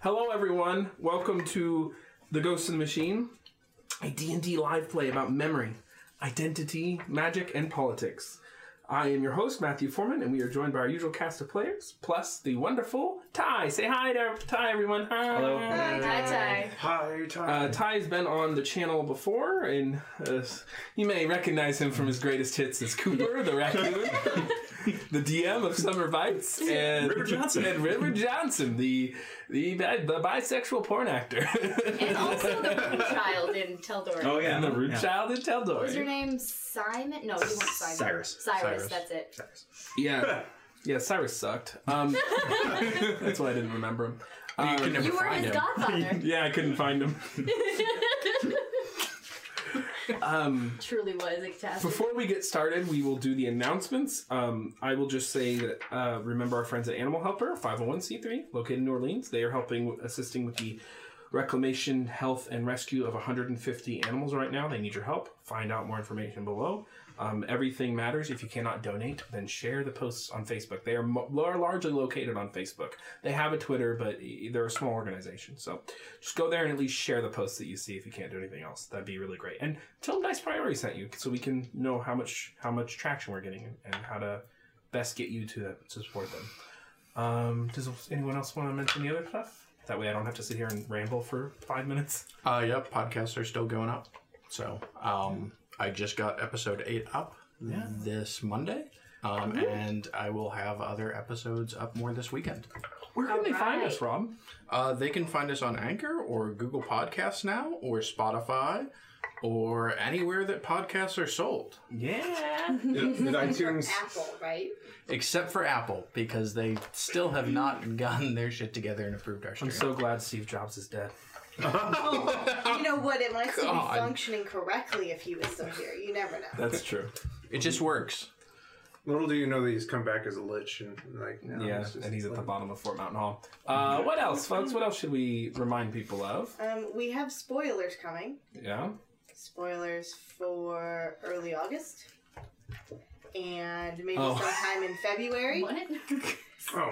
Hello, everyone. Welcome to the Ghost in the Machine, a D&D live play about memory, identity, magic, and politics. I am your host, Matthew Foreman, and we are joined by our usual cast of players, plus the wonderful Ty. Say hi to Ty, everyone. Hi. Hello. Hi, Ty Ty. Hi, Uh, Ty. Ty has been on the channel before, and uh, you may recognize him from his greatest hits as Cooper the Raccoon, the DM of Summer Bites, and River Johnson. and River Johnson, the the, bi- the bisexual porn actor, And also the room child in Tell Dory. Oh yeah, and the root yeah. child in What was your Teldor. name? Simon? No, you weren't Simon. Cyrus. Cyrus, Cyrus. that's it. Yeah, yeah. Cyrus sucked. Um, that's why I didn't remember him. Uh, could never You were his godfather. yeah, I couldn't find him. um, Truly was a catastrophe. Before we get started, we will do the announcements. Um, I will just say that uh, remember our friends at Animal Helper, 501c3, located in New Orleans. They are helping, assisting with the reclamation, health, and rescue of 150 animals right now. They need your help. Find out more information below. Um, everything matters. If you cannot donate, then share the posts on Facebook. They are, mo- are largely located on Facebook. They have a Twitter, but e- they're a small organization. So just go there and at least share the posts that you see if you can't do anything else. That'd be really great. And tell them Dice Priority sent you so we can know how much how much traction we're getting and how to best get you to, to support them. Um, does anyone else want to mention the other stuff? That way I don't have to sit here and ramble for five minutes. Uh, yep, podcasts are still going up. So, um, I just got episode eight up this Monday, um, and I will have other episodes up more this weekend. Where can they find Alright. us, Rob? Uh, they can find us on Anchor or Google Podcasts now, or Spotify, or anywhere that podcasts are sold, Yeah. Did, did iTunes? Apple, right? except for Apple because they still have not gotten their shit together and approved our stream. I'm so glad Steve Jobs is dead. You know what? It likes to God. be functioning correctly if he was still here. You never know. That's true. it just works. Little do you know that he's come back as a lich and like you know, Yeah, it's just and he's at the like- bottom of Fort Mountain Hall. Uh, what else, folks? What else should we remind people of? Um, we have spoilers coming. Yeah. Spoilers for early August. And maybe Oh. sometime in February. What? Oh,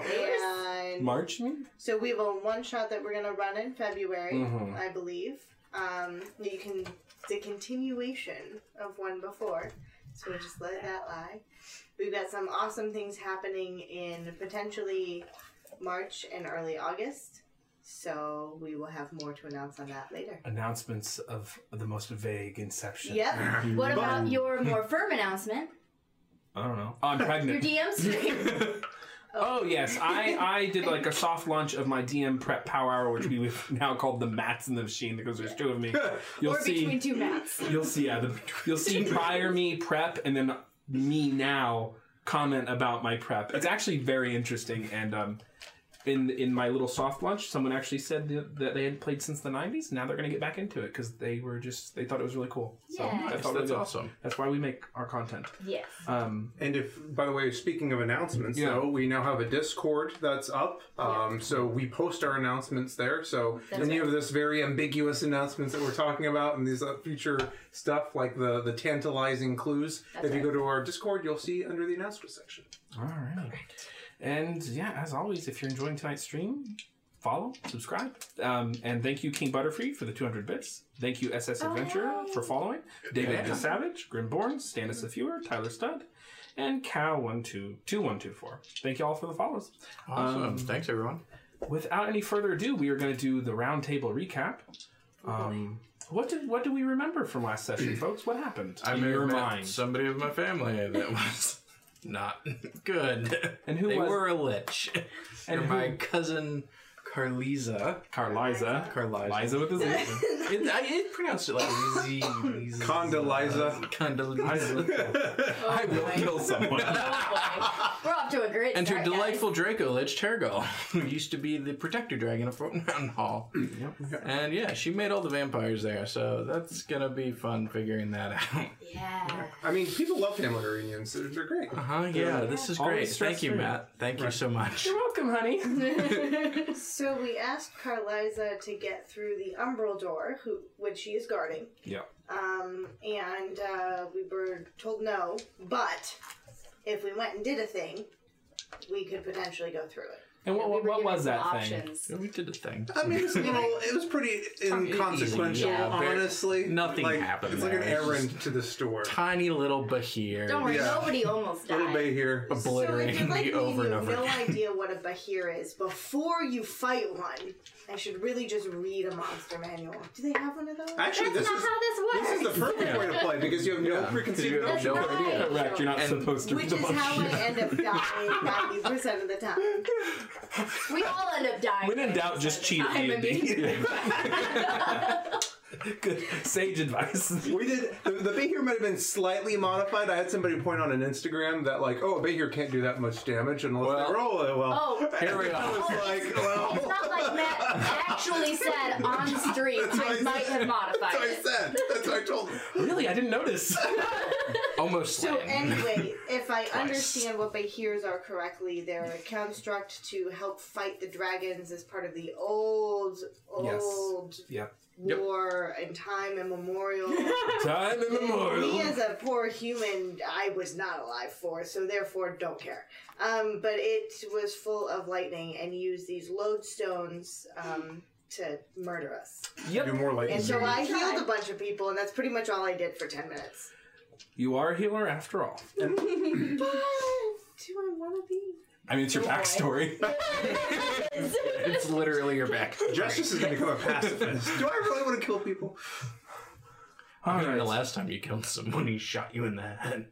And March, you mean? so we have a one shot that we're gonna run in February, Mhm. I believe. Um, you can the continuation of one before. So we'll just let that lie. We've got some awesome things happening in potentially March and early August. So we will have more to announce on that later. Announcements of the most vague inception. Yep. What about your more firm announcement? I don't know. I'm Your pregnant. DM stream. oh yes, I I did like a soft launch of my DM prep power hour, which we have now called the mats in the machine because there's two of me. You'll or see. between two mats. You'll see, yeah. The, you'll see prior me prep and then me now comment about my prep. It's actually very interesting. And um, in in my little soft launch, someone actually said that- that they had played since the '90s. Now they're going to get back into it because they were just they thought it was really cool. So Yeah. I Nice, thought it was that's good. awesome. That's why we make our content. Yes. Um, And if, by the way, speaking of announcements, Yeah. though, we now have a Discord that's up. Um, So we post our announcements there. So That's any right. of this very ambiguous announcements that we're talking about and these uh, future stuff, like the, the tantalizing clues, That's if you right. go to our Discord, you'll see under the announcement section. all right. And yeah, as always, if you're enjoying tonight's stream, follow, subscribe, um, and thank you, King Butterfree, for the 200 bits. Thank you, SS Adventure, for following. David Yeah. the Savage, Grimborn, Stannis the Fewer, Tyler Stud, and Cow122124. Thank you all for the follows. Awesome. Um, Thanks, everyone. Without any further ado, we are going to do the roundtable recap. Um, what did what do we remember from last session, folks? What happened? I in may your have met mind? somebody of my family that was not good. And who they was- were a lich. And And who- my cousin Carliza. Carliza. Carliza. Liza with his name. It, I it pronounced it like Uh, Z. Condaliza. Condaliza. I will kill someone. Oh, boy. We're off to a great and her start, guys. delightful Draco lich Tergal, who used to be the protector dragon of Fort Mountain Hall. And yeah, she made all the vampires there, so that's gonna be fun figuring that out. Yeah. I mean, people love family reunions. They're, they're great. Uh-huh, yeah, this is Always great. Thank stress-free. you, Matt. Thank you so much. You're welcome, honey. So we asked Carliza to get through the Umbral door, who which she is guarding. Yeah. Um, and uh, we were told no, but if we went and did a thing, we could potentially go through it. And what, We what, were what given was some that thing? options. Yeah, we did a thing. I mean, it was a little. It was pretty inconsequential, Yeah, very- honestly. nothing like, happened It's like an there. It's errand to the store. Tiny little Bahir. Don't worry, Yeah. nobody almost died. Little Bay here. Obliterating so if you're like me me, over and you have over no again. idea what a bahir is. Before you fight one, I should really just read a monster manual. Do they have one of those? Actually, That's this not is how this this works. is the perfect way to play because you have no preconceived you have notions. no That's not- idea. Correct. You're not And- supposed to. Which is how I end up dying ninety percent of the time. we all end up dying. When in doubt, just cheat at I'm D&D. Good sage advice. We did the, the bay here might have been slightly modified. I had somebody point on an Instagram that like, oh, a bay here can't do that much damage unless Well- they roll it well. Oh, Here we I are. was like, it's well, not like Matt actually said on the street. what I I might said. have modified that's what I it. said. That's what I told. Them. Really, I didn't notice. Almost So slam. anyway, if I understand what Bahirs are correctly, they're a construct to help fight the dragons as part of the old, Yes. old yeah. Yep. war and time immemorial. Time Me immemorial. as a poor human, I was not alive for, so therefore don't care. Um, but it was full of lightning and used these lodestones um, to murder us. Do Yep. more like And so I Try. healed a bunch of people, and that's pretty much all I did for ten minutes. You are a healer after all. But do I want to be? I mean, it's your backstory. It's literally your back. Justice is going to become a pacifist. Do I really want to kill people? All Remember the right. last time you killed someone, he shot you in the head.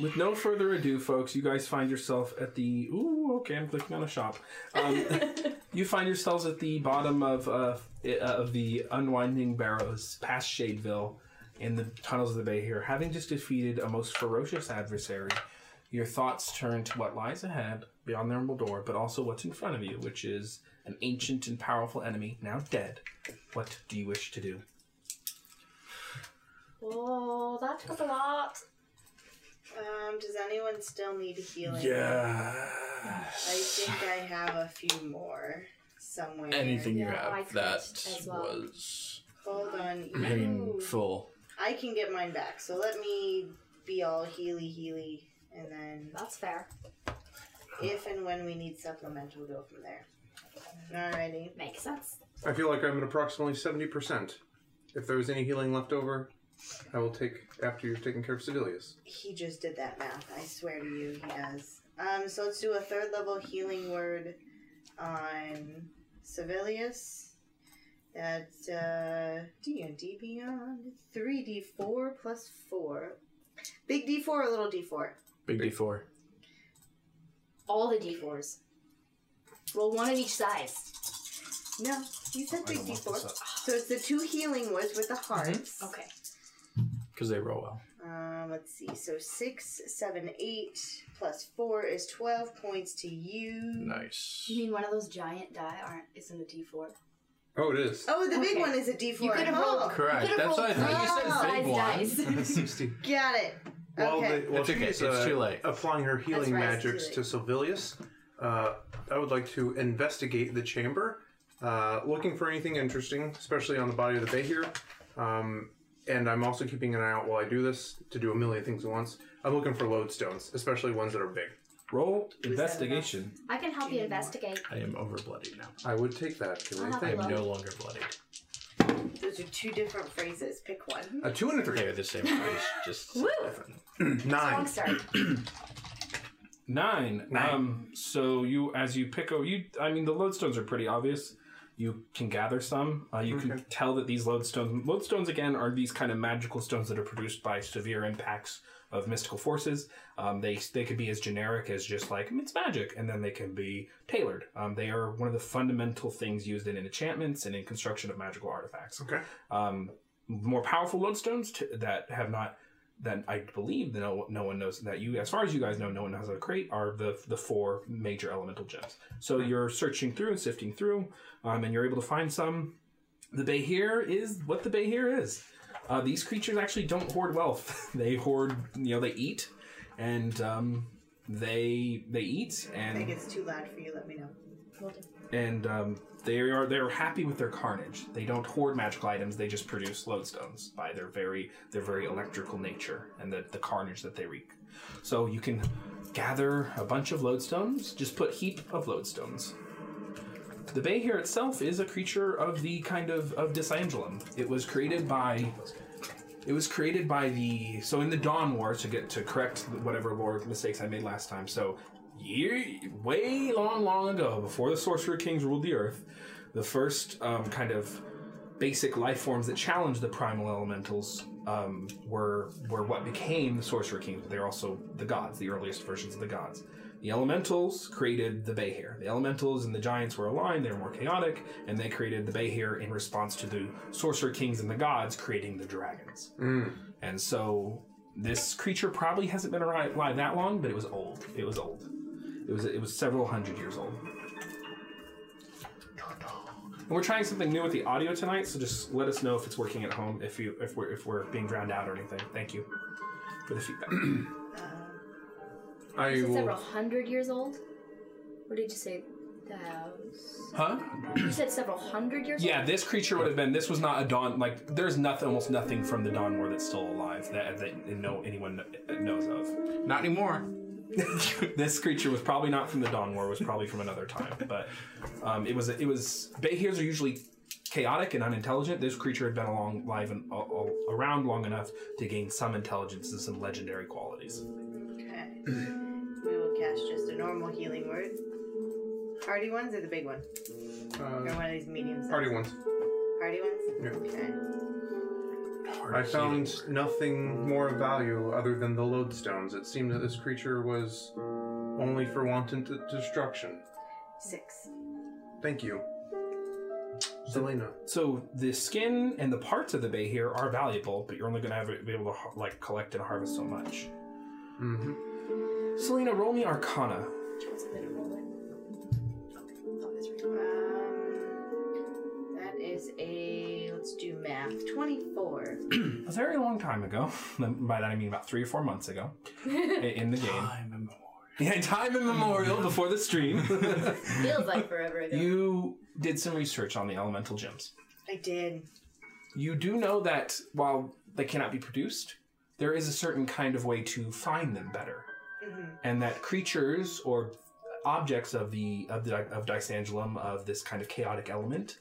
With no further ado, folks, you guys find yourself at the. Ooh, okay, I'm clicking on a shop. Um, you find yourselves at the bottom of uh, i- uh, of the unwinding barrows, past Shadeville, in the tunnels of the bay. Here, having just defeated a most ferocious adversary, your thoughts turn to what lies ahead beyond the Emerald Door, but also what's in front of you, which is an ancient and powerful enemy now dead. What do you wish to do? Oh, that took a lot. Um, does anyone still need healing? Yeah. I think I have a few more somewhere. Anything Yeah, I you have could that as well. was Hold on. Ooh. painful. I can get mine back, so let me be all healy healy, and then That's fair. if and when we need supplements, we'll go from there. Alrighty. Makes sense. I feel like I'm at approximately seventy percent. If there was any healing left over, I will take after you've taken care of Sedilius. He just did that math. I swear to you, he does. Um, so let's do a third level healing word on Sevilius. That's uh, D&D Beyond. 3d4 plus 4. Big d4 or little d4? Big D4. All the d4s. Roll one of each size. No, you said big don't want d4. this up. So it's the two healing words with the hearts. Okay. Because they roll well. Um, let's see. So six, seven, eight plus four is twelve points to you. Nice. You mean one of those giant die aren't isn't a d4? Oh, it is. Oh, the big Okay. one is a D4. You could have Oh, rolled. Correct. You could have That's rolled what I thought. You said three big size dice. Sixty. Got it. While, Okay. they, while It's okay, she's, it's uh, too late. applying her healing right, it's too magics late. to Sylvilius, uh, I would like to investigate the chamber, uh, looking for anything interesting, especially on the body of the bay here. Um, and I'm also keeping an eye out while I do this to do a million things at once. I'm looking for lodestones, especially ones that are big. Roll investigation. I can help you investigate. I am over bloodied now. I would take that. if you I'll really have think. a I'm look. no longer bloodied. Those are two different phrases. Pick one. A two and a three. They're the same price, just Woo! different. Nine. Wrong start. Nine. Nine. Um, so you, as you pick, oh, you. I mean, the lodestones are pretty obvious. You can gather some. Uh, you can Okay. tell that these lodestones, lodestones again, are these kind of magical stones that are produced by severe impacts of mystical forces. Um, they they could be as generic as just like it's magic, and then they can be tailored. Um, they are one of the fundamental things used in enchantments and in construction of magical artifacts Okay. um, more powerful lodestones to, that have not that I believe that no, no one knows that you as far as you guys know no one knows how to create are the the four major elemental gems. So you're searching through and sifting through, um, and you're able to find some. The bay here is what the bay here is. Uh, these creatures actually don't hoard wealth. they hoard, you know, they eat, and um, they they eat I and think it's too loud for you. Let me know. and um, they are they're happy with their carnage. They don't hoard magical items; they just produce lodestones by their very their very electrical nature and the, the carnage that they wreak. So you can gather a bunch of lodestones. Just put heap of lodestones. The bay here itself is a creature of the kind of of Disangelum. It was created by. It was created by the so in the Dawn War to get to correct whatever lore mistakes I made last time. So, year way long, long ago, before the Sorcerer Kings ruled the Earth, the first um, kind of basic life forms that challenged the primal elementals um, were were what became the sorcerer kings. But they're also the gods, the earliest versions of the gods. The elementals created the Behir. The elementals and the giants were aligned; they were more chaotic, and they created the Behir in response to the sorcerer kings and the gods creating the dragons. And so this creature probably hasn't been arri- alive that long, but it was old. It was old. It was it was several hundred years old. And we're trying something new with the audio tonight, so just let us know if it's working at home, if you if we're if we're being drowned out or anything. Thank you for the feedback. I Is it will. several hundred years old? Or did you say thousands? huh? You said several hundred years Yeah, this creature would have been. This was not a dawn. Like there's nothing, almost nothing from the Dawn War that's still alive that that no anyone kn- knows of. Not anymore. This creature was probably not from the Dawn War. Was probably from another time. But um, it was it was. Behirs are usually chaotic and unintelligent. This creature had been along live and all, all around long enough to gain some intelligence and some legendary qualities. Okay. we will cast just a normal healing word. Hardy ones or the big one? Or Uh, one of these mediums? Hardy ones. Hardy ones? Yeah. Okay. I found nothing more of value other than the lodestones. It seemed that this creature was only for wanton d- destruction. Six. Um, Thank you. Selena. So the skin and the parts of the bay here are valuable, but you're only going to have be able to ho- like collect and harvest so much. Mm-hmm. Selena, roll me Arcana. old? What's it gonna roll in? Oh, that's right. Um, that is a, let's do math, 24. A very long time ago. By that I mean about three or four months ago i- in the game. Time immemorial. Yeah, time immemorial before the stream. Feels like forever ago. you did some research on the elemental gems. I did. You do know that while they cannot be produced, there is a certain kind of way to find them better. Mm-hmm. and that creatures or objects of the of the of Dysangelum of this kind of chaotic element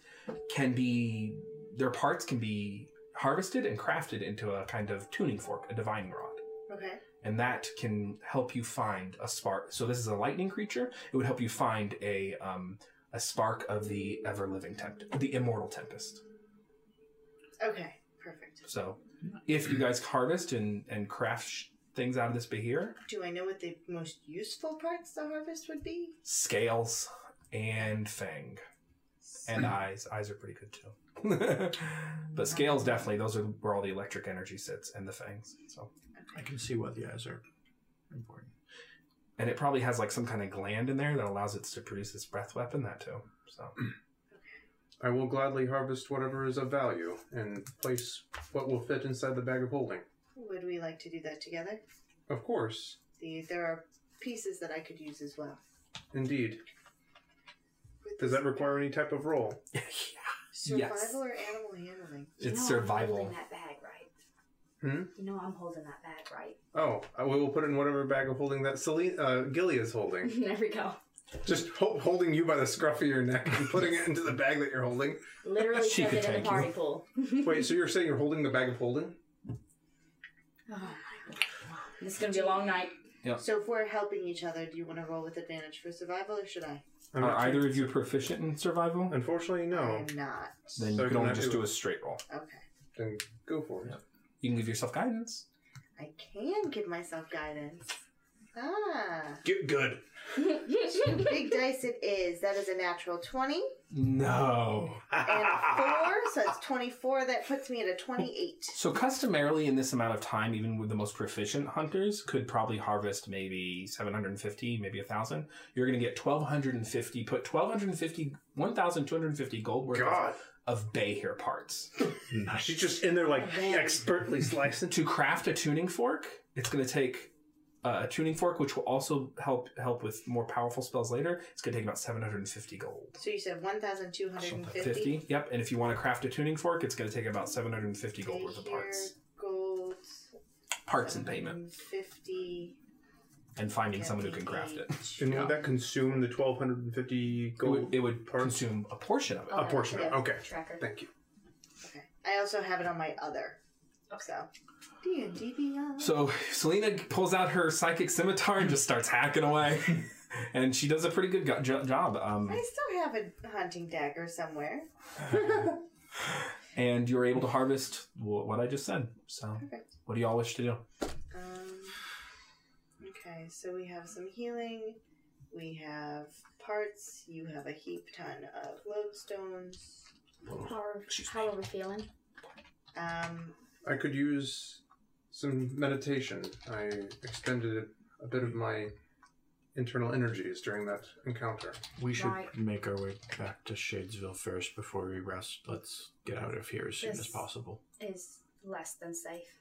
can be their parts can be harvested and crafted into a kind of tuning fork, a divine rod. Okay. And that can help you find a spark. So this is a lightning creature. It would help you find a um, a spark of the ever living temp- the immortal tempest. Okay. Perfect. So if you guys harvest and and craft sh- things out of this behir, Do I know what the most useful parts to harvest would be? scales and fang and eyes eyes are pretty good too but scales definitely those are where all the electric energy sits and the fangs so I can see why the eyes are important. and it probably has like some kind of gland in there that allows it to produce this breath weapon that too so I will gladly harvest whatever is of value and place what will fit inside the bag of holding. Would we like to do that together? Of course. The, there are pieces that I could use as well. Indeed. Does that require any type of roll? Survival Yes. or animal handling? You it's know I'm survival holding that bag, right? Hmm? You know I'm holding that bag, right? Oh, I we will put it in whatever bag of holding that Selena, uh, Gilly is holding. there we go. Just ho- holding you by the scruff of your neck and putting it into the bag that you're holding. Literally She says could it in the take you. party pool. Wait, so you're saying you're holding the bag of holding? Oh my god. This is gonna be a long night. So if we're helping each other, do you want to roll with advantage for survival or should I? I'm are not sure. either of you proficient in survival Unfortunately, no. I'm not. then you So can can only I just do do it? a straight roll Okay. Then go for it. you can give yourself guidance I can give myself guidance. Ah. Get good. Big dice it is. That is a natural 20 no and a 4, so that's 24. That puts me at a 28. So customarily in this amount of time, even with the most proficient hunters, could probably harvest maybe 750, maybe a thousand. You're going to get 1250, put 1250, 1250 gold worth of, God. of Bayhair parts. Nice. She's just in there, like, expertly slicing. to craft a tuning fork, it's going to take uh, a tuning fork, which will also help help with more powerful spells later. It's going to take about 750 gold. So you said 1,250. 50. Yep. And if you want to craft a tuning fork, it's going to take about 750 gold worth of parts. Gold. Parts in payment. 50 and finding someone who can craft it. And would that consume the 1,250 It gold? would, it would Parts? consume a portion of it. Oh, a portion of it. yeah, Okay. Tracker. Thank you. Okay. I also have it on my other. So. D and D Beyond. So Selena pulls out her psychic scimitar and just starts hacking away, and she does a pretty good go- jo- job. Um, I still have a hunting dagger somewhere. and you're able to harvest wh- what I just said. So, Perfect. what do y'all wish to do? Um, okay, so we have some healing. We have parts. You have a heap ton of lodestones. However, however feeling. Um, I could use some meditation. I expended a bit of my internal energies during that encounter. We should Right. make our way back to Shadesville first before we rest. Let's get out of here as soon as Yes. possible. Is less than safe.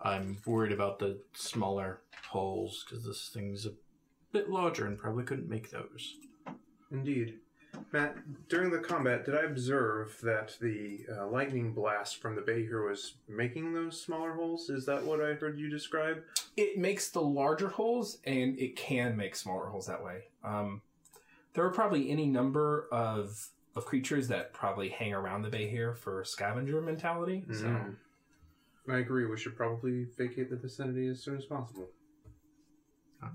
I'm worried about the smaller holes because this thing's a bit larger and probably couldn't make those. Indeed. Matt, during the combat, did I observe that the uh, lightning blast from the bay here was making those smaller holes? Is that what I heard you describe? it makes the larger holes and it can make smaller holes that way um, there are probably any number of of creatures that probably hang around the bay here for scavenger mentality so Mm. I agree. We should probably vacate the vicinity as soon as possible. Huh.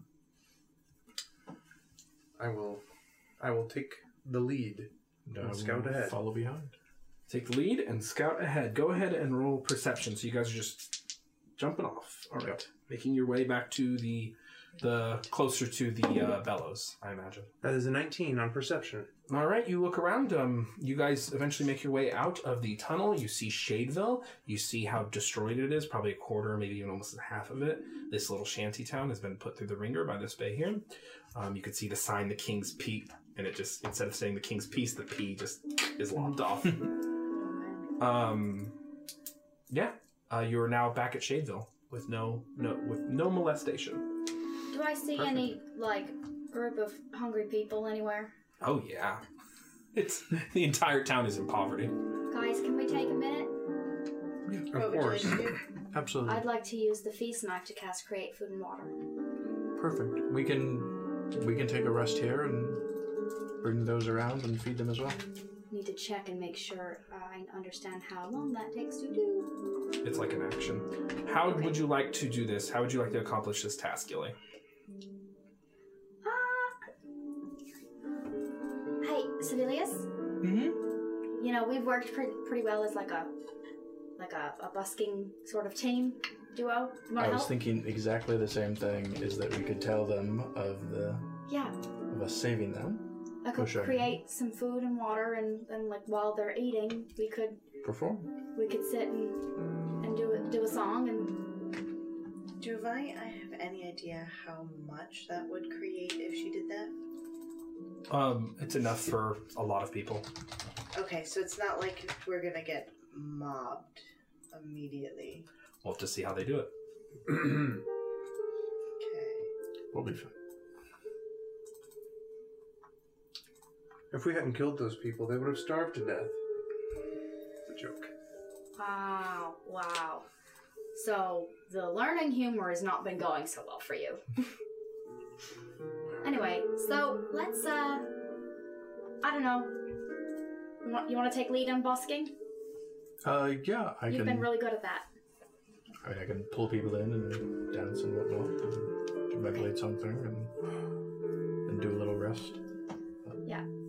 I will. I will take the lead. And Let's I go will ahead. Follow behind. take the lead and scout ahead go ahead and roll perception so you guys are just jumping off all right making your way back to the the closer to the uh, bellows i imagine That is a 19 on perception. All right, you look around. Um, you guys eventually make your way out of the tunnel. You see Shadeville. You see how destroyed it is, probably a quarter, maybe even almost half of it. This little shanty town has been put through the ringer by this bay here. Um, you could see the sign, the King's Peak, and it just instead of saying the King's Peace, the P just is lopped off. Um, yeah, uh, you are now back at Shadeville with no no with no molestation. Do I see any like group of hungry people anywhere? Oh yeah, it's the entire town is in poverty. Guys, can we take a minute? Of what would you like course. to do? Absolutely. I'd like to use the feast knife to cast create food and water. Perfect. We can we can take a rest here and bring those around and feed them as well. Need to check and make sure I understand how long that takes to do. It's like an action. How would you like to do this? How would you like to accomplish this task, Gilly? Ah. Hey, Sevilius. Mm-hmm. You know we've worked pretty pretty well as like a like a, a busking sort of team duo. You I wanna was help? thinking exactly the same thing. Is that we could tell them of the yeah, of us saving them, I For could sure. create some food and water, and and like while they're eating, we could perform. we could sit and and do a, do a song and Do I, I have any idea how much that would create if she did that? Um, it's enough for a lot of people. Okay, so it's not like we're gonna get mobbed immediately. We'll have to see how they do it. Okay. We'll be fine. if we hadn't killed those people, they would have starved to death. It's a joke. wow wow. So the learning humor has not been going so well for you. anyway, so let's uh, I don't know. You want, you want to take lead on busking? Uh, yeah, I You've can. been really good at that. I mean, I can pull people in and dance and whatnot, and congratulate something, and and do a little rest.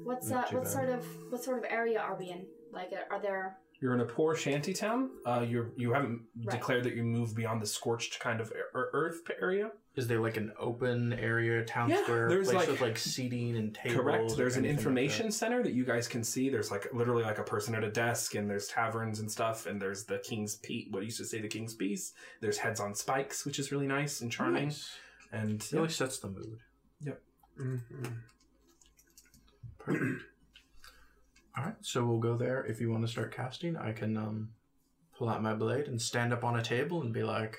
What's uh, Not too what bad. sort of what sort of area are we in? Like, uh, are- are there? You're in a poor shanty town. Uh, you're you haven't Right. declared that you moved beyond the scorched kind of e- er- earth area. Is there like an open area, town Yeah, square, there's place like- with like seating and tables? Correct. or There's an anything like that? information center that you guys can see. There's like literally like a person at a desk, and there's taverns and stuff, and there's the King's Peak. What used to say the King's Peace. There's heads on spikes, which is really nice and charming. Nice. And It really sets the mood. Mhm. Perfect. All right, so we'll go there. If you want to start casting, I can um, pull out my blade and stand up on a table and be like,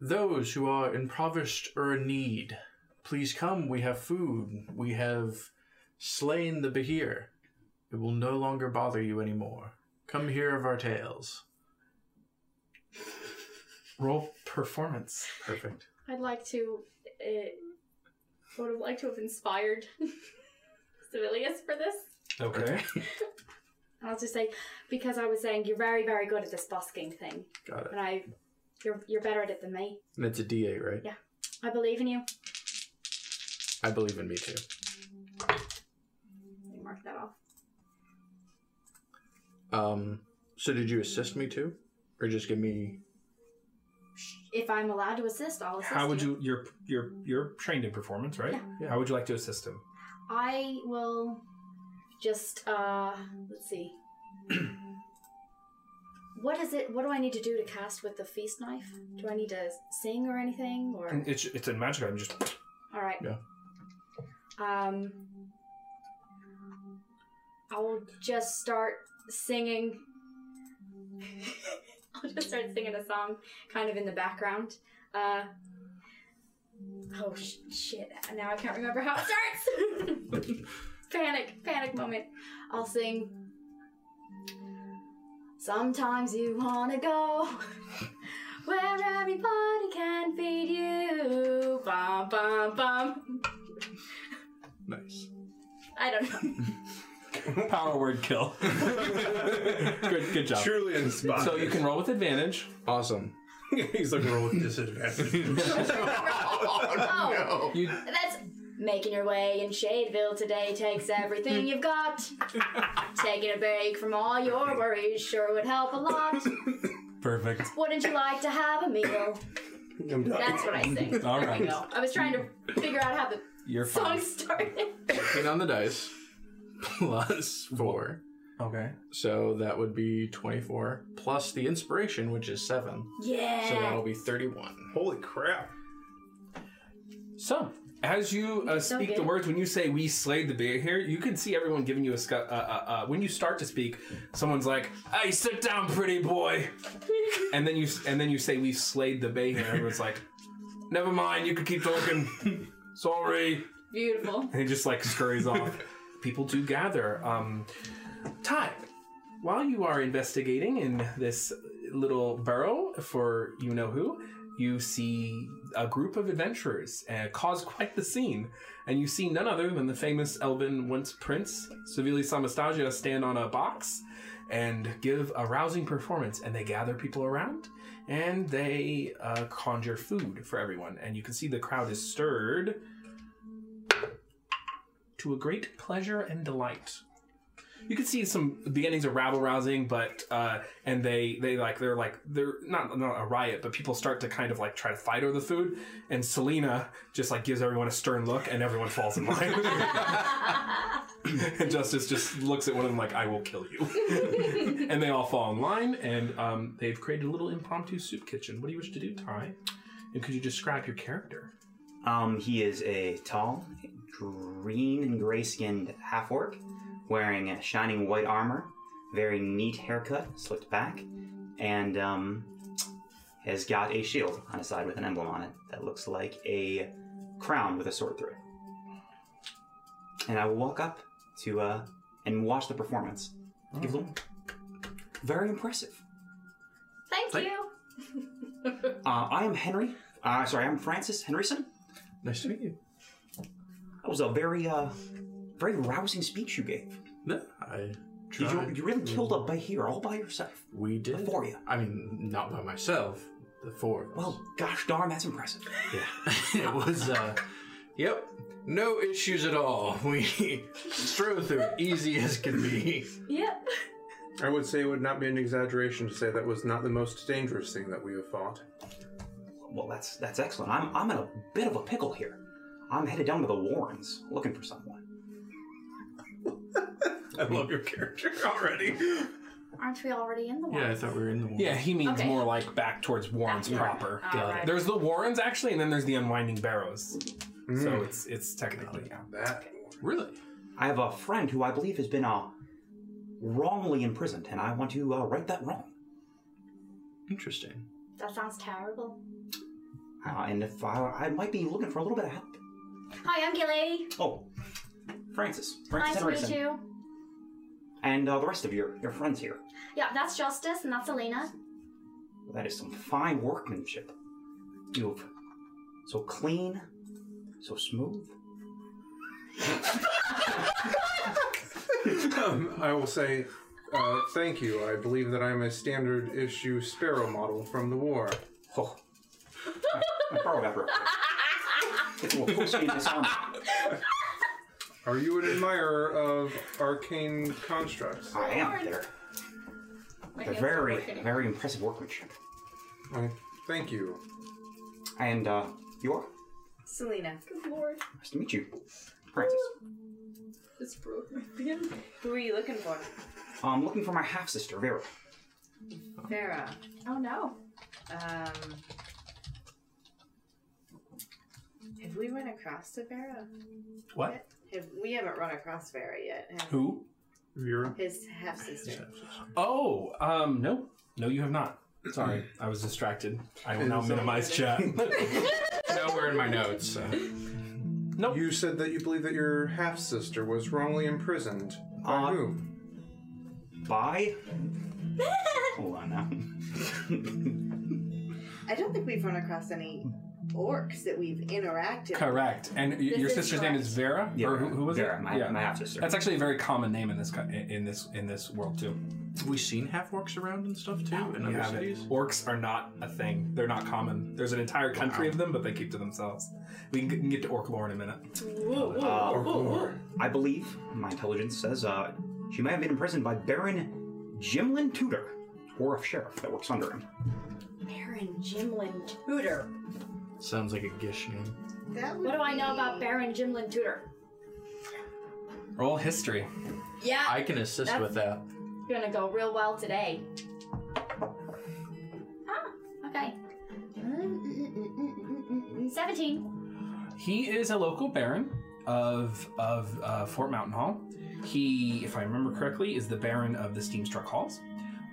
"Those who are impoverished or in need, please come. We have food. We have slain the Bahir. It will no longer bother you anymore. Come hear of our tales." roll performance. Perfect. I'd like to uh, it I would have liked to have inspired Civilius for this. Okay. I'll just say because I was saying you're very, very good at this busking thing, Got it. and I, you're you're better at it than me. And it's a D8, right? I believe in you. I believe in me too. You mark that off. Um, so did you assist me too, or just give me? If I'm allowed to assist, I'll assist. How would you? You're you're you're trained in performance, right? Yeah. How would you like to assist him? I will just uh let's see. what is it what do I need to do to cast with the feast knife? Do I need to sing or anything or It's it's a magic item. Just all right. Yeah. Um I will just start singing. I'll just start singing a song kind of in the background. Uh Oh sh- shit. Now I can't remember how it starts. panic, panic moment. I'll sing. Sometimes you wanna go where everybody can feed you. Bum bum bum. Nice. I don't know. power word kill. good good job. Mm-hmm. Truly inspired. So you can roll with advantage. Awesome. He's like roll with disadvantage. Oh, You that's making your way in Shadeville today takes everything you've got. Taking a break from all your worries sure would help a lot. perfect. Wouldn't you like to have a meal? I'm done. That's what I sing. All There you right. go. I was trying to figure out how the You're song fine. started. Eight on the dice, plus four. Okay. So that would be twenty-four plus the inspiration, which is seven. Yeah. So that'll be thirty-one. Holy crap! So, as you uh, So speak the good. words, when you say "We slayed the bear here," you can see everyone giving you a. Scu- uh, uh, uh, when you start to speak, someone's like, "Hey, sit down, pretty boy," and then you and then you say, "We slayed the bear here." Everyone's like, "Never mind, you can keep talking." Sorry, Beautiful. and he just like scurries off. People do gather. Um, Ty, while you are investigating in this little burrow for you know who, you see a group of adventurers uh, cause quite the scene, and you see none other than the famous elven once prince Savili Samastasia stand on a box and give a rousing performance, and they gather people around. And they uh, conjure food for everyone, and you can see the crowd is stirred to a great pleasure and delight. You can see some beginnings of rabble rousing, but uh, and they they like they're like they're not not a riot, but people start to kind of like try to fight over the food, and Selena just like gives everyone a stern look, and everyone falls in line. and Justice just looks at one of them like, "I will kill you," and they all fall in line, and um, they've created a little impromptu soup kitchen. What do you wish to do, Ty? And could you describe your character? Um, he is a tall, green and gray skinned half orc wearing a shining white armor, very neat haircut, slicked back, and um, has got a shield on his side with an emblem on it that looks like a crown with a sword through it. And I will walk up to uh, and watch the performance. Give it a look. Very impressive. Thank you. Uh, I am Henry. Uh, sorry, I'm Francis Henryson. Nice to meet you. That was a very, uh, very rousing speech you gave. No, I You, tried. you, you really killed a bear all by yourself. we did. Before you. I mean, not by myself. The four. of us. Well, gosh darn, that's impressive. Yeah. it was, uh, yep, no issues at all. We strode through it easy as can be. Yep. I would say it would not be an exaggeration to say that was not the most dangerous thing that we have fought. Well, that's that's excellent. I'm I'm in a bit of a pickle here. I'm headed down to the Warrens looking for someone. I love your character already. Aren't we already in the one? Yeah, I thought we were in the war. Yeah, he means Okay. more like back towards Warren's proper. All right. There's the Warrens actually, and then there's the Unwinding Barrows. Hmm. So it's it's technically yeah. Mm. That Really? I have a friend who I believe has been uh, wrongly imprisoned, and I want to uh, right that wrong. Interesting. That sounds terrible. Uh, and if I, I might be looking for a little bit of help. Hi, I'm Gilly. Oh, Francis, Nice Francis to meet Henderson, you. and uh, the rest of your your friends here. Yeah, that's Justice and that's Elena. That is some fine workmanship. You've so clean so smooth. Um, I will say uh, thank you. I believe that I am a standard issue sparrow model from the war. Oh. I borrow that real quick. It will post me in this armor. Are you an admirer of arcane constructs? I am there. My They're hands are very, working. very impressive workmanship. I thank you. And uh, you are? Selena. Good lord. Nice to meet you. Francis. This broke my pin. Who are you looking for? I'm looking for my half sister, Vera. Farah. Oh no. Um. Have we run across to Vera? What? Have, we haven't run across Vera yet. have we? Who? Vera. His half sister. Oh, um, no, no, you have not. Sorry, I was distracted. I will now minimize chat. Nowhere in my notes. So. You said that you believe that your half sister was wrongly imprisoned. By Uh, whom? Bye. Hold on um, now. I don't think we've run across any orcs that we've interacted with. correct. And y- your is sister's name is Vera, or who, who was Vera, it? my, yeah, my half sister. that's actually a very common name in this co- in this in this world too. Have we seen half orcs around and stuff too in You other have it. cities? Orcs are not a thing. They're not common. There's an entire country of them, but they keep to themselves. We can get- can get to orc lore in a minute. Whoa, Oh, whoa, Uh, whoa, whoa, whoa. I believe my intelligence says uh, she may have been imprisoned by Baron Jimlin Tudor, or a sheriff that works under him. Baron Jimlin Tudor. Sounds like a gish name. That would What do I know be- about Baron Jimlin Tudor? Roll history. Yeah, I can assist That's- with that. gonna go real well today. Ah, okay. Seventeen. He is a local baron of of uh, Fort Mountain Hall. He, if I remember correctly, is the baron of the Steamstruck Halls,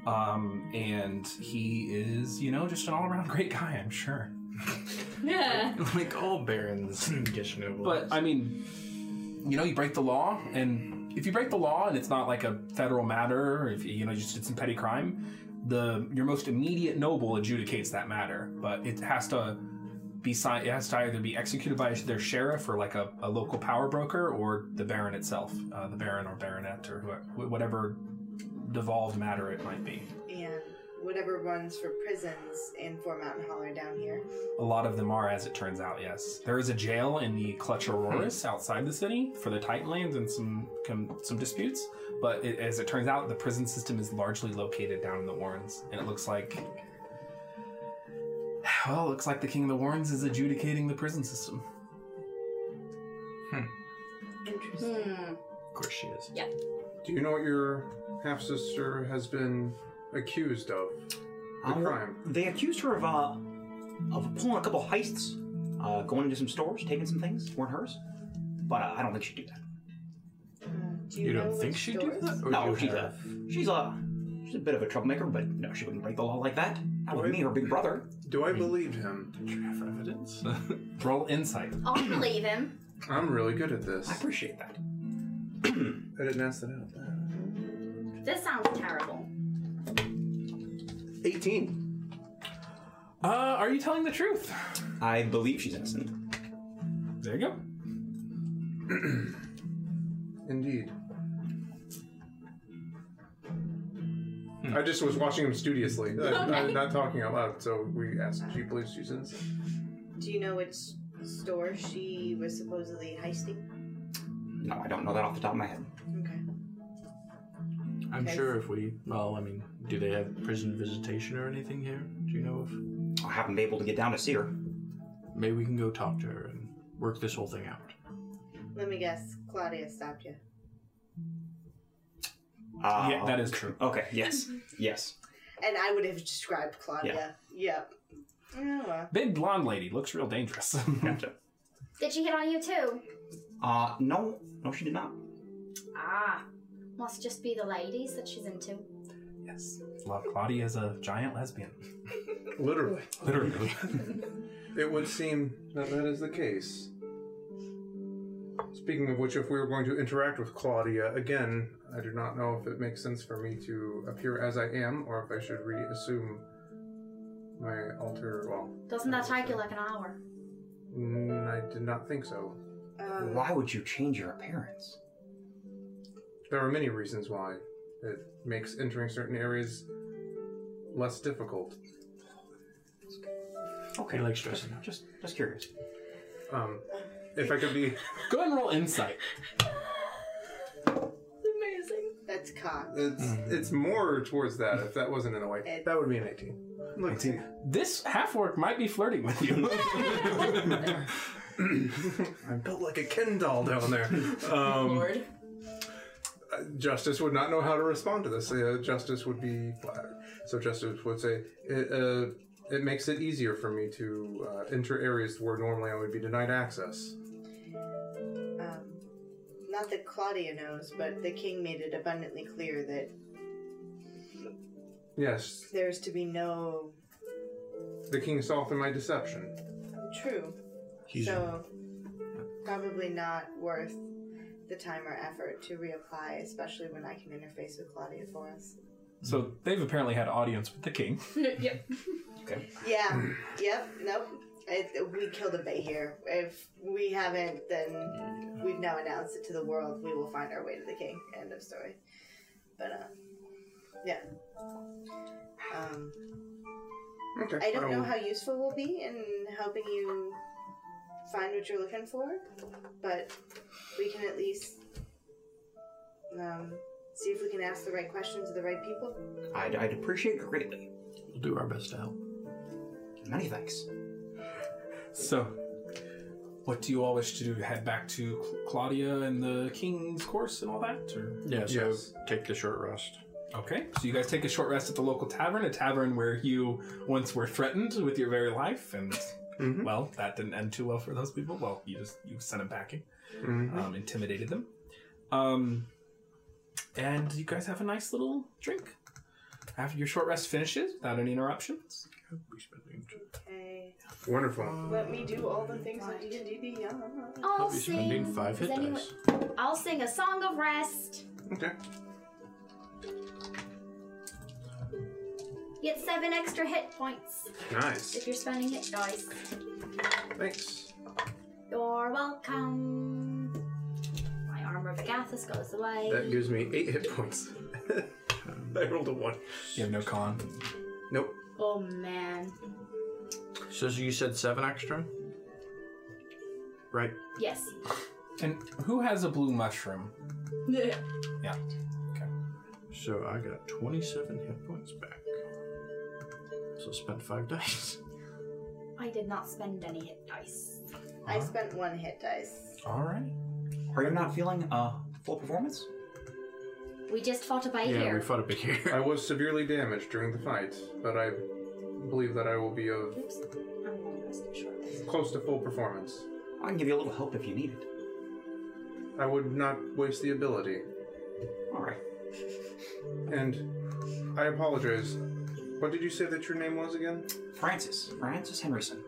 um, and he is, you know, just an all around great guy. I'm sure. Hmm. Yeah. like all barons and gish nobles. But I mean, you know, you break the law, and if you break the law, and it's not like a federal matter, or if you know you just did some petty crime, the your most immediate noble adjudicates that matter. But it has to be signed. It has to either be executed by their sheriff or like a, a local power broker or the baron itself, uh, the baron or baronet or whoever, whatever devolved matter it might be. And whatever runs for prisons in Fort Mountain Hall are down here. A lot of them are, as it turns out, yes. There is a jail in the Clutch Auroras outside the city for the Titanlands and some com, some disputes. But it, as it turns out, the prison system is largely located down in the Warrens, and it looks like well, it looks like the King of the Warrens is adjudicating the prison system. Interesting. Hmm. of course she is. Do you know what your half sister has been accused of? The Um, crime. They accused her of uh, of pulling a couple heists, uh, going into some stores, taking some things weren't hers. But uh, I don't think she'd do that. Do You don't know think which she'd do doors? that? Or no, you she's have- a she's a she's a bit of a troublemaker, but no, she wouldn't break the law like that. Not with Right. me, her big brother. Do Mm. I believe him? Do you have evidence? Roll insight. I'll believe him. I'm really good at this. I appreciate that. I didn't ask that out. This sounds terrible. 18. Uh, are you telling the truth? I believe she's innocent. There you go. Indeed. Hmm. I just was watching him studiously. I, am not talking out loud, so we asked if she believes she's innocent. Do you know which store she was supposedly heisting? No, I don't know that off the top of my head. Okay. I'm Okay. sure if we. Well, I mean, do they have prison visitation or anything here? Do you know if. I haven't been able to get down to see her. Maybe we can go talk to her and work this whole thing out. Let me guess. Claudia stopped you. Uh, yeah, that is true. Okay. Yes. Yes. And I would have described Claudia. Yep. Oh, well. Big blonde lady looks real dangerous. Gotcha. Did she hit on you too? Uh, no, no, she did not. Ah, must just be the ladies that she's into. yes. Love Claudia is a giant lesbian. Literally. Literally. It would seem that that is the case. Speaking of which, if we were going to interact with Claudia again, I do not know if it makes sense for me to appear as I am or if I should reassume my alter. Well, Doesn't that take you like an hour? Mm, I did not think so. Um, Why would you change your appearance? There are many reasons why it makes entering certain areas less difficult. Okay, I like stressing out. just just curious. Um, if I could be, Go ahead and roll insight. Amazing. That's cock. it's it's more towards that. If that wasn't in a way, It- that would be an eighteen. Look, This half orc might be flirting with you. I'm built like a Ken doll down there. Um, uh, Lord. Justice would not know how to respond to this. Uh, Justice would be flattered. So Justice would say, it, uh, "It makes it easier for me to uh, enter areas where normally I would be denied access." Um, not that Claudia knows, but the king made it abundantly clear that Yes, there's to be no the king saw through my deception. true. He's so probably not worth the time or effort to reapply, especially when I can interface with Claudia for us. so they've apparently had audience with the king. yep. Yeah. yep. Nope. It, we killed a bay here. If we haven't, then we've now announced it to the world. We will find our way to the king. End of story. But uh, yeah. Um, Okay. I don't know will- how useful we'll be in helping you find what you're looking for, but we can at least um, see if we can ask the right questions to the right people. I'd, I'd appreciate it greatly. We'll do our best to help. Many thanks. So, what do you all wish to do? Head back to Cl- Claudia and the king's course and all that? Or? Yeah. So Yes. take the short rest. Okay, so you guys take a short rest at the local tavern, a tavern where you once were threatened with your very life, and Mhm. well, that didn't end too well for those people. Well, you just you sent them packing, Mhm. um, intimidated them, um, and you guys have a nice little drink after your short rest finishes without any interruptions. Okay. Wonderful. Let me do all the things on D&D Beyond. I'll I'll be spending sing. five hit Does anyone- dice. I'll sing a song of rest. Okay. Get seven extra hit points Nice. if you're spending hit dice. Thanks. You're welcome. My armor of Agathis goes away. That gives me eight hit points. I rolled a one. You have no con. Nope. oh man. So, so you said seven extra. Right. Yes. And who has a blue mushroom? So I got 27 hit points back. So spent five dice. I did not spend any hit dice. I spent one hit dice. All right. Are you not feeling uh full performance? We just fought a bay yeah, we here. fought a big I here. was severely damaged during the fight, but I believe that I will be of Oops. I'm going to rest in short rest. close to full performance. I can give you a little help if you need it. I would not waste the ability. All right. And I apologize. What did you say that your name was again? Francis. Francis Henderson.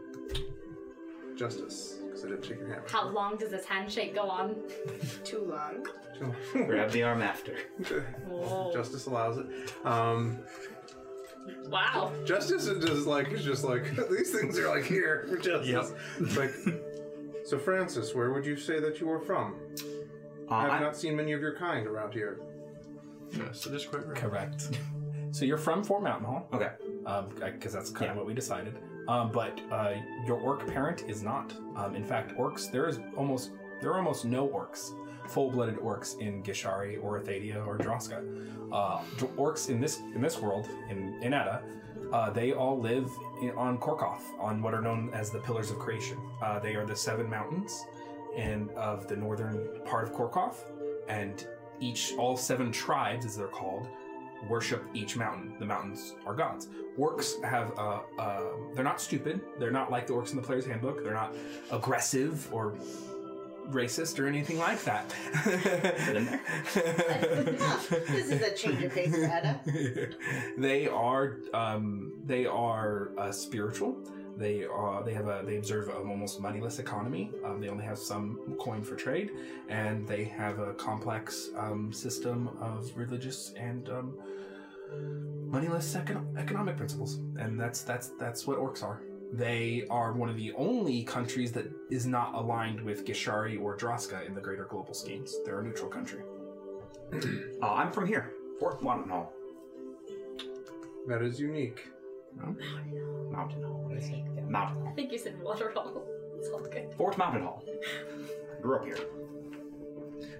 Justice. Because I didn't shake your hand. How long does this handshake go on? Too long. Grab the arm after. Whoa. Justice allows it. Um, wow. Justice is just like is just like these things are like here for justice. It's Like, so Francis, where would you say that you are from? Uh, I have I'm, not seen many of your kind around here. yeah, so just quite right. Correct. So you're from Fort Mountain Hall. okay. because that's kind of what we decided. Um, but uh, your orc parent is not. Um, in fact, orcs there is almost there are almost no orcs, full-blooded orcs in Gishari or Athadia or Droska. Uh, dr- orcs in this in this world in in Ada, uh, they all live in, on Korkoth on what are known as the Pillars of Creation. Uh, they are the seven mountains and of the northern part of Korkoth, and each all seven tribes as they're called worship each mountain. The mountains are gods orcs have uh, uh, they're not stupid they're not like the orcs in the player's handbook they're not aggressive or racist or anything like that This is a change of pace, Greta. they are um, they are uh, spiritual they are they have a they observe an almost moneyless economy um, they only have some coin for trade and they have a complex um, system of religious and um, moneyless econ- economic principles, and that's that's that's what orcs are. They are one of the only countries that is not aligned with Gishari or Draska in the greater global schemes. They're a neutral country. Uh, I'm from here. Fort Mountain Hall. That is unique. Mountain Hall. What is it? Yeah, Mountain I Hall. think you said waterfall. It's all good. Fort Mountain Hall. Grew up here.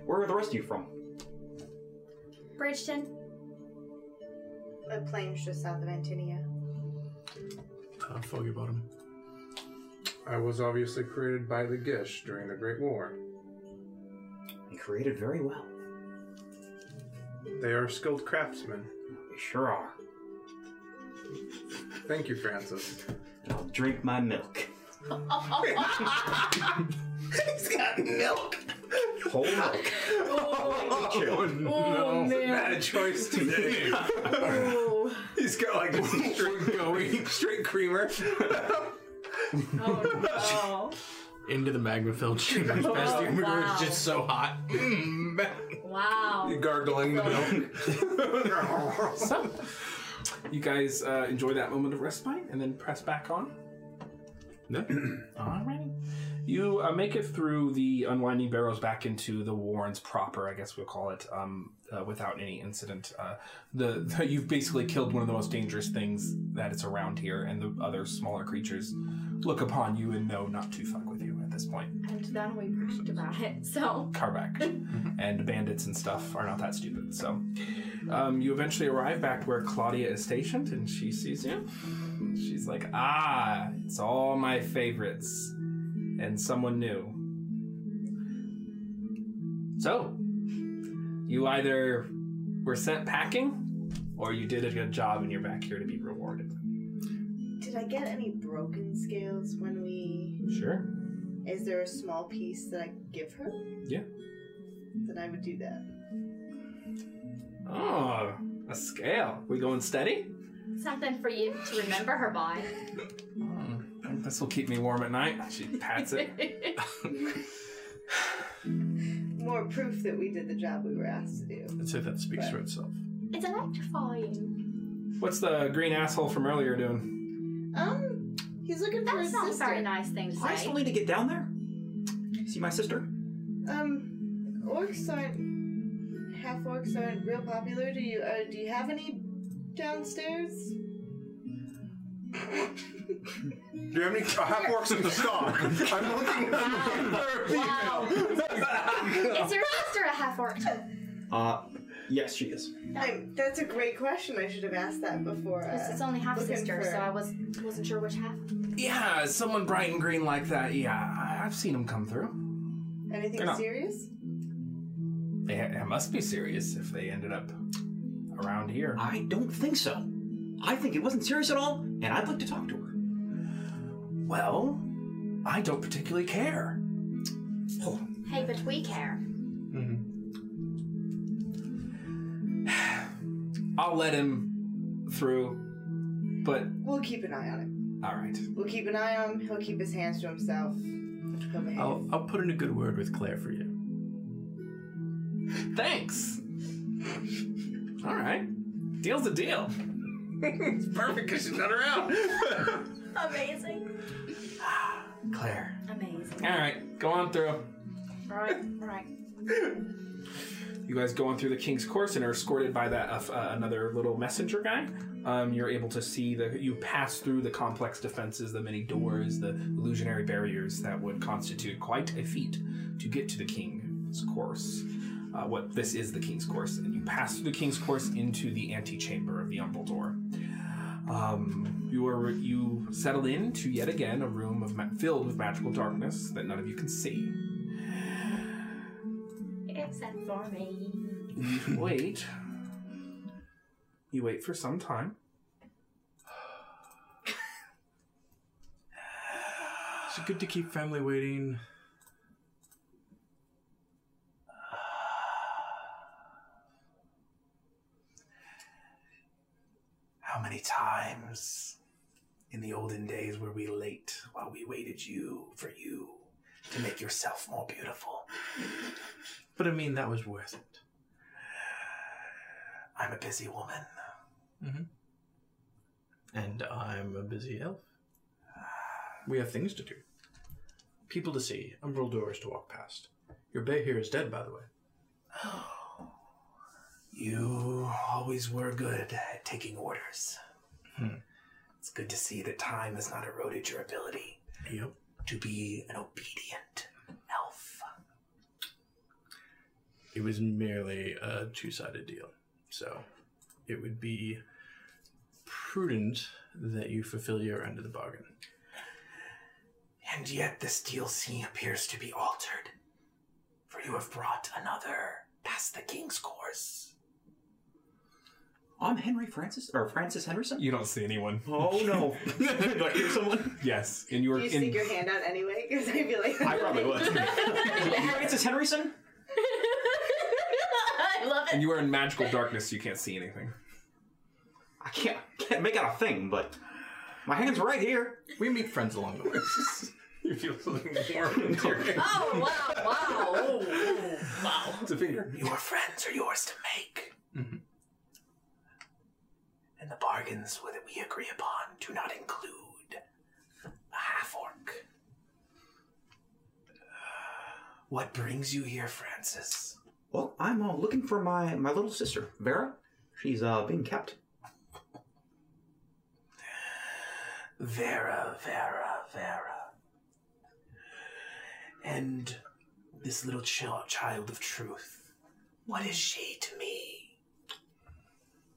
Where are the rest of you from? Bridgeton. A plane's just south of Antinia. Uh, Foggy Bottom. I was obviously created by the Gish during the Great War. They created very well. They are skilled craftsmen. They sure are. Thank you, Francis. And I'll drink my milk. He's got milk. Whole milk. Oh, no. Bad choice today. Oh, He's got like straight going, straight creamer. oh Into the magma filled chambers past the humidor wow. is just so hot. Mm, no. Wow. Gargling the milk. So, you guys uh, enjoy that moment of respite and then press back on. Alrighty. You uh, make it through the unwinding barrows back into the Warrens proper, I guess we'll call it, um, uh, without any incident. Uh, the, you've basically killed one of the most dangerous things that is around here, and the other smaller creatures look upon you and know not to fuck with you at this point. And then we bragged about it. So Karvak and bandits and stuff are not that stupid. So um, you eventually arrive back where Claudia is stationed and she sees you. She's like, ah, it's all my favorites and someone new. So you either were sent packing or you did a good job and you're back here to be rewarded. Did I get any broken scales when we? Sure. Is there a small piece that I could give her? Yeah. Then I would do that. Oh, a scale. We going steady? Something for you to remember her by. Mm, this will keep me warm at night. She pats it. More proof that we did the job we were asked to do. I'd say that speaks for itself. it's electrifying. What's the green asshole from earlier doing? Um, he's looking for That's his not a sister. very nice thing to I say. still need to get down there. See my sister? Um, orcs aren't half orcs aren't real popular. Do you? Uh, do you have any downstairs? Do you have any half orcs in the stock? I'm looking. I'm Wow. Is your sister a half orc? Uh, yes, she is. I'm, that's a great question. I should have asked that before. Because it's Uh, only half looking sister, for- so I was wasn't sure which half. Yeah, someone bright and green like that. Yeah, I- I've seen them come through. anything They're not- serious? They, ha- they must be serious if they ended up around here. I don't think so. I think it wasn't serious at all, and I'd like to talk to her. Well, I don't particularly care. Oh, Hey, but we care. I'll let him through, but We'll keep an eye on him. all right. We'll keep an eye on him. He'll keep his hands to himself. He'll behave. I'll, I'll put in a good word with Claire for you. Thanks. All right, deal's a deal. it's perfect because she's not around. Amazing. Claire. Amazing. All right, go on through. Right, right. you guys go on through the king's course and are escorted by that uh, uh, another little messenger guy um, you're able to see the you pass through the complex defenses the many doors the illusionary barriers that would constitute quite a feat to get to the king's course uh, what this is the king's course and you pass through the king's course into the antechamber of the umbral door um, you are you settle into yet again a room of ma- filled with magical darkness that none of you can see Except for me. wait. You wait for some time. Is it good to keep family waiting? How many times in the olden days were we late while we waited you for you to make yourself more beautiful? But I mean, that was worth it. I'm a busy Mm-hmm. woman. And I'm a busy elf. We have things to do. People to see, umbral doors to walk past. Your bay here is dead, by the way. You always were good at taking orders. Hmm. It's good to see that time has not eroded your ability Yep. to be an obedient elf. It was merely a two sided deal. So it would be prudent that you fulfill your end of the bargain. And yet this DLC appears to be altered, for you have brought another past the king's course. I'm Henry Francis or Francis Henderson. You don't see anyone. Oh no! Do I hear someone? Yes, and you Do are you stick in. your hand out anyway? Because I feel like I probably would. Francis Henderson. I love it. And you are in magical darkness. so You can't see anything. I can't, can't make out a thing, but my hand's right here. We meet friends along the way. You feel something warm. Oh wow! Wow! Oh, wow! it's a finger. Your friends are yours to make. Mhm. And the bargains that we agree upon do not include a half orc. What brings you here, Francis? Well, I'm uh, looking for my my little sister Vera. She's uh being kept. Vera, Vera, Vera. And this little chil- child of truth, what is she to me?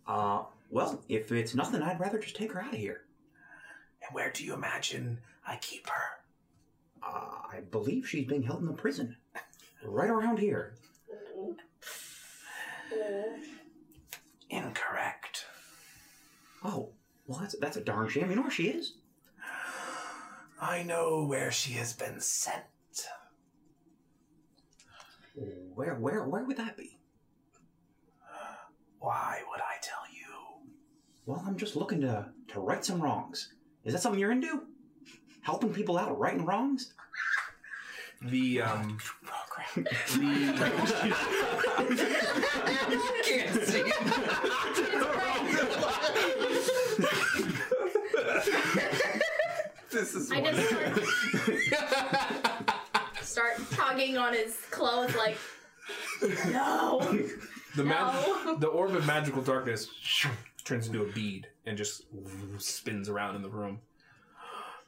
Uh, well, if it's nothing, I'd rather just take her out of here. And where do you imagine I keep her? Uh, I believe she's being held in the prison, right around here. Incorrect. Oh, well, that's that's a darn shame. You know where she is? I know where she has been sent. Where where where would that be? Why would I tell you? Well, I'm just looking to to right some wrongs. Is that something you're into? Helping people out, righting wrongs? The um, This is I just start, start tugging on his clothes like, no, the No. mag- the orb of magical darkness turns into a bead and just spins around in the room.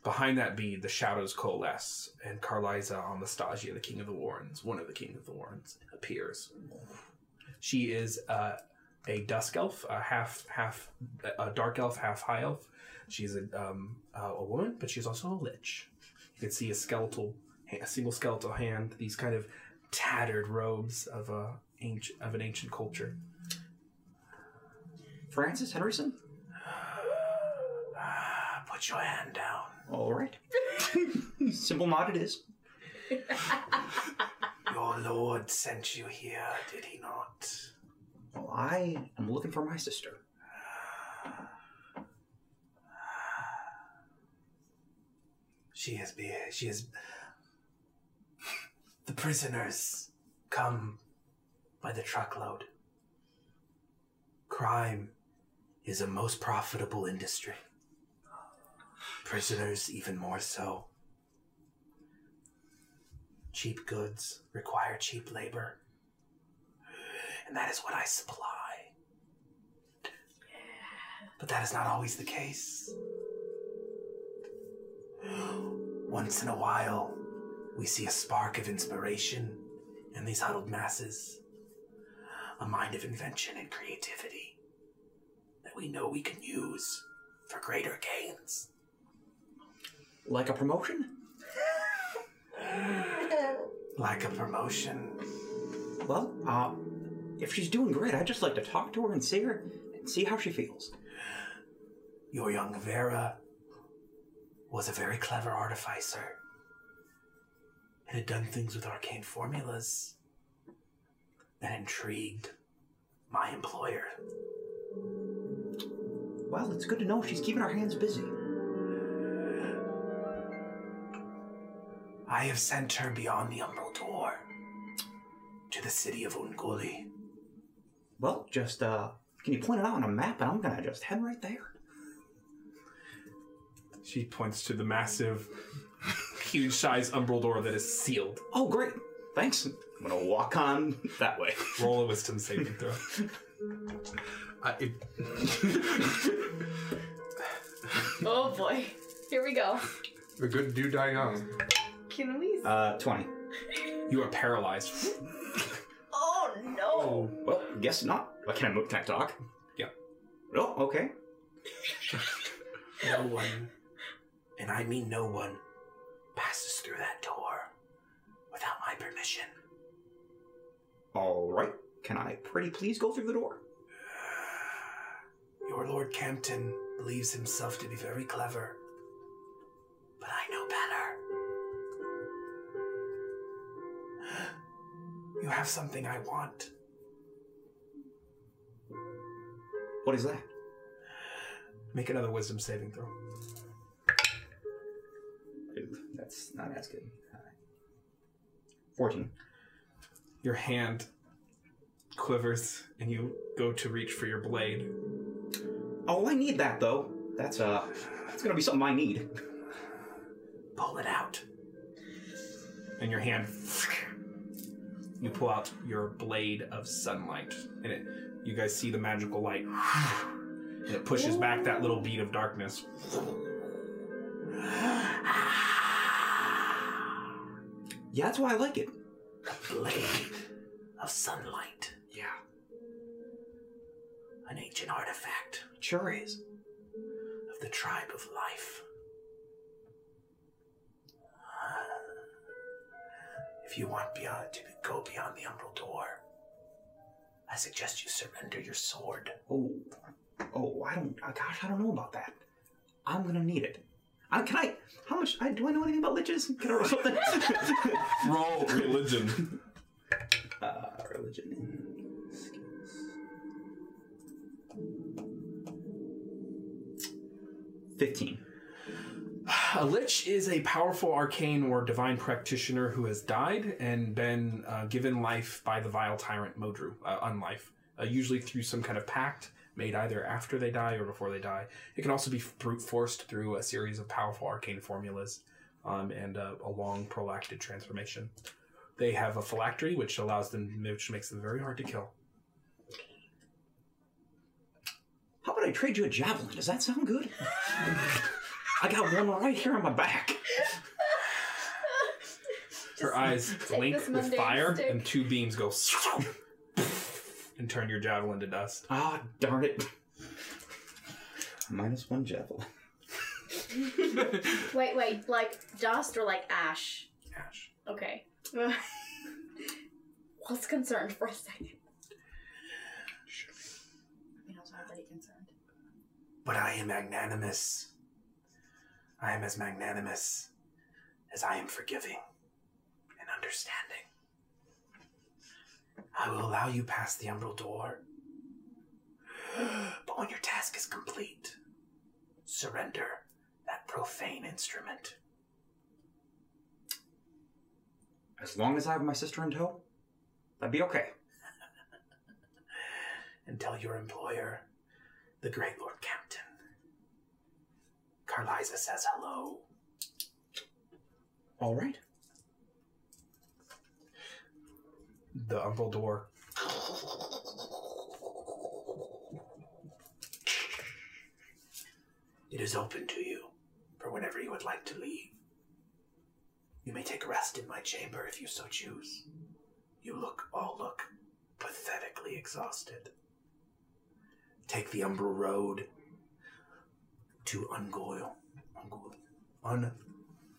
Behind that bead, the shadows coalesce, and Carliza Amastasia, the King of the Warrens, one of the King of the Warrens, appears. She is uh, a dusk elf, a half half a dark elf, half high elf. She's a um, uh, a woman, but she's also a lich. You can see a skeletal, a single skeletal hand. These kind of tattered robes of a ancient of an ancient culture. Francis Henderson? Ah, Put your hand down. All right. Simple nod it is. Your lord sent you here, did he not? Well, I am looking for my sister. She is be she is the prisoners come by the truckload. Crime is a most profitable industry. Prisoners even more so. Cheap goods require cheap labor. And that is what I supply. But that is not always the case. Once in a while, we see a spark of inspiration in these huddled masses, a mind of invention and creativity that we know we can use for greater gains. Like a promotion? Like a promotion. Well, uh, if she's doing great, I'd just like to talk to her and see her and see how she feels. Your young Vera was a very clever artificer and had done things with arcane formulas that intrigued my employer. Well, it's good to know she's keeping her hands busy. I have sent her beyond the Umbral Door to the city of Unguli. Well, just uh, can you point it out on a map, and I'm gonna just head right there. She points to the massive, huge size umbral door that is sealed. Oh, great. Thanks. I'm gonna walk on that way. Roll a wisdom saving throw. I, it, Oh boy. Here we go. The good do die young. Can we? Uh, 20. You are paralyzed. Oh no! Well, guess not. What can I move? Can I talk? Yeah. Oh, okay. No one, and I mean no one, passes through that door without my permission. All right. Can I pretty please go through the door? Your Lord Campton believes himself to be very clever, but I know better. You have something I want. What is that? Make another wisdom saving throw. That's not as good. 14. Your hand quivers and you go to reach for your blade. Oh, I need that though. That's uh, that's gonna be something I need. Pull it out. and your hand you pull out your blade of sunlight and it you guys see the magical light and it pushes back that little bead of darkness Yeah, that's why I like it. Blade of sunlight, Yeah, an ancient artifact it sure is. of the tribe of life. Uh, If you want beyond to go beyond the umbral door, I suggest you surrender your sword. Oh, oh, I don't. uh, Gosh, I don't know about that. I'm gonna need it. I, can I? How much? I, do I know anything about liches? Can I roll something? roll religion uh, religion. Skills. Fifteen. a lich is a powerful arcane or divine practitioner who has died and been uh, given life by the vile tyrant modru uh, unlife uh, usually through some kind of pact made either after they die or before they die it can also be brute forced through a series of powerful arcane formulas um, and a, a long prolacted transformation they have a phylactery which allows them which makes them very hard to kill How about I trade you a javelin? Does that sound good? I got one right here on my back. her eyes this blink with mundane fire stick. and two beams go and turn your javelin to dust Ah, darn it. Minus one javelin. Wait, wait, like dust or like ash? Okay. I was concerned for a second. I mean, I was already concerned. But I am magnanimous. I am as magnanimous as I am forgiving and understanding. I will allow you past the umbral door. But when your task is complete, surrender that profane instrument. As long as I have my sister in tow, that'd be okay. and tell your employer, the great Lord Campton. Carliza says hello. All right. the umbral door It is open to you for whenever you would like to leave. You may take rest in my chamber if you so choose. You look all look pathetically exhausted. Take the umbral road to Ungoil. Ungoil.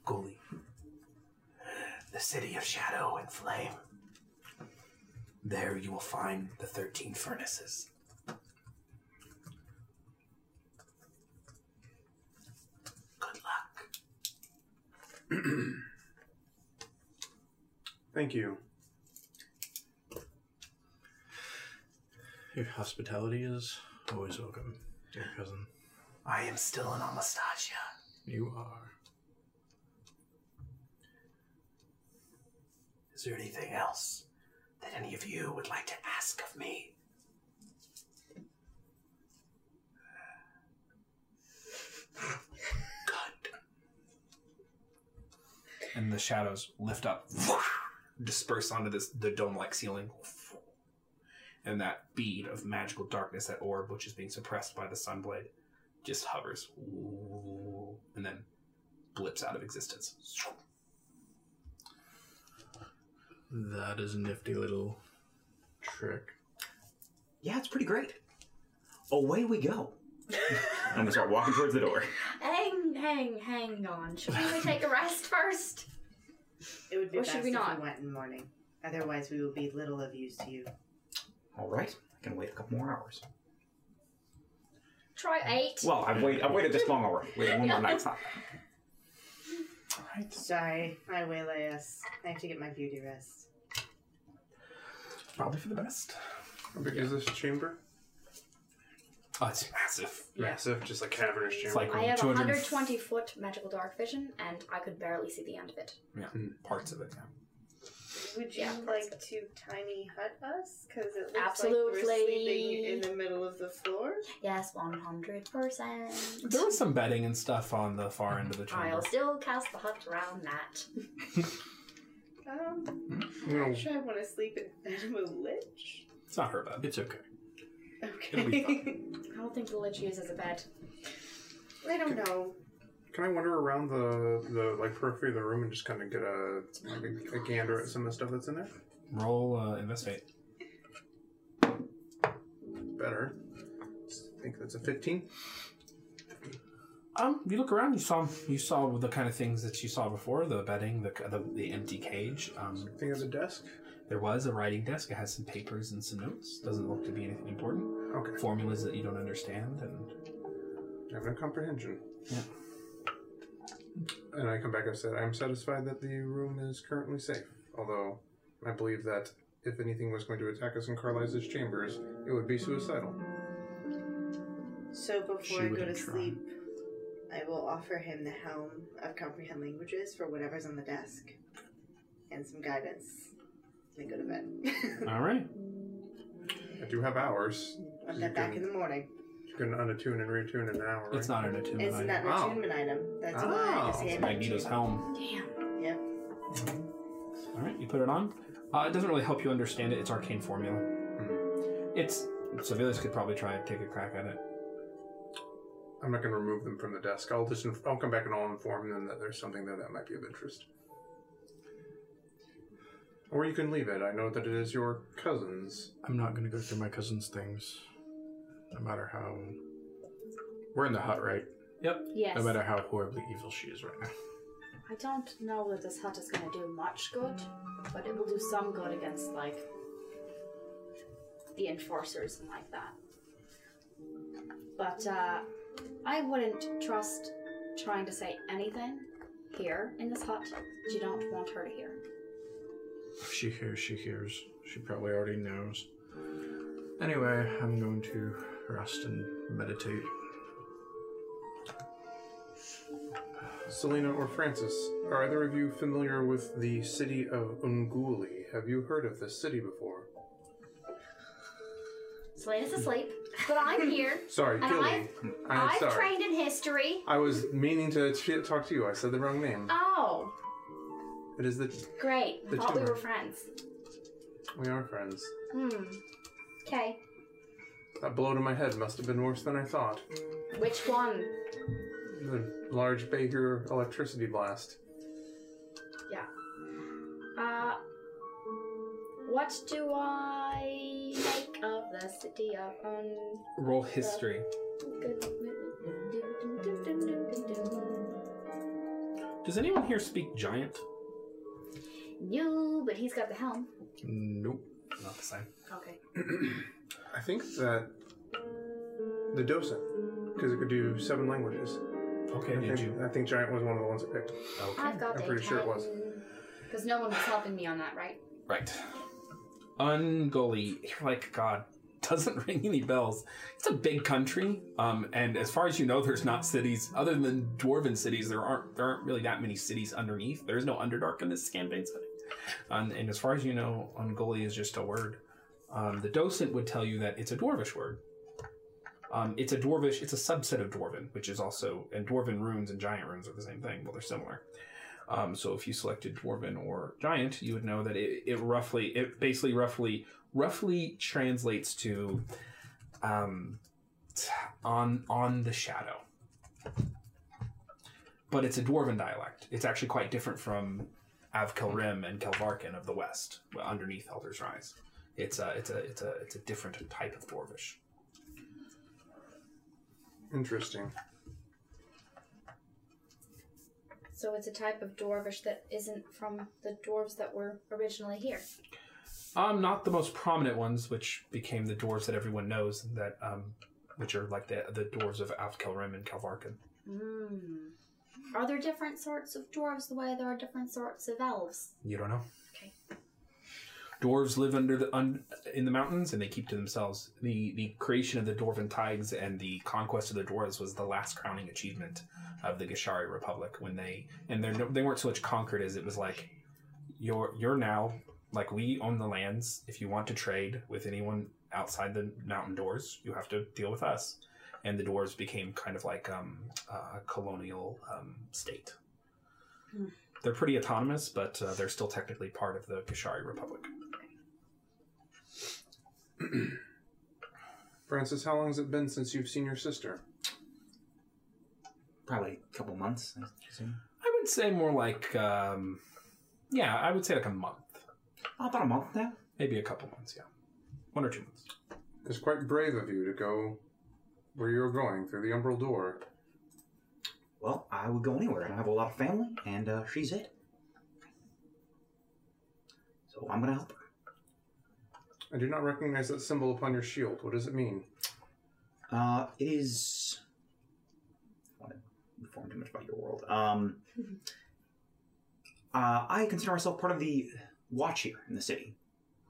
Ungoil. The city of shadow and flame. There you will find the 13 furnaces. Good luck. Thank you. your hospitality is always welcome, dear cousin. I am still in Amastasia. You are. Is there anything else that any of you would like to ask of me? Good. and the shadows lift up, disperse onto this the dome-like ceiling, and that bead of magical darkness, that orb which is being suppressed by the sunblade, just hovers and then blips out of existence. That is a nifty little trick. Yeah, it's pretty great. Away we go. I'm gonna start walking towards the door. Hang, hang, hang on. Should we take a rest first? It would be Or best should we if not? we went in morning. Otherwise, we will be little of use to you. All right, I can wait a couple more hours. Try eight. Well, I've waited. I've waited this long already. Waited one more night. It's not bad. Sorry, I waylay us. I have to get my beauty rest. Probably for the best. How big is this chamber? Oh, it's massive. Massive, just like cavernous chamber. It's like I have 200 120 foot magical dark vision, and I could barely see the end of it. parts of it. Would you Yeah, like to tiny hut us? Because it looks like we're Absolutely. sleeping in the middle of the floor. Yes, 100%. There was some bedding and stuff on the far end of the chamber. I'll still cast the hut around that. Um, You know, should I want to sleep in bed with Lich? It's not her bed. It's okay. Okay. It'll be I don't think the lich uses a bed. I don't know. Can I wander around the, the like periphery of the room and just kind of get a, like a, a gander at some of the stuff that's in there? Roll uh, investigate. Better. I think that's a 15. Um, you look around. You saw you saw the kind of things that you saw before: the bedding, the the, the empty cage. Um, I think it's a desk. there was a writing desk. It has some papers and some notes. Doesn't look to be anything important. Okay. Formulas that you don't understand, and Having a comprehension. And I come back and said, I'm satisfied that the room is currently safe. Although, I believe that if anything was going to attack us in Carlisle's chambers, it would be suicidal. So before I go to wouldn't try. sleep, I will offer him the helm of comprehend languages for whatever's on the desk, and some guidance. Then go to bed. all right. I do have hours. I'll get back in the morning. You can unattune and retune in an hour. It's not an attunement. It's item. not an Wow. attunement item. That's why I Oh. just It's handed it to Magneto's you. helm. Damn. Yep. All right, you put it on. Uh, it doesn't really help you understand it. It's arcane formula. It's civilians could probably try and take a crack at it. I'm not going to remove them from the desk. I'll just inf- I'll come back and I'll inform them that there's something there that might be of interest. Or you can leave it. I know that it is your cousin's. I'm not gonna go through my cousin's things. No matter how. We're in the hut, right? Yes. No matter how horribly evil she is right now. I don't know that this hut is going to do much good, but it will do some good against, like, the enforcers and like that. But, uh, I wouldn't trust trying to say anything here in this hut that you don't want her to hear. If she hears, she hears. She probably already knows. Anyway, I'm going to rest and meditate. Selena or Francis, are either of you familiar with the city of Unguli? Have you heard of this city before? Selena's asleep, but I'm here. Sorry, And Gilly. I am Um, I've sorry. trained in history. I was meaning to t- talk to you. I said the wrong name. Oh, It is the. great. The Thought we tumor. were friends. We are friends. Hmm. Okay. That blow to my head must have been worse than I thought. Which one? The large Baker electricity blast. Uh, what do I make of the city of Un... Roll history. Does anyone here speak giant? No, but he's got the helm. Nope. Not the same. Okay. I think that the docent, because it could do seven languages. Okay, I, did think, you? I think Giant was one of the ones I picked. Okay. I've got I'm a pretty sure it was. Because no one was helping me on that, right? Right. Ungoli, you're like God, doesn't ring any bells. It's a big country, um, and as far as you know, there's not cities other than dwarven cities. There aren't there aren't really that many cities underneath. There is no Underdark in this campaign setting. Um, and as far as you know, Ungoli is just a word. Um, the docent would tell you that it's a dwarvish word. Um, it's a dwarvish. It's a subset of dwarven, which is also and dwarven runes and giant runes are the same thing. Well, they're similar. Um, so if you selected dwarven or giant, you would know that it, it roughly, it basically roughly, roughly translates to um, t- on on the shadow. But it's a dwarven dialect. It's actually quite different from Avkelrim and Kelvarkin of the west, well, underneath Elder's Rise. It's a it's a it's a it's a different type of dwarvish. Interesting. So it's a type of dwarvish that isn't from the dwarves that were originally here. Um, not the most prominent ones, which became the dwarves that everyone knows, that um, which are like the the dwarves of Avkelrim and Kelvarkin. Mm. Are there different sorts of dwarves the way there are different sorts of elves? You don't know. Okay. Dwarves live under the un, in the mountains and they keep to themselves. The the creation of the dwarven tiges and the conquest of the dwarves was the last crowning achievement of the Gishari Republic when they and they they weren't so much conquered as it was like you're you're now like we own the lands. If you want to trade with anyone outside the mountain doors, you have to deal with us. And the dwarves became kind of like um, a colonial um, state they're pretty autonomous, but uh, they're still technically part of the Kashari Republic. Francis, how long has it been since you've seen your sister? Probably a couple months, I assume. I would say more like, um, yeah, I would say like a month, Oh, about a month now. maybe a couple months, yeah, one or two months. It's quite brave of you to go where you're going through the Umbral Door. Well, I would go anywhere. I have a lot of family, and uh, she's it. So I'm gonna help her. I do not recognize that symbol upon your shield. What does it mean? Uh, it is. I don't want to inform too much about your world. Um, uh, I consider myself part of the watch here in the city.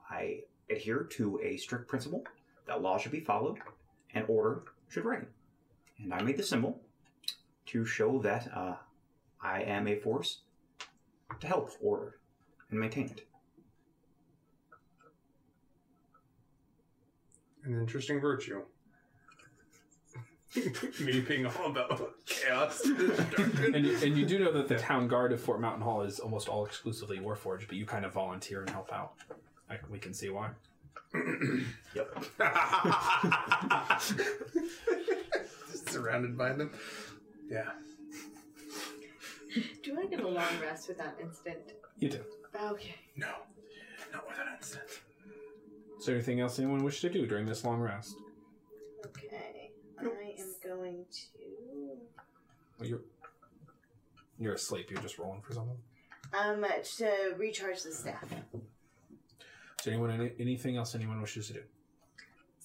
I adhere to a strict principle that law should be followed and order should reign. And I made the symbol to show that uh, I am a force to help order and maintain it. An interesting virtue. Me being all about chaos. and, you, and you do know that the town guard of Fort Mountain Hall is almost all exclusively Warforged, but you kind of volunteer and help out. I, we can see why. Surrounded by them. Yeah. Do I get a long rest with that instant? You do. Okay. No. Not with an instant. Is there anything else anyone wishes to do during this long rest? Okay. I am going to. Well, you're you're asleep. You're just rolling for something. Um, to recharge the staff. Is there anyone any, anything else anyone wishes to do?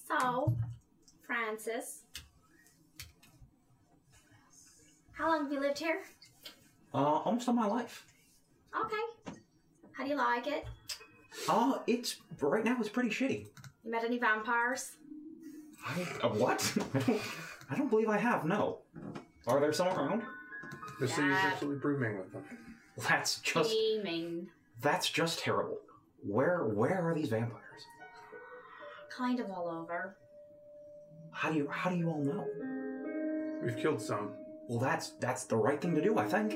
So, Francis, how long have you lived here? Uh, almost all my life. Okay. How do you like it? Uh, it's right now. It's pretty shitty. You met any vampires? I, uh, what? I don't- I don't believe I have. No. Are there some around? The city's Yeah. absolutely brimming with them. That's just Gaming. that's just terrible. Where where are these vampires? Kind of all over. How do you how do you all know? We've killed some. Well, that's that's the right thing to do, I think.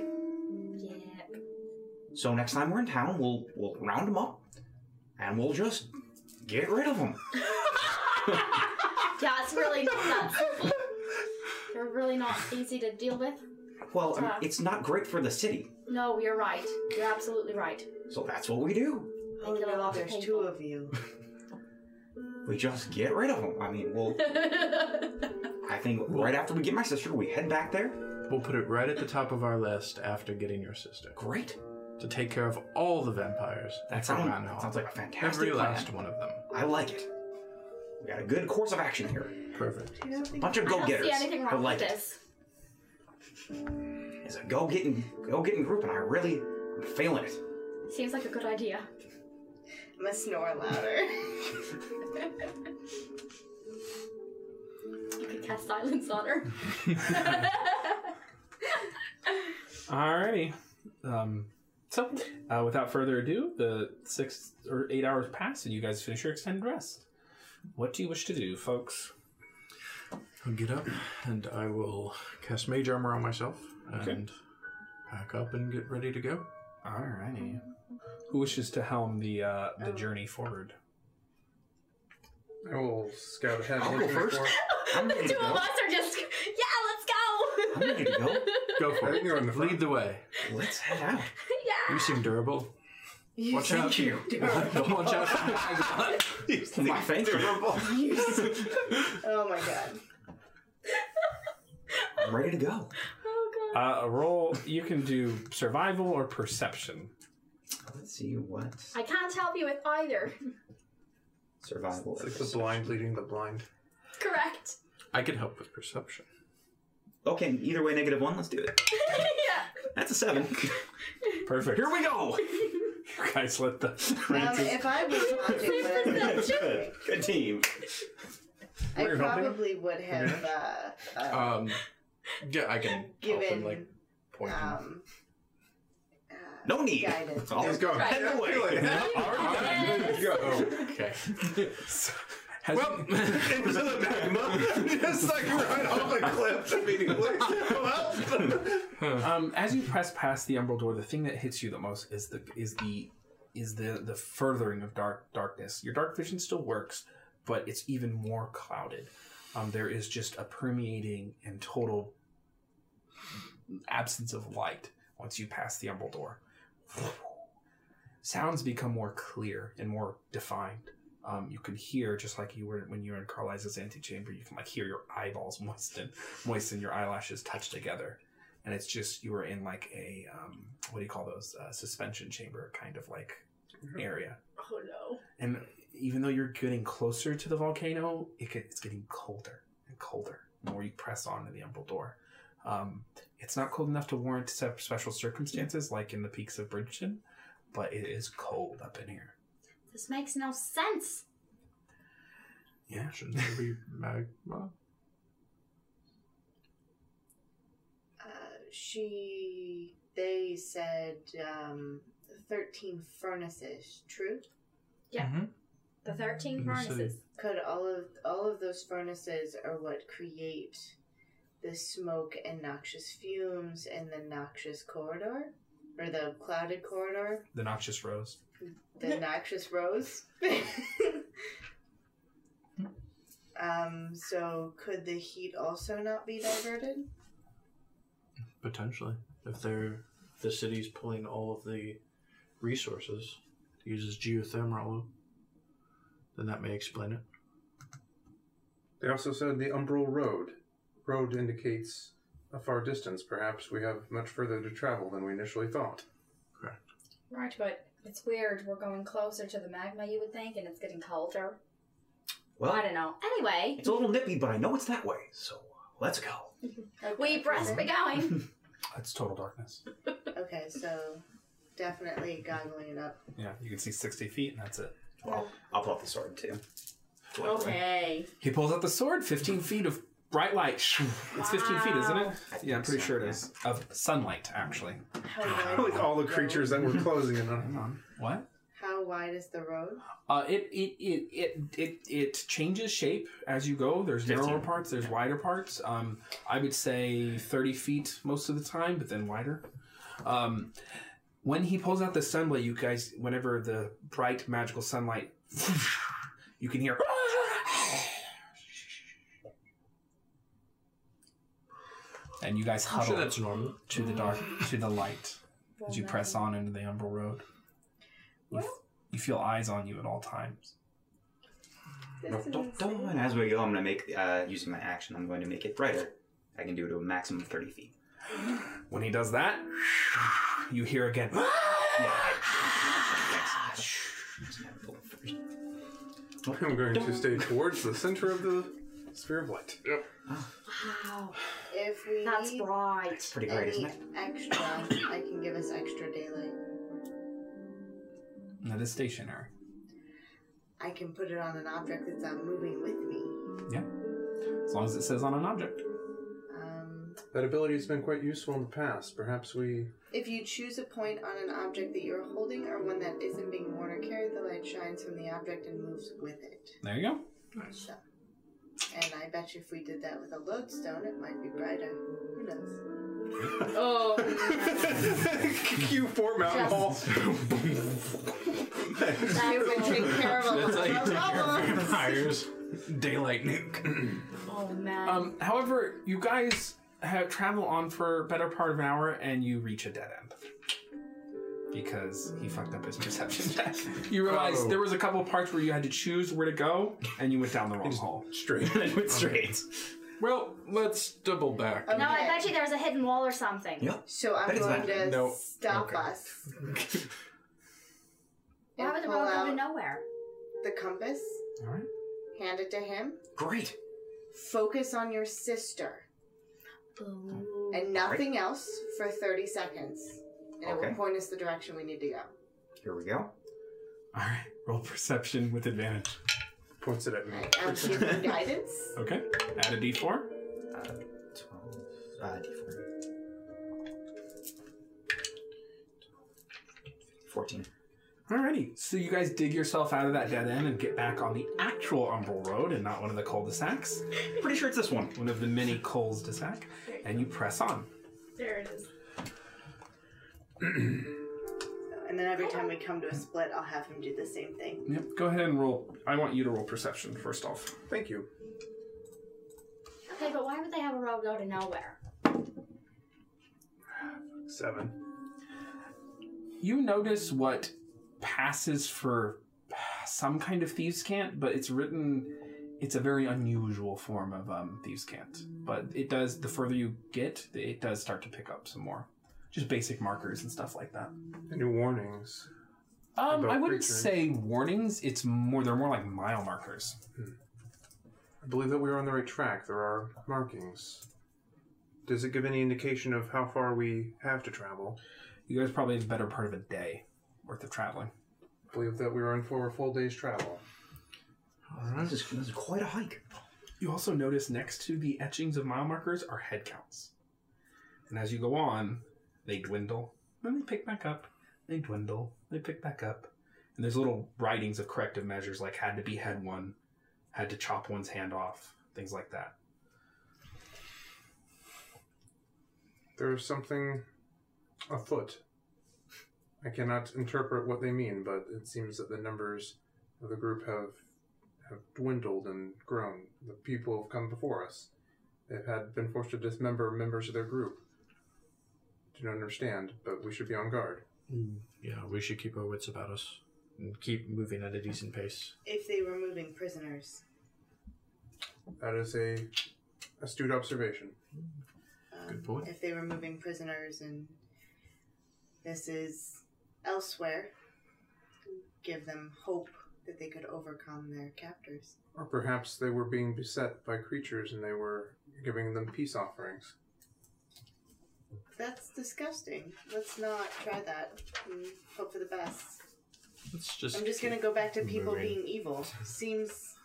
Yep. So next time we're in town, we'll we'll round them up, and we'll just get rid of them. Yeah, it's really nuts. They're really not easy to deal with. Well, I mean, Huh. it's not great for the city, No, you're right. You're absolutely right. so that's what we do. Oh kill a no, lot of there's two people. of you. We just get rid of them. I mean, we'll. I think right after we get my sister, we head back there. We'll put it right at the top of our list after getting your sister Great. to take care of all the vampires. That from sounds, Mountain Hall. that sounds like a fantastic every plan. last one of them. I like it. We got a good course of action here. Perfect. You don't think Bunch of I don't go-getters. see anything I wrong like with it. this. It's a go-getting, go-getting group, and I really, I'm feeling it. Seems like a good idea. I'm gonna snore louder. You could cast silence on her. Alrighty. Um, so, uh, without further ado, the six or eight hours pass, and you guys finish your extended rest. What do you wish to do, folks? I'll get up and I will cast Mage Armor on myself and pack up and get ready to go. Alrighty. Who wishes to helm the uh, the Oh. journey forward? I will scout ahead. I'll go looking first. for- I'm the ready to two of go. us are just, yeah, let's go. I'm ready to go. Go I for think it. you're in the front. Lead the way. Let's head out. You seem durable. You Watch out. you. Watch out. My face. Oh my god. I'm ready to go. Oh, God. Uh, a roll you can do survival or perception. Let's see what I can't help you with either. survival. It's like is. the blind leading the blind. Correct. I can help with perception. Okay, either way, negative one. Let's do it. yeah. That's a seven. Perfect. Here we Um, go. You guys let the Um, Francis- if I was haunted, would I have Good. Good team. I We're Oh, helping. probably would have uh, uh, Um, yeah, I can help given in like pointing. um, uh, No need. Guidance. Always go. Right. Head the way. Yes. okay. has- Well, Into the magma. Just like right off the cliff immediately. Um, as you press past the Umbral Door, the thing that hits you the most is the is the is the the furthering of dark darkness. Your dark vision still works, but it's even more clouded. Um, there is just a permeating and total absence of light once you pass the Umbral Door. Sounds become more clear and more defined. Um, you can hear just like you were when you were in Carlisle's antechamber. You can like hear your eyeballs moisten, moisten, your eyelashes touch together and it's just you were in like a um, what do you call those uh, suspension chamber kind of like area Oh, no. and even though you're getting closer to the volcano it get, it's getting colder and colder the more you press on to the umbral door um, it's not cold enough to warrant sep- special circumstances like in the peaks of bridgeton but it is cold up in here This makes no sense. yeah Shouldn't there be magma? Uh, she. They said um, 13 furnaces. True? The 13 Let me see. furnaces. Could all of all of those furnaces are what create the smoke and noxious fumes and the noxious corridor? Or the clouded corridor? the noxious rose the noxious rose. um, so could the heat also not be diverted? Potentially, if they're if the city's pulling all of the resources, it uses geothermal, then that may explain it. They also said the Umbral Road. Road indicates a far distance. Perhaps we have much further to travel than we initially thought. Right, but it's weird. We're going closer to the magma, you would think, and it's getting colder. I Well, don't know. Anyway, it's a little nippy, but I know it's that way. So let's go. we breast be going. that's total darkness Okay, so definitely goggling it up. yeah you can see 60 feet and that's it Well, I'll pull out the sword too. okay. He pulls out the sword, 15 feet of bright light. Shoo. It's 15 feet, isn't it? Yeah, I'm pretty sure it is. Of sunlight, actually. How wide Like is all the road? creatures that were closing in on. What? How wide is the road? Uh, it, it, it, it, it, it changes shape as you go. There's 15. narrower parts, there's wider parts. Um, I would say 30 feet most of the time, but then wider. Um, when he pulls out the sunlight, you guys, whenever the bright magical sunlight, you can hear. And you guys I'm huddle sure that's normal. to the dark, to the light. As you press on into the Umbral Road, you, f- you feel eyes on you at all times. This Don't, is- don't. And as we go, I'm going to make, uh, using my action, I'm going to make it brighter. I can do it to a maximum of 30 feet. When he does that, you hear again. Yeah, Ah, I- Just gotta pull it first. I'm going to stay towards the center of the sphere of light. Wow. If we That's need right. Pretty great, isn't any it? extra, I can give us extra daylight. That is stationary. I can put it on an object that's not moving with me. As long as it says on an object. Um, That ability has been quite useful in the past. Perhaps we. If you choose a point on an object that you're holding or one that isn't being worn or carried, the light shines from the object and moves with it. There you go. So, and I bet you if we did that with a lodestone, it might be brighter. Who knows? Oh, Cue Fort Mountain Hall. You've been taking care of a That's how lot you of take care of problems. vampires. Daylight nuke. oh man. Um, however, you guys have travel on for a better part of an hour and you reach a dead end. Because he fucked up his perception check. You realize Oh. there was a couple parts where you had to choose where to go and you went down the wrong hole. Straight. I went straight. Well, let's double back. Okay. No, I bet you there was a hidden wall or something. Yeah. So I'm That is going not- to no. stop Okay. us. Why would the Pull road go out to nowhere? the compass, All right. hand it to him. Great. Focus on your sister and nothing else for 30 seconds. And it Okay. will point us the direction we need to go. Here we go. All right. Roll perception with advantage. Points it at me. Right, I'm giving you guidance. Okay. Add a d4. Uh, 12. Uh, d4. 14. Alrighty, so you guys dig yourself out of that dead end and get back on the actual Umbral Road and not one of the cul-de-sacs, Pretty sure it's this one. one of the many cols de sac, and you press on. there it is. And then every time we come to a split, I'll have him do the same thing. Yep, go ahead and roll. I want you to roll perception first off. Thank you. Okay, but why would they have a road go to nowhere? Seven. You notice what passes for some kind of thieves' cant, but it's written. It's a very unusual form of um, thieves' cant, but it does. The further you get, it does start to pick up some more, just basic markers and stuff like that. Any warnings? Um, About I wouldn't creatures. say warnings. It's more. They're more like mile markers. I believe that we are on the right track. There are markings. Does it give any indication of how far we have to travel? You guys probably have a better part of a day worth of traveling. I believe that we are in for a full day's travel. This is, this is quite a hike. You also notice next to the etchings of mile markers are head counts, and as you go on, they dwindle. Then they pick back up. They dwindle. They pick back up. And there's little writings of corrective measures, like had to be head one, had to chop one's hand off, things like that. There's something afoot. I cannot interpret what they mean, but it seems that the numbers of the group have have dwindled and grown. The people have come before us. They've had been forced to dismember members of their group. Do not understand, but we should be on guard. Hmm. Yeah, we should keep our wits about us and keep moving at a decent pace. If they were moving prisoners. That is a astute observation. Um, Good point. If they were moving prisoners and this is elsewhere, give them hope that they could overcome their captors. Or perhaps they were being beset by creatures and they were giving them peace offerings. That's disgusting. Let's not try that. And hope for the best. Let's just. I'm just keep gonna go back to people moving. being evil. Seems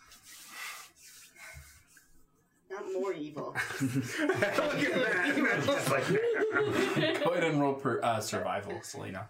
not more evil. Look at that! Just like, go ahead and roll per, uh, survival, Selena.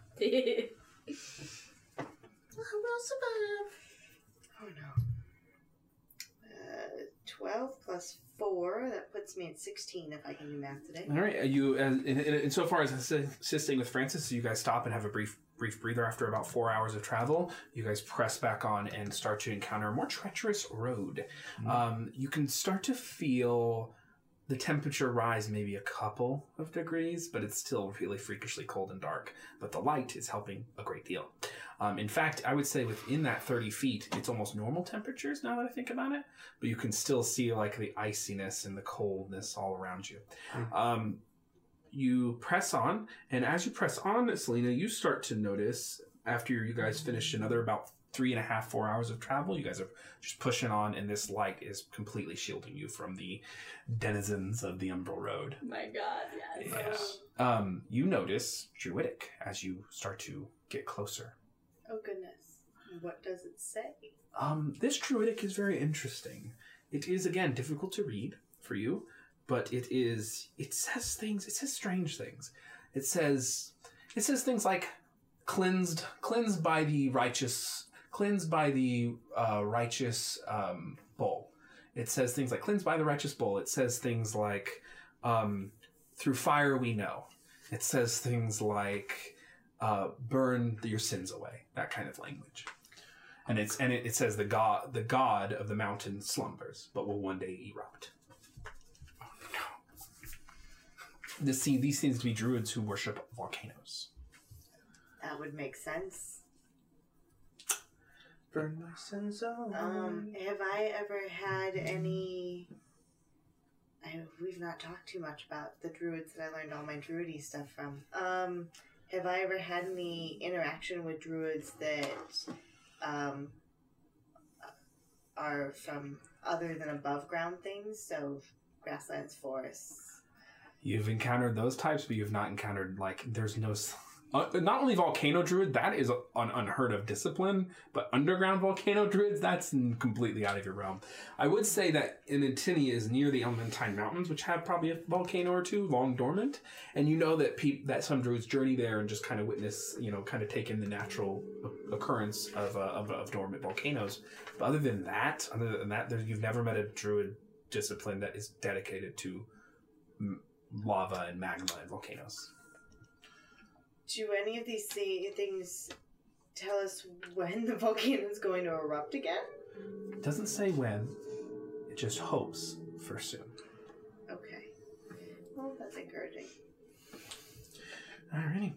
Oh no. Uh, Twelve plus four. That puts me at sixteen. If I can do math today. All right, uh, you uh, in, in, insofar as assi- assisting with Francis, so you guys stop and have a brief brief breather after about four hours of travel. You guys press back on and start to encounter a more treacherous road. Um, you can start to feel the temperature rise maybe a couple of degrees, but it's still really freakishly cold and dark. But the light is helping a great deal. Um, in fact, I would say within that thirty feet, it's almost normal temperatures now that I think about it. But you can still see like the iciness and the coldness all around you. Um, you press on, and as you press on, Selena, you start to notice after you guys finish another about three and a half, four hours of travel, you guys are just pushing on, and this light is completely shielding you from the denizens of the Umbral Road. My God, yes. Yeah. Um, you notice Druidic as you start to get closer. Oh goodness. What does it say? Um, this Druidic is very interesting. It is again difficult to read for you, but it is. It says things. It says strange things. It says. It says things like cleansed, cleansed by the righteous, cleansed by the uh, righteous um, bull. It says things like cleansed by the righteous bull. It says things like um, through fire we know. It says things like uh, burn your sins away, that kind of language. And it's and it, it says the god the god of the mountain slumbers, but will one day erupt. Oh, This see these seems to be druids who worship volcanoes. That would make sense. Burn my sins out. Um, have I ever had any? I, we've not talked too much about the druids that I learned all my druidy stuff from. Um, have I ever had any interaction with druids that um, are from other than above ground things? So grasslands, forests. You've encountered those types, but you've not encountered like there's no. s- Uh, not only volcano druid, that is a- an unheard of discipline, but underground volcano druids, that's n- completely out of your realm. I would say that Inantinia is near the Elementine Mountains, which have probably a volcano or two long dormant, and you know that peop- that some druids journey there and just kind of witness, you know, kind of take in the natural o- occurrence of, uh, of of dormant volcanoes. But other than that, other than that, there, you've never met a druid discipline that is dedicated to lava and magma and volcanoes. Do any of these thi- things tell us when the volcano is going to erupt again? It doesn't say when, it just hopes for soon. Okay. Well, that's encouraging. Alrighty.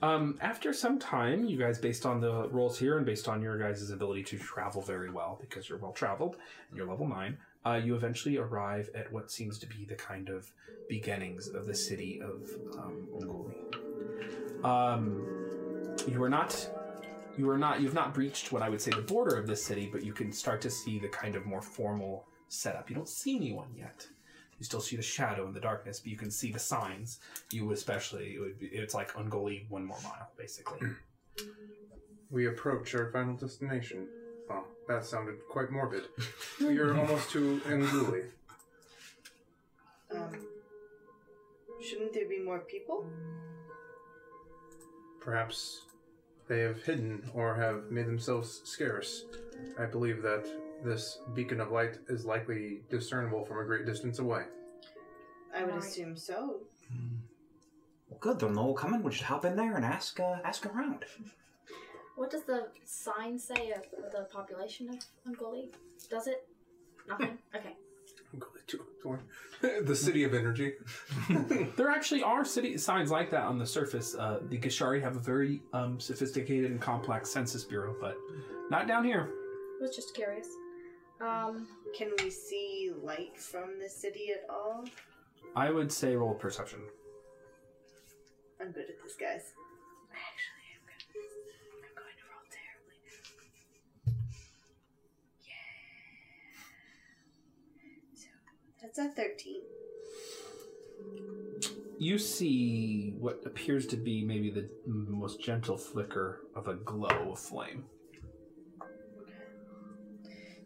Um, after some time, you guys, based on the roles here and based on your guys' ability to travel very well, because you're well traveled and you're level 9, uh, you eventually arrive at what seems to be the kind of beginnings of the city of um, Ungoli. Um, you are not. You are not. You've not breached what I would say the border of this city, but you can start to see the kind of more formal setup. You don't see anyone yet. You still see the shadow and the darkness, but you can see the signs you would especially it would be, it's like Ungoli one more mile basically. We approach our final destination. Oh, that sounded quite morbid. we are almost to Nguli. Um, shouldn't there be more people? Perhaps they have hidden or have made themselves scarce. I believe that this beacon of light is likely discernible from a great distance away. I would Right. assume so. Well, good. They'll know we're coming. We'll just hop in there and ask uh, ask around. What does the sign say of the population of Ungoli? Does it? Nothing. Okay. Nguli to- to- the city of energy. there actually are city signs like that on the surface. Uh, the Gishari have a very um, sophisticated and complex census bureau, but not down here. Was just curious. Um, Can we see light from the city at all? I would say roll perception. I'm good at this, guys. I actually am good at this. I'm going to roll terribly now. Yeah. So that's a 13. You see what appears to be maybe the most gentle flicker of a glow of flame.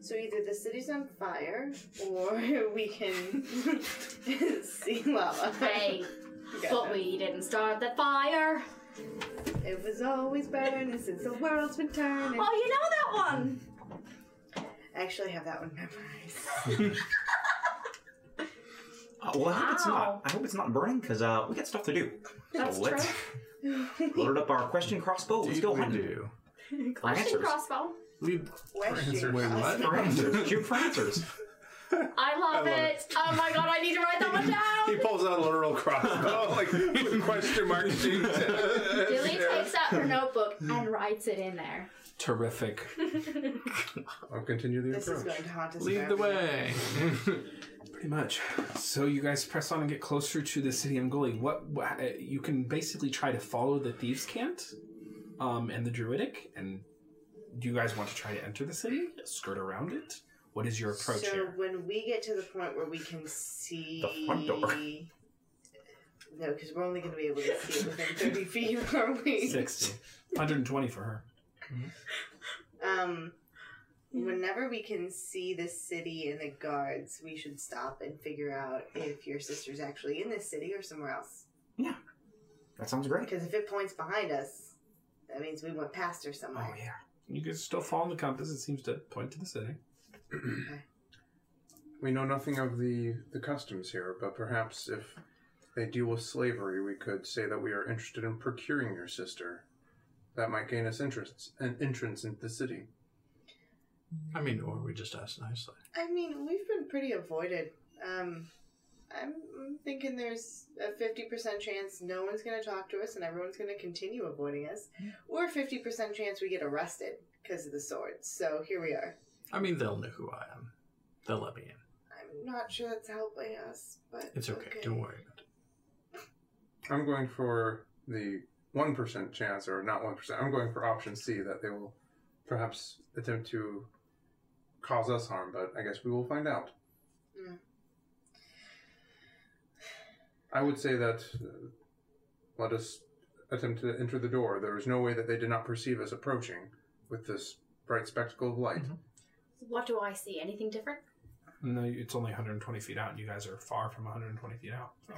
So either the city's on fire or we can see lava. hey, Got but it. we didn't start the fire. It was always burning since the world's been turning. Oh, you know that one. I actually have that one memorized. Uh, well, I hope it's Wow. not. I hope it's not burning because uh, we got stuff to do. That's so let's true. load up our question crossbow. Let's go Deeply hunting. do. For answers. crossbow. Lead- Question Wait, crossbow. what? For answers. Shoot for answers. I love, it. Oh my god, I need to write that one He down. pulls out a literal crossbow, Oh, like with question mark shaped. Billy takes out her notebook and writes it in there. Terrific. I'll continue the This is approach. going to haunt us. Lead the forever. way. Pretty much. So you guys press on and get closer to the city of Ngoli. What, what uh, you can basically try to follow the thieves' cant, um, and the druidic. And do you guys want to try to enter the city, skirt around it? What is your approach so here? when we get to the point where we can see The front door. No, because we're only going to be able to see it within thirty feet, are we? Sixty. 120 for her. Um, whenever we can see the city and the guards, we should stop and figure out if your sister's actually in this city or somewhere else. That sounds great. Because if it points behind us, that means we went past her Oh, somewhere. Oh, yeah. You guys are still following the compass. It seems to point to the city. We know nothing of the the customs here, but perhaps if they deal with slavery, we could say that we are interested in procuring your sister. That might gain us interest an entrance into the city. I mean, or we just ask nicely. I mean, we've been pretty avoided. Um, I'm I'm thinking there's a 50% chance no one's going to talk to us and everyone's going to continue avoiding us, or a 50% chance we get arrested because of the sword. So here we are. I mean, they'll know who I am. They'll let me in. I'm not sure that's helping us, but It's okay. Don't worry about I'm going for the 1% chance, or not 1%, I'm going for option C that they will perhaps attempt to cause us harm, but I guess we will find out. Hmm. Yeah. I would say that uh, let us attempt to enter the door. There is no way that they did not perceive us approaching with this bright spectacle of light. What do I see? Anything different? No, it's only 120 feet out, and you guys are far from 120 feet out. So.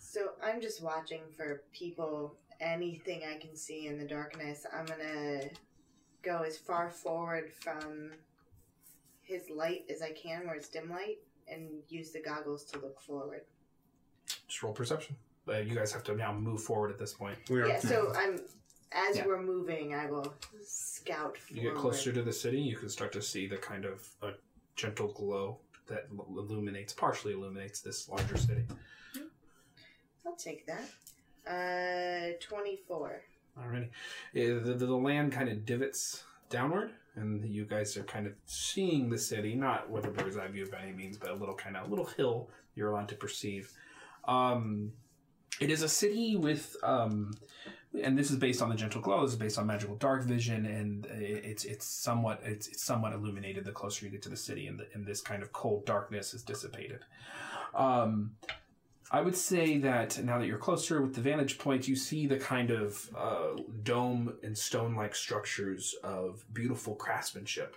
So I'm just watching for people, anything I can see in the darkness. I'm gonna go as far forward from his light as I can, where it's dim light, and use the goggles to look forward. Just roll perception. But you guys have to now move forward at this point. We are Yeah. So I'm as Yeah. we're moving, I will scout. You get closer to the city, you can start to see the kind of a gentle glow that l- illuminates, partially illuminates this larger city. I'll take that. Uh, twenty-four. Alrighty. Uh, The, the, the land kind of divots downward, and you guys are kind of seeing the city, not with a bird's eye view by any means, but a little kind of little hill you're allowed to perceive. Um, it is a city with, um, and this is based on the gentle glow. This is based on magical dark vision, and i- it's it's somewhat it's, it's somewhat illuminated the closer you get to the city, and, the, and this kind of cold darkness is dissipated. Um, I would say that now that you're closer with the vantage point, you see the kind of uh, dome and stone like structures of beautiful craftsmanship.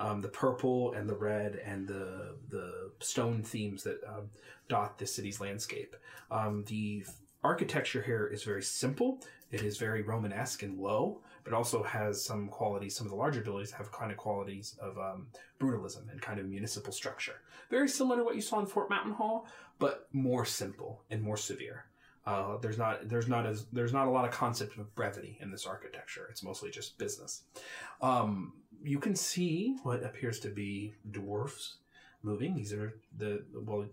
Um, the purple and the red and the, the stone themes that um, dot the city's landscape. Um, the architecture here is very simple, it is very Romanesque and low, but also has some qualities. Some of the larger buildings have kind of qualities of um, brutalism and kind of municipal structure. Very similar to what you saw in Fort Mountain Hall but more simple and more severe. Uh, there's not there's not as there's not a lot of concept of brevity in this architecture. It's mostly just business. Um, you can see what appears to be dwarfs moving. These are the well,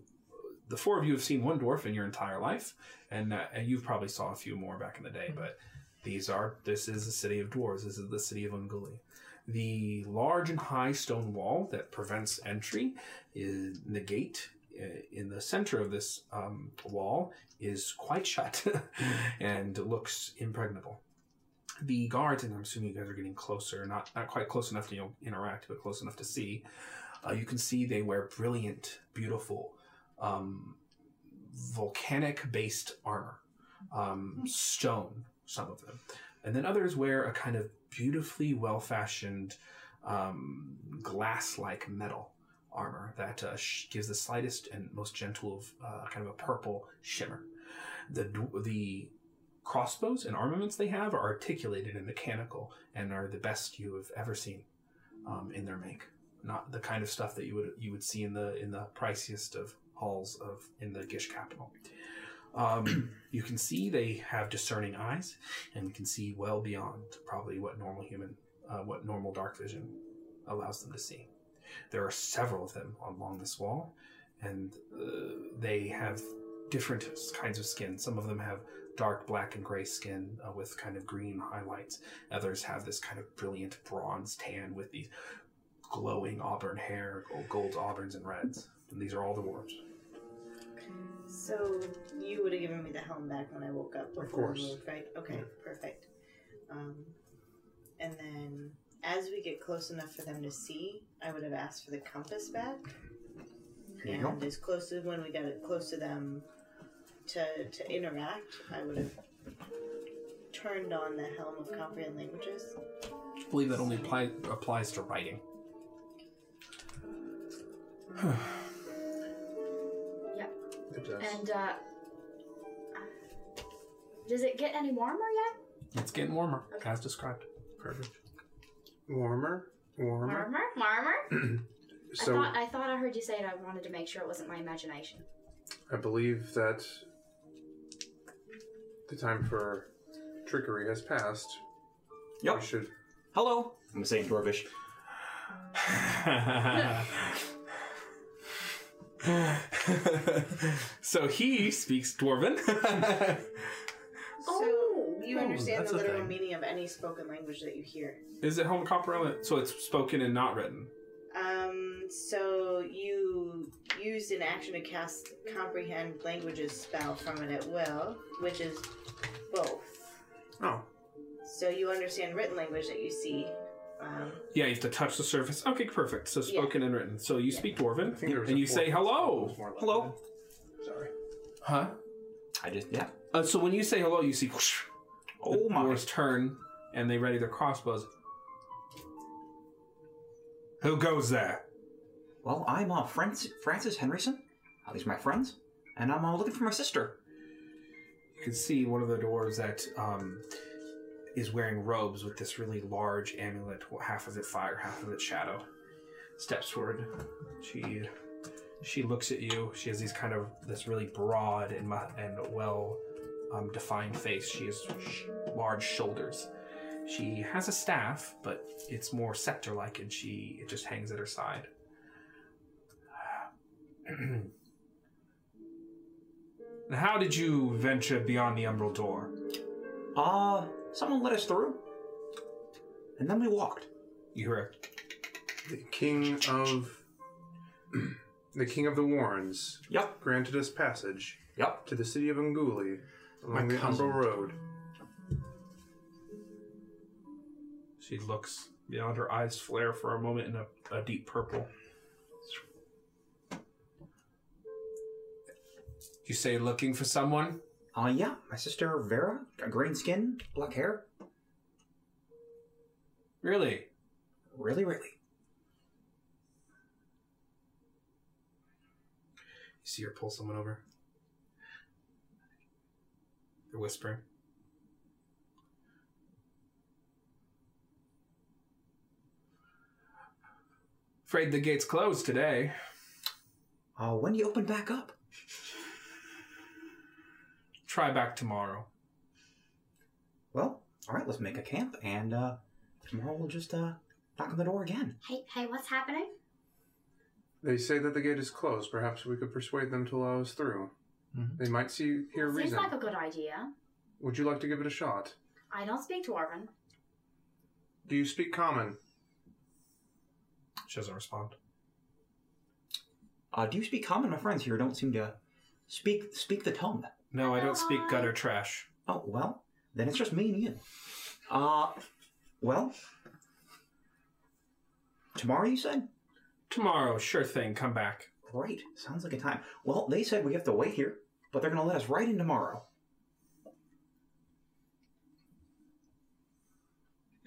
the four of you have seen one dwarf in your entire life, and uh, and you've probably saw a few more back in the day. But these are this is the city of dwarves. This is the city of Unguli. The large and high stone wall that prevents entry is the gate uh, in the center of this um, wall is quite shut and looks impregnable. The guards, and I'm assuming you guys are getting closer, not, not quite close enough to you know, interact, but close enough to see. Uh, you can see they wear brilliant, beautiful, um, volcanic based armor, um, stone, some of them. And then others wear a kind of beautifully well fashioned um, glass like metal armor that uh, sh- gives the slightest and most gentle of uh, kind of a purple shimmer. The d- the crossbows and armaments they have are articulated and mechanical and are the best you have ever seen um, in their make. Not the kind of stuff that you would you would see in the in the priciest of halls of in the Gish capital. Um, you can see they have discerning eyes and can see well beyond probably what normal human uh, what normal dark vision allows them to see. There are several of them along this wall, and uh, they have different s- kinds of skin. Some of them have dark black and gray skin uh, with kind of green highlights. Others have this kind of brilliant bronze tan with these glowing auburn hair, or gold auburns and reds. And these are all the dwarves. So you would have given me the helm back when I woke up. before we course. moved, right? Okay, perfect. Um, and then as we get close enough for them to see, I would have asked for the compass back. There you go. And as close to when we got it close to them to to interact, I would have turned on the helm of comprehend languages. I believe that only apply, applies to writing. It does. And uh, does it get any warmer yet? It's getting warmer, as described. Perfect. warmer, warmer. Warmer, warmer. So I thought I thought I heard you say it. I wanted to make sure it wasn't my imagination. I believe that the time for trickery has passed. Yep. We should. Hello. I'm gonna say in Dwarvish. so he speaks Dwarven. So you Oh, understand that's the a literal thing. meaning of any spoken language that you hear. Is it homocopperella? So it's spoken and not written. Um, so you used an action to cast comprehend languages spell from it at will, which is both. Oh, So you understand written language that you see. Um, Yeah, you have to touch the surface. Okay, perfect. So Yeah. spoken and written. So you speak Dwarven, I think there was and a you say fourth one. It hello. was more like Hello. that. Sorry. Huh? I just yeah. Uh, so when you say hello, you see whoosh, Oh the my. dwarves turn and they ready their crossbows. Who goes there? Well, I'm uh, Francis, Francis Henryson. Uh, These are my friends, and I'm uh, looking for my sister. You can see one of the dwarves that um, is wearing robes with this really large amulet. Half of it fire, half of it shadow. Steps forward. She she looks at you. She has these kind of this really broad and mu- and well um, defined face. She has sh- large shoulders. She has a staff, but it's more scepter like, and she it just hangs at her side. How did you venture beyond the Emerald Door? Uh, someone let us through, and then we walked. You hear a The king of the king of the Warrens Yep. granted us passage Yep. to the city of Nguli My along the cousin. Umbro Road. She looks beyond her eyes flare for a moment in a, a deep purple. You say looking for someone? Uh, yeah. My sister Vera, got green skin, black hair. Really? Really, really. You see her pull someone over. They're whispering. Afraid the gate's closed today. Uh, when do you open back up? Try back tomorrow. Well, all right. Let's make a camp, and uh, tomorrow we'll just uh knock on the door again. Hey, hey, what's happening? They say that the gate is closed. Perhaps we could persuade them to allow us through. Mhm. They might see hear a Seems reason. like a good idea. Would you like to give it a shot? I don't speak Dwarven. Do you speak common? She doesn't respond. Uh, do you speak common? My friends here don't seem to speak speak the tongue. No, I don't speak gutter trash. Oh well, then it's just me and you. Uh, well, tomorrow you said. Tomorrow, sure thing, come back. Great, sounds like a time. Well, they said we have to wait here, but they're gonna let us right in tomorrow.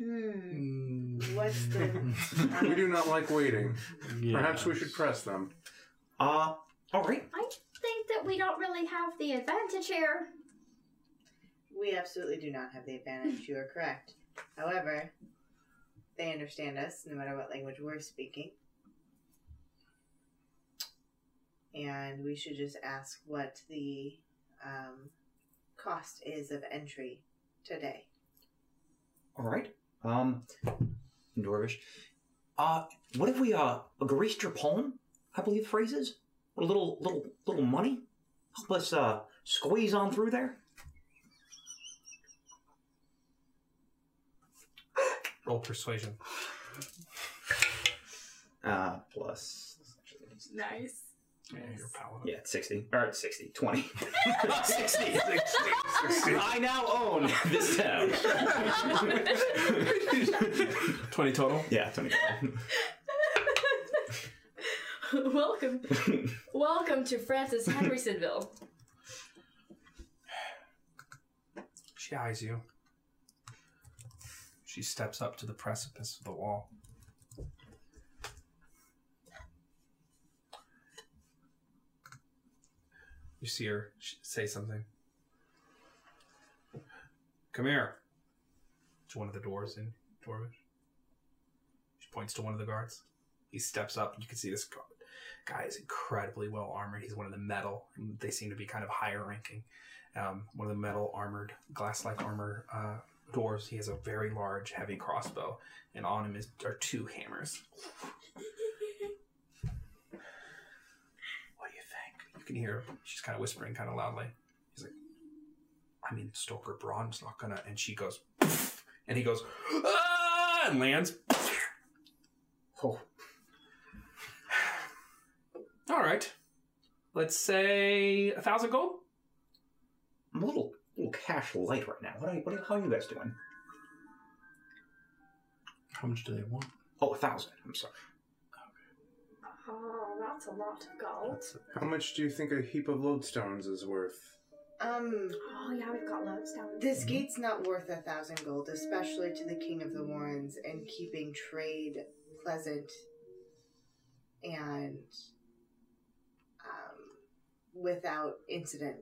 Hmm. what's the we do not like waiting. Yeah. Perhaps we should press them. Uh, all right. I think that we don't really have the advantage here. We absolutely do not have the advantage. You are correct. However, they understand us no matter what language we're speaking. And we should just ask what the um, cost is of entry today. All right. Um, Dorvish. Uh, what if we uh greased your palm? I believe the phrase is. With a little, little, little money. Help us uh squeeze on through there. Roll persuasion. Uh, plus. Nice. Yeah, you're a paladin. Yeah, it's 60. Or it's 60. 20. 60. I now own this town. 20 total? yeah, 20. Welcome. Welcome to Francis Hendersonville. She eyes you. She steps up to the precipice of the wall. You see her sh- say something. Come here. To one of the doors in Dwarvish. She points to one of the guards. He steps up, and you can see this gu- Guy is incredibly well armored. He's one of the metal. They seem to be kind of higher ranking. Um, one of the metal armored, glass like armor uh, dwarves. He has a very large, heavy crossbow, and on him is are two hammers. what do you think? You can hear. her. She's kind of whispering, kind of loudly. He's like, "I mean, Stalker Braun's not gonna." And she goes, and he goes, ah, and lands. Oh. All right. Let's say a thousand gold. I'm a little, little cash light right now. What are, what are, how are you guys doing? How much do they want? Oh, a thousand. I'm sorry. Oh, that's a lot of gold. How much do you think a heap of lodestones is worth? Um, Oh yeah, we've got loads down there. this gate's not worth a thousand gold, especially to the King of the Warrens, and keeping trade pleasant and um, without incident.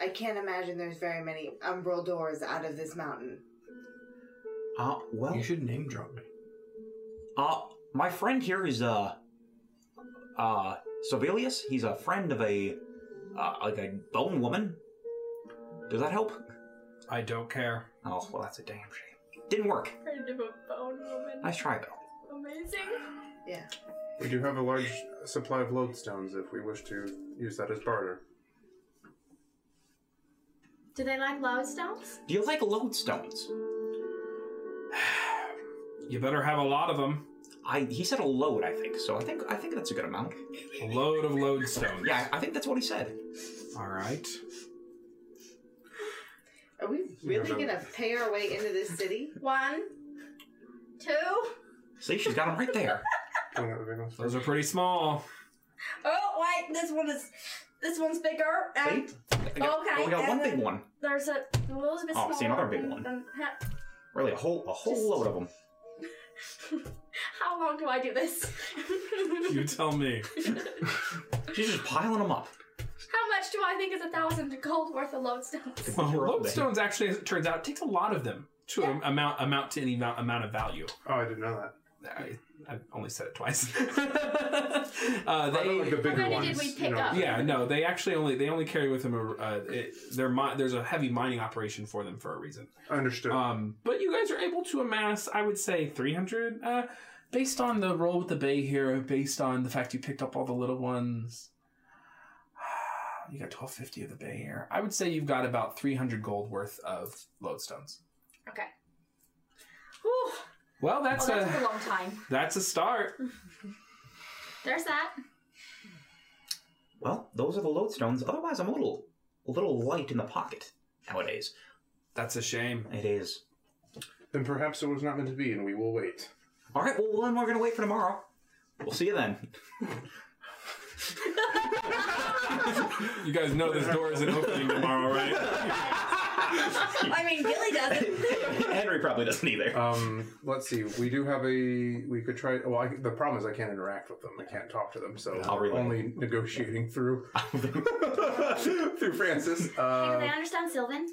I can't imagine there's very many umbral doors out of this mountain. Uh, Oh. well, You should name drop me. Uh, my friend here is uh, uh, Sibelius. He's a friend of a, uh, like a bone woman. Does that help? I don't care. Oh, well, that's a damn shame. Didn't work. Friend of a bone woman. Nice try though. Amazing. We do have a large supply of lodestones if we wish to use that as barter. Do they like lodestones? Do you like lodestones? You better have a lot of them. I he said a load, I think. So I think I think that's a good amount. A load of lodestones. Yeah, I think that's what he said. All right. Are we really gonna pay our way into this city? One, two. See, she's got him right there. Doing that with anyone else? Those are pretty small. Oh wait, this one is. This one's bigger. See? And I got- Okay, we got one and big then- one. there's a little bit Oh, smaller. see, another big than- one. than- huh. Really, a whole a whole Just- load of them. How long do I do this? You tell me. She's just piling them up. How much do I think is a thousand gold worth of lodestones? Well, We're up there. lodestones actually, as it turns out, takes a lot of them to am- amount amount to any amount, amount of value. Oh, I didn't know that. I, I've only said it twice. uh, I they, meant like the bigger many ones. did we you pick know. up? yeah, no, they actually only they only carry with them a uh, it, their mi- there's a heavy mining operation for them for a reason. Understood. Um, but you guys are able to amass, I would say, 300. Uh, based on the roll with the bay here, based on the fact you picked up all the little ones, you got 1250 of the bay here. I would say you've got about 300 gold worth of lodestones. Okay. Whew. Well, Oh, that's uh, that took a a long time. that's a start. There's that. Well, those are the lodestones. Otherwise, I'm a little a little light in the pocket nowadays. That's a shame. It is. then perhaps it was not meant to be, and we will wait. All right. Well, then we're gonna wait for tomorrow. We'll see you then. You guys know this door isn't opening tomorrow, right? I mean, Billy doesn't. Henry probably doesn't either. Um, let's see. We do have a. We could try. Well, I, the problem is I can't interact with them. I can't talk to them. So I'll relay. only negotiating through through Francis. Uh, Do they understand Sylvan?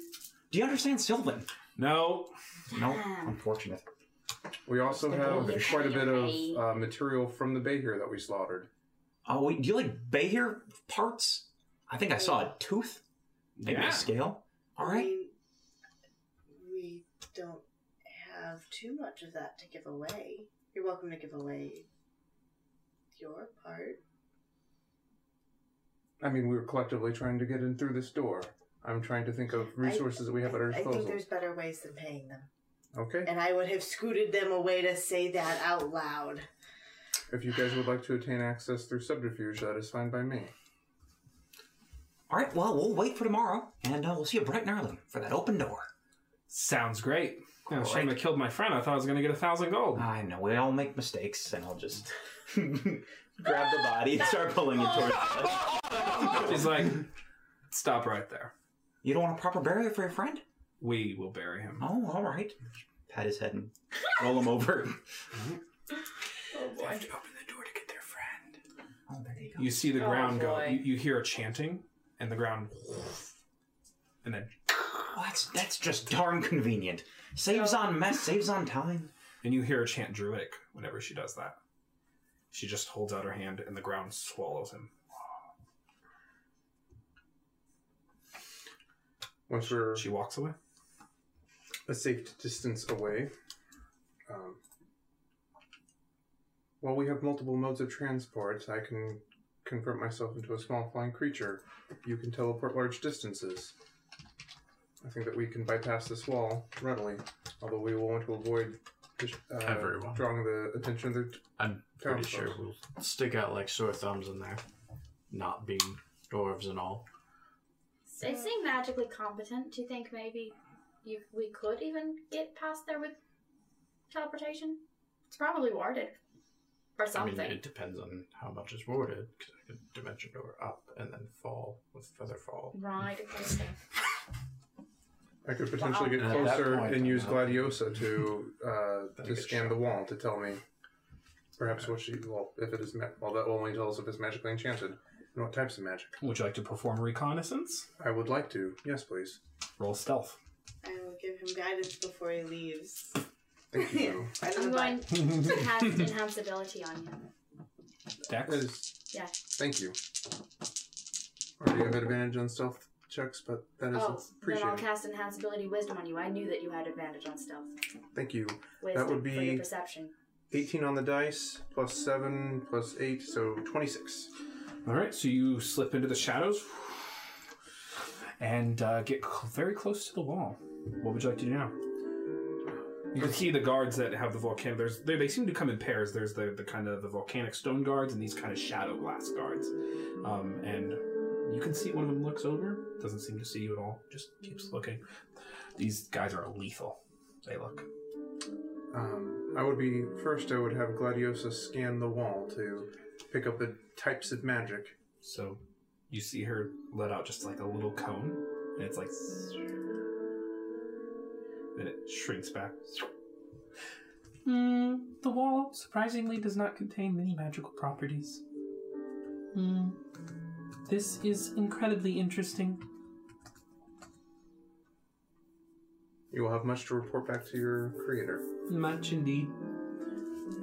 Do you understand Sylvan? No. No, unfortunate. we also have You're quite a bit of right. uh, material from the bay here that we slaughtered. Oh, wait, do you like Bayhear parts? I think I saw a tooth, maybe Yeah. a scale. All I right. mean, we don't have too much of that to give away. You're welcome to give away your part. I mean, we were collectively trying to get in through this door. I'm trying to think of resources that we have at our I think disposal. there's better ways than paying them. Okay. And I would have scooted them away to say that out loud. If you guys would like to attain access through subterfuge, that is fine by me. All right. Well, we'll wait for tomorrow, and uh, we'll see you bright and early for that open door. Sounds great. Yeah, Oh, shame I Great. killed my friend. I thought I was going to get a thousand gold. I know we all make mistakes, and I'll just grab the body and start pulling it towards. us. She's like, stop right there. You don't want a proper burial for your friend? We will bury him. Oh, all right. Pat his head and roll him over. have to open the door to get their friend. Oh, there you go. You see the ground go. boy. You, you hear a chanting, and the ground, and then Oh, that's that's just darn convenient. Saves on mess, saves on time. and you hear a chant druidic whenever she does that. She just holds out her hand and the ground swallows him. Once we're She walks away. a safe distance away, um, while we have multiple modes of transport, I can convert myself into a small flying creature. You can teleport large distances. I think that we can bypass this wall readily, althost we will want to avoid uh, Everyone. drawing the attention of the I'm Town pretty sure folks. we'll stick out like sore thumbs in there, not being dwarves and all. They seem magically competent. Do you think maybe you, we could even get past there with teleportation? It's probably warded or something. I mean, it depends on how much is warded, because I could dimension door up and then fall with feather fall. right. okay. I could potentially get Wow. At that closer point, and I'm use not- Gladiosa to uh, Then to get scan shot. the wall to tell me perhaps what she well if it is ma- well that will only tell us if it's magically enchanted and what types of magic. Would you like to perform reconnaissance? I would like to, yes, please. Roll stealth. I will give him guidance before he leaves. Thank you. Right on I'm the button. going to cast enhance ability on you. That Dex. is, Yeah. Thank you. Already have advantage on stealth checks, but that is Oh, then I'll appreciated. cast enhance ability wisdom on you. I knew that you had advantage on stealth. Thank you. Wisdom would for be- your perception. 18 on the dice, plus 7, plus 8, so 26. All right, so you slip into the shadows and uh, get cl- very close to the wall. What would you like to do now? You can see the guards that have the volcano. There's they, they seem to come in pairs. There's the, the kind of the volcanic stone guards and these kind of shadow glass guards. Um, and you can see one of them looks over. Doesn't seem to see you at all. Just keeps looking. These guys are lethal. They look. Um, I would be first. I would have Gladiosa scan the wall to pick up the types of magic. So you see her let out just like a little cone, and it's like. Then it shrinks back. Mm, the wall surprisingly does not contain many magical properties. Hmm. This is incredibly interesting. You will have much to report back to your creator. Much indeed.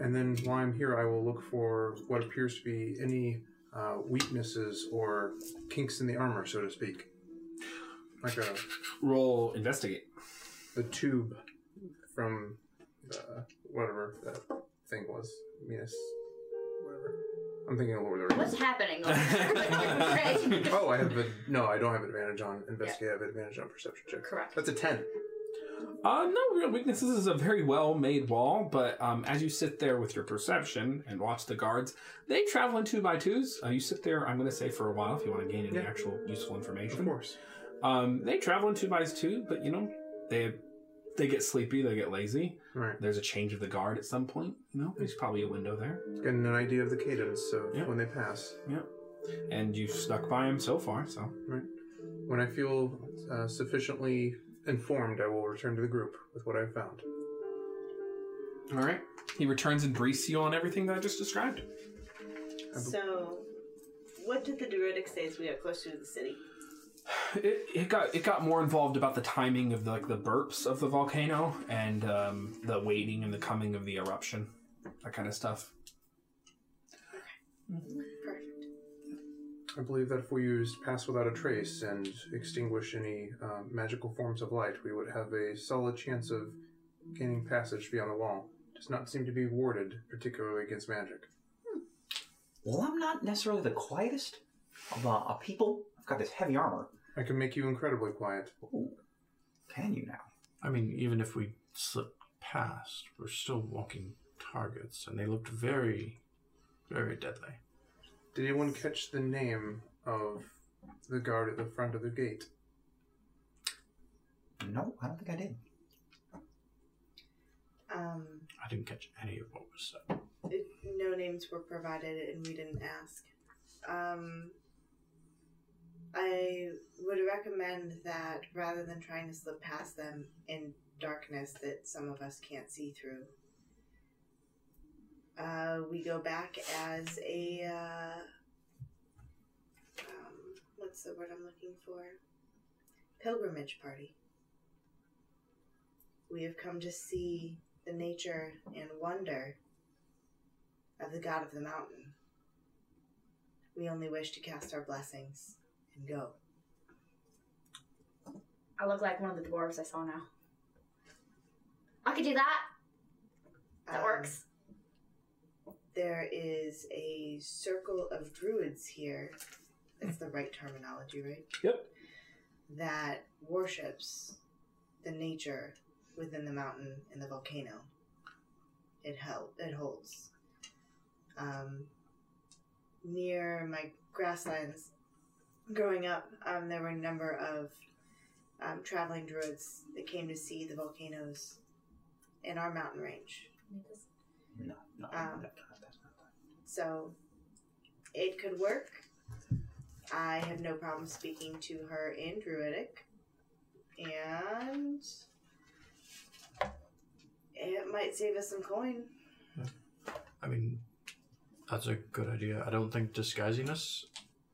And then while I'm here, I will look for what appears to be any uh, weaknesses or kinks in the armor, so to speak. Like a Roll investigate. the tube from uh, whatever that thing was, Venus, whatever. I'm thinking of Lord of the Rings. What's happening? over there? Right. Oh, I have a, no. I don't have advantage on investigate. I have advantage on perception check. Correct. That's a ten. Uh, no real weaknesses. This is a very well made wall, but um, as you sit there with your perception and watch the guards, they travel in two by twos. Uh, you sit there, I'm going to say, for a while if you want to gain any Yeah. actual useful Of information. course. Um, they travel in two by two, but you know, they they get sleepy, they get lazy. Right. There's a change of the guard at some point. You know, there's probably a window there, Getting an idea of the cadence so Yeah. when they pass. and you've stuck by him so far. So When I feel uh, sufficiently informed, I will return to the group with what I've found. all right, he returns and briefs you on everything that I just described. So, what did the Druidic say as we got closer to the city? it, it got it got more involved about the timing of the, like the burps of the volcano and um, the waiting and the coming of the eruption, that kind of stuff. Perfect. I believe that if we used Pass Without a Trace and extinguish any uh, magical forms of light, we would have a solid chance of gaining passage beyond the wall. Does not seem to be warded, particularly against magic. Well, I'm not necessarily the quietest of, uh, of people. I've got this heavy armor. I can make you incredibly quiet. Ooh, can you now? I mean, even if we slip past, we're still walking targets, and they looked very, very deadly. Did anyone catch the name of the guard at the front of the gate? No, I don't think I did. Um, I didn't catch any of what was said. it, no names were provided and we didn't ask. Um, I would recommend that rather than trying to slip past them in darkness that some of us can't see through, uh, we go back as a. Uh, um, what's the word I'm looking for? Pilgrimage party. We have come to see the nature and wonder of the god of the mountain. We only wish to cast our blessings and go. I look like one of the dwarves I saw now. I could do that. That Um, works. There is a circle of druids here. That's the right terminology, right? Yep. That worships the nature within the mountain and the volcano. It held, it holds. Um, near my grasslands, growing up, um, there were a number of um, traveling druids that came to see the volcanoes in our mountain range. No, no, Um, no, no, that's not that. So it could work. I have no problem speaking to her in Druidic. And it might save us some coin. I mean, that's a good idea. I don't think disguising us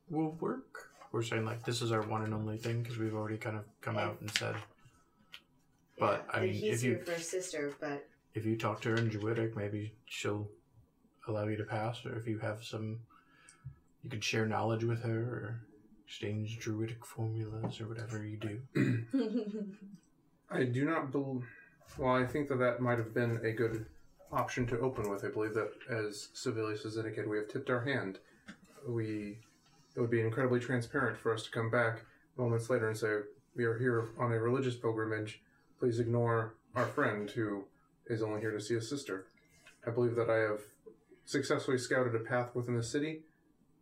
will work. We're saying like this is our one and only thing because we've already kind of come out and said But, I that mean, he's if you- here for his sister, but if you talk to her in Druidic, maybe she'll allow you to pass, or if you have some, you could share knowledge with her or exchange Druidic formulas or whatever you do. I do not believe. Well, I think that that might have been a good option to open with. I believe that, as Sevilius has indicated, we have tipped our hand. We it would be incredibly transparent for us to come back moments later and say we are here on a religious pilgrimage. Please ignore our friend who is only here to see his sister. I believe that I have successfully scouted a path within the city.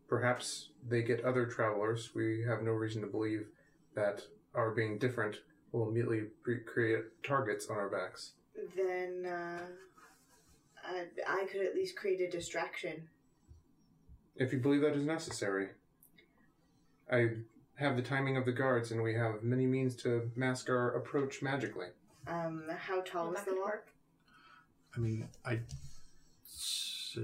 Perhaps they get other travelers. We have no reason to believe that our being different will immediately pre- create targets on our backs. then uh, I, I could at least create a distraction. If you believe that is necessary, I have the timing of the guards, and we have many means to mask our approach magically. Um, how tall is the wall? I mean, I say,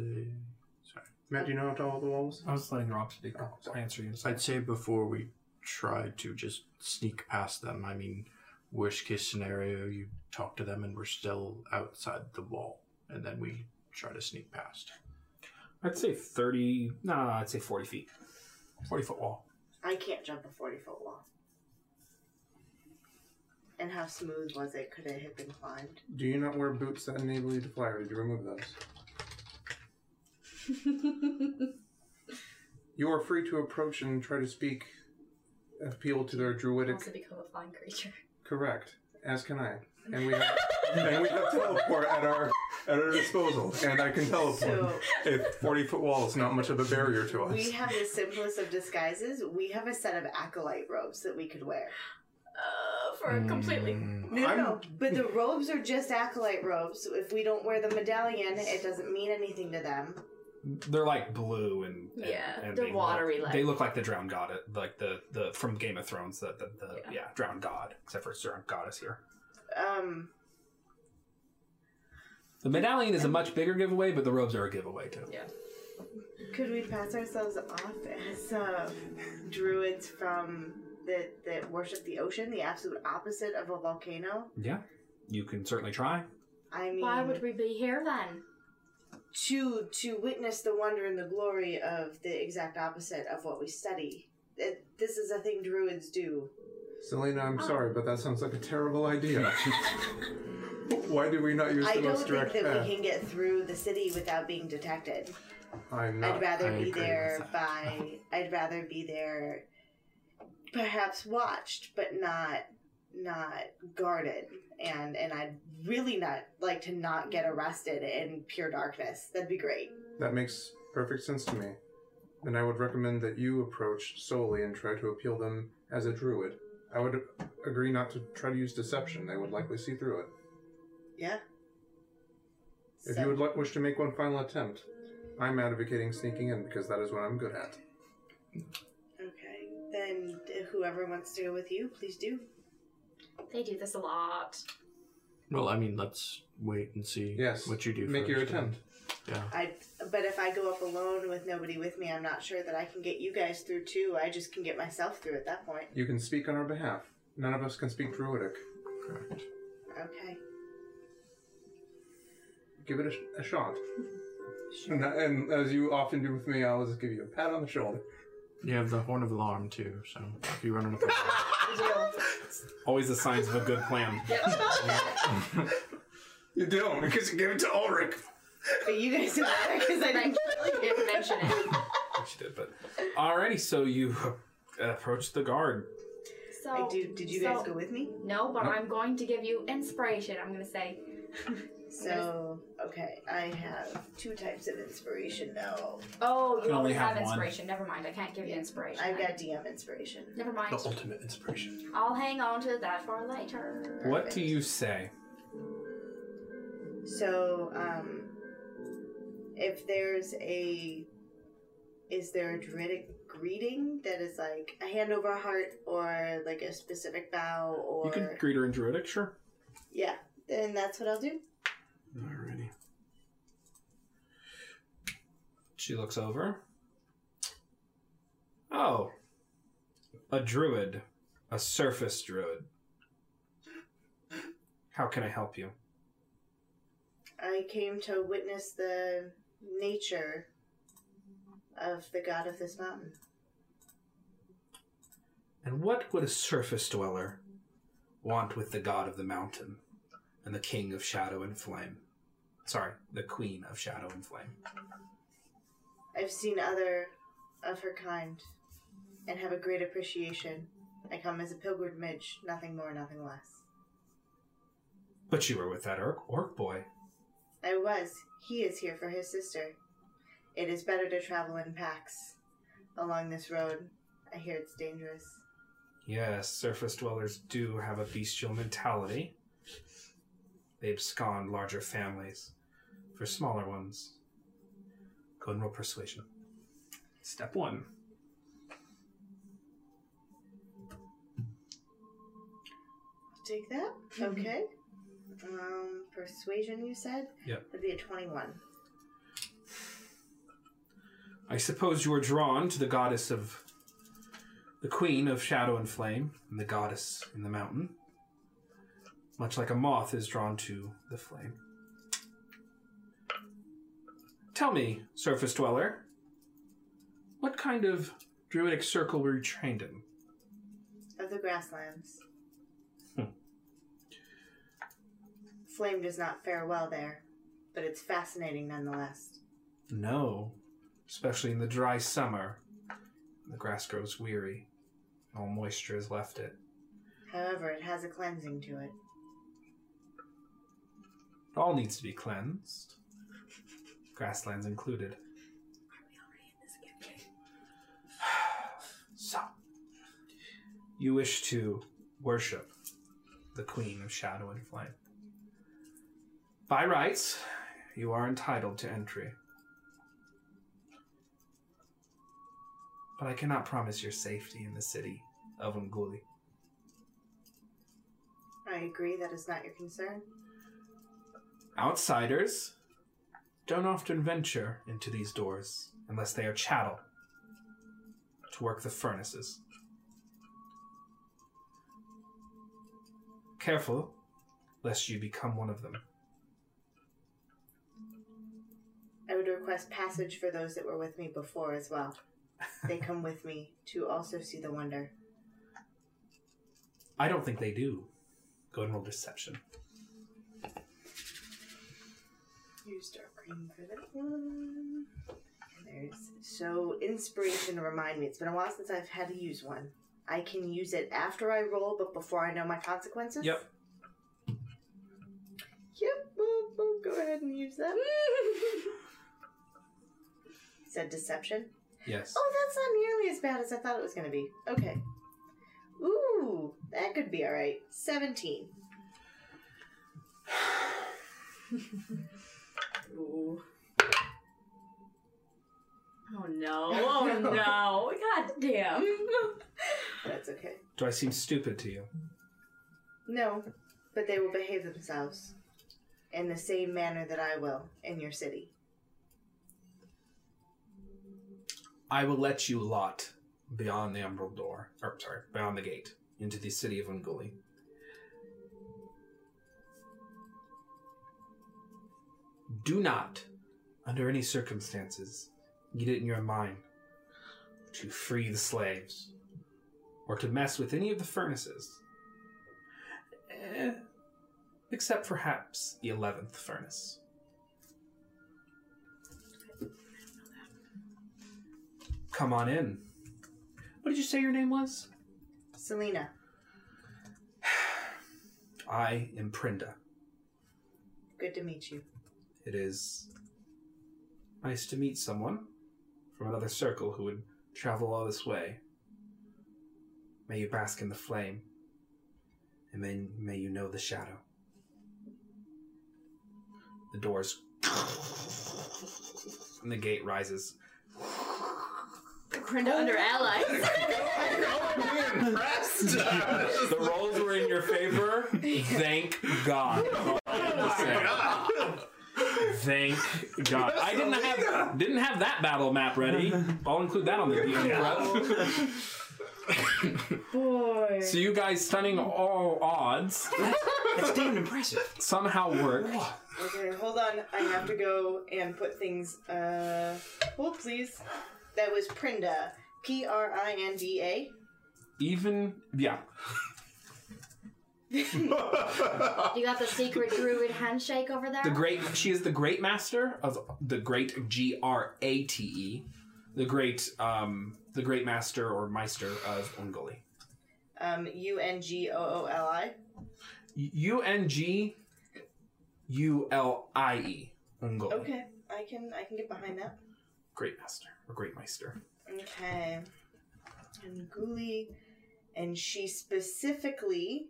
sorry, Matt, do you know how tall the walls? I was letting Rob speak. Oh, sorry. answer you. I'd say before we try to just sneak past them. I mean, worst case scenario, you talk to them and we're still outside the wall, and then we try to sneak past. I'd say 30, nah, I'd say 40 feet. 40 foot wall. I can't jump a 40 foot wall. And how smooth was it? Could it have been climbed? Do you not wear boots that enable you to fly, or did you remove those? You are free to approach and try to speak, appeal to their druidic. also become a flying creature. Correct, as can I. And we have, and we have teleport at our at our disposal, and I can teleport. So a 40 foot wall is not much of a barrier to us. We have the simplest of disguises. We have a set of acolyte robes that we could wear. Uh, for Hmm. a completely. Mm. No, no, I'm- no, but the robes are just acolyte robes. So if we don't wear the medallion, it doesn't mean anything to them. They're like blue and. and- Yeah, and they're they watery, Look, like- they look like the drowned god, like the, the from Game of Thrones, the, the, the yeah. drowned god, except for it's drowned goddess here. Um, The medallion is a much bigger giveaway, but the robes are a giveaway too. could we pass ourselves off as uh, druids from that that worship the ocean, the absolute opposite of a volcano? Yeah, you can certainly try. I mean, Why would we be here then? to to witness the wonder and the glory of the exact opposite of what we study. It, this is a thing druids do. Selena, I'm Oh. sorry, but that sounds like a terrible idea. Why do we not use I the don't most think direct that path? we can get through the city without being detected. I'm not. I'd rather I be agree there with that. by. I'd rather be there, perhaps watched, but not not guarded. And and I'd really not like to not get arrested in pure darkness. That'd be great. That makes perfect sense to me. And I would recommend that you approach solely and try to appeal them as a druid. I would agree not to try to use deception. They would likely see through it. Yeah. If you would like, wish to make one final attempt, I'm advocating sneaking in because that is what I'm good at. okay, then whoever wants to go with you, please do. They do this a lot. Well, I mean, let's wait and see Yes. what you do. Make your first, and- attempt. Yeah. I but if I go up alone with nobody with me, I'm not sure that I can get you guys through too. I just can get myself through at that point. You can speak on our behalf. None of us can speak druidic. Correct. Okay. Give it a, sh- a shot. And, and as you often do with me, I'll just give you a pat on the shoulder. You have the horn of alarm too, so if you run into the Always the signs of a good plan. You don't, because you gave it to Ulrich. But you guys didn't matter because I didn't kill you. Didn't mention it. She did, but alrighty. So you uh, approach the guard. So I do, did you guys so- go with me? No, but I'm going to give you inspiration. I'm gonna say So, okay, I have two types of inspiration now. Oh, you Can only only have, have one. inspiration. Never mind. I can't give you inspiration. I've got DM inspiration. Never mind. ultimate inspiration. I'll hang on to that for later. What do you say? So, um, if there's a, is there a druidic greeting that is like a hand over heart or like a specific bow or You can greet her in Druidic, sure. yeah, then that's what I'll do. Alrighty. She looks over. Oh, a druid, a surface druid. How can I help you? I came to witness the nature of the god of this mountain. And what would a surface dweller want with the god of the mountain and the king of shadow and flame? Sorry, the queen of shadow and flame. I've seen other of her kind and have a great appreciation. I come as a pilgrimage, nothing more, nothing less. But you were with that orc, orc boy. I was. He is here for his sister. It is better to travel in packs along this road. I hear it's dangerous. Yes, surface dwellers do have a bestial mentality. They abscond larger families for smaller ones. Go and roll persuasion. Step one. Take that. Okay. Um, persuasion, you said? Yep. That'd be a 21. I suppose you are drawn to the goddess of the queen of shadow and flame, and the goddess in the mountain, much like a moth is drawn to the flame. Tell me, surface dweller, what kind of druidic circle were you trained in? Of the grasslands. Hmm. Flame does not fare well there, but it's fascinating nonetheless. No, especially in the dry summer. The grass grows weary, all moisture has left it. However, it has a cleansing to it. It all needs to be cleansed, grasslands included. So, you wish to worship the Queen of Shadow and Flame. By rights, you are entitled to entry. But I cannot promise your safety in the city of Unguli. I agree, that is not your concern. Outsiders don't often venture into these doors unless they are chattel to work the furnaces. Careful, lest you become one of them. I would request passage for those that were with me before as well. They come with me to also see the wonder. I don't think they do. Go and roll deception. Use dark green for that one. And there's so inspiration. Remind me. It's been a while since I've had to use one. I can use it after I roll, but before I know my consequences. Yep. Yep. We'll, we'll go ahead and use that. Said deception. Yes. Oh, that's not nearly as bad as I thought it was going to be. Okay. Ooh, that could be all right. 17. Ooh. Oh no! Oh no! God damn! That's okay. Do I seem stupid to you? No, but they will behave themselves in the same manner that I will in your city. I will let you lot beyond the Emerald Door, or sorry, beyond the gate, into the city of Unguli. Do not under any circumstances, get it in your mind to free the slaves or to mess with any of the furnaces. Eh, except perhaps the 11th furnace. Come on in. What did you say your name was? Selena. I am Prinda. Good to meet you. It is nice to meet someone from another circle who would travel all this way. May you bask in the flame, and may, may you know the shadow. The doors and the gate rises. Brenda under allies. the rolls were in your favor. Thank God. Thank God. I didn't have didn't have that battle map ready. I'll include that on the DM. Boy. So you guys stunning all odds That's damn impressive. somehow work. Okay, hold on. I have to go and put things. Uh, hold please. That was Prinda. P R I N D A. Even yeah. you got the secret druid handshake over there. The great she is the great master of the great G R A T E. The great um the great master or meister of Ungoli. Um, U N G O O L I. U N G U L I E. Ungoli. Okay, I can I can get behind that. Great master or great meister. Okay. And Guli, and she specifically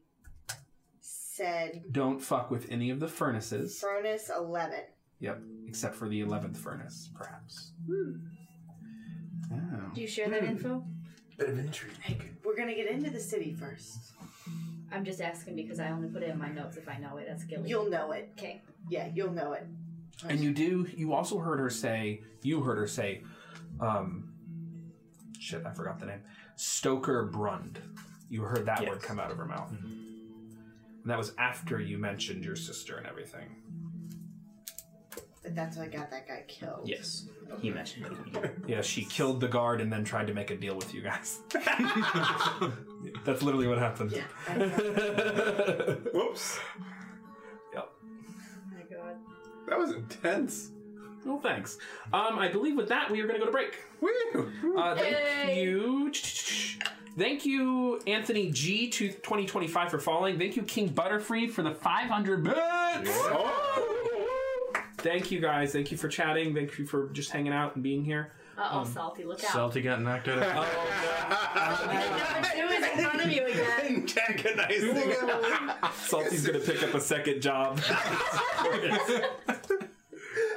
said Don't fuck with any of the furnaces. furnace eleven. Yep, except for the 11th furnace, perhaps. Do you share that Hmm. info? Bit of intrigue. We're gonna get into the city first. I'm just asking because I only put it in my notes if I know it. That's guilty. You'll know it. Okay. Yeah, you'll know it. And you do. You also heard her say. You heard her say. Um, shit, I forgot the name. Stoker Brund. You heard that word Yes. come out of her mouth. And that was after you mentioned your sister and everything. But that's what got that guy killed. Yes. He mentioned it. Yeah, she killed the guard and then tried to make a deal with you guys. That's literally what happened. Yeah. I know. Whoops. Yep. Oh my god. That was intense. Well, thanks. Um, I believe with that we are going to go to break. Woo! Uh, thank Yay. you. Thank you, Anthony G. to 2025 for following. Thank you, King Butterfree for the 500 bits. Oh! Thank you guys. Thank you for chatting. Thank you for just hanging out and being here. Oh, Uh Um, oh, salty. Look out. Salty got knocked out. of- Number two is in front of you again. Antagonizing. Salty's gonna pick up a second job. Uh,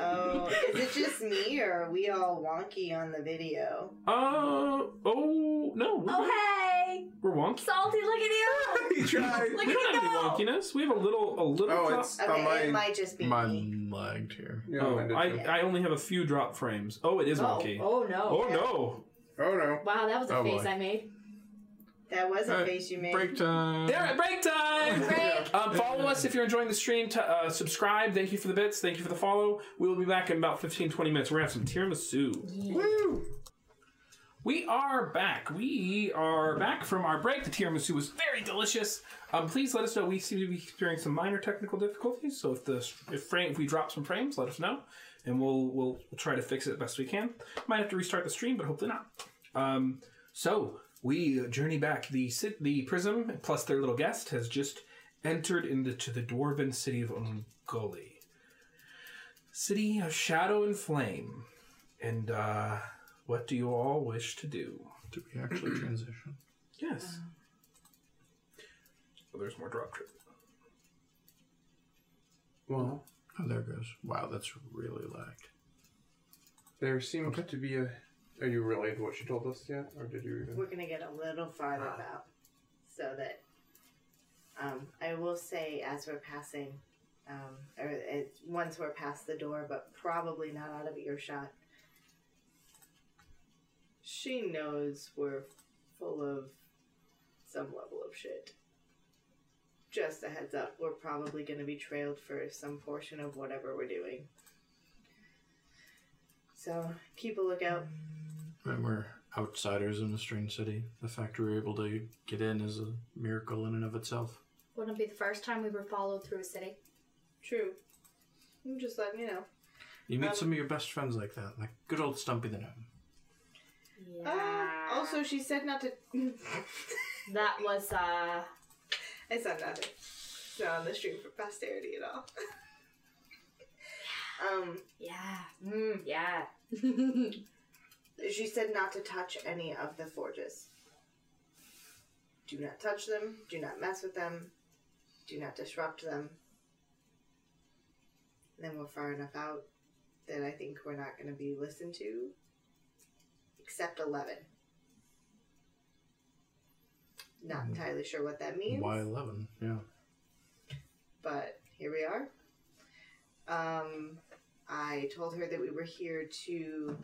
Oh, is it just me or are we all wonky on the video? uh oh no, we're, Oh hey, we're wonky. salty. Look at you. he tried. Look We don't at have you any go. wonkiness. We have a little, a little. Oh, drop- it's Okay, on it my. might just be me. Mine lagged here. Yeah, Oh, mine did I, too. I only have a few drop frames. Oh, it is wonky. Oh, oh no. Oh no! oh no. Wow, that was a Oh, face boy. I made. That was a Uh, face you made. Break time. They're at break time. Break. Um, follow us if you're enjoying the stream. T- uh, subscribe. Thank you for the bits. Thank you for the follow. We will be back in about 15, 20 minutes. We're going to have some tiramisu. We are back. We are back from our break. The tiramisu was very delicious. Um, please let us know. We seem to be experiencing some minor technical difficulties. So if the if frame if we drop some frames, let us know, and we'll we'll, we'll try to fix it best we can. Might have to restart the stream, but hopefully not. Um, so we journey back. The sit the prism plus their little guest has just entered into the dwarven city of Ungoli, city of shadow and flame. And uh, what do you all wish to do? Did we actually transition? Yes. Oh, there's more drop trip. Well, Oh, there it goes. Wow, that's really lagged. there seemed to be a. Are you related to what she told us yet, or did you even? We're gonna get a little farther out, so that um, I will say as we're passing, um, or it, once we're past the door, but probably not out of earshot. She knows we're full of some level of shit. Just a heads up, we're probably going to be trailed for some portion of whatever we're doing. So keep a lookout. And we're outsiders in a strange city. The fact we were able to get in is a miracle in and of itself. Wouldn't it be the first time we were followed through a city. True. I'm just letting you know. You meet Um, some of your best friends like that, like good old Stumpy the Gnome. Ah, also, she said not to. That was uh I said not to. It's not on the stream for posterity at all. um, yeah. Mm, yeah. she said not to touch any of the forges. Do not touch them. Do not mess with them. Do not disrupt them. Then we're far enough out that I think we're not going to be listened to. Except eleven. Not entirely sure what that means. Why eleven? Yeah. but here we are. Um, I told her that we were here to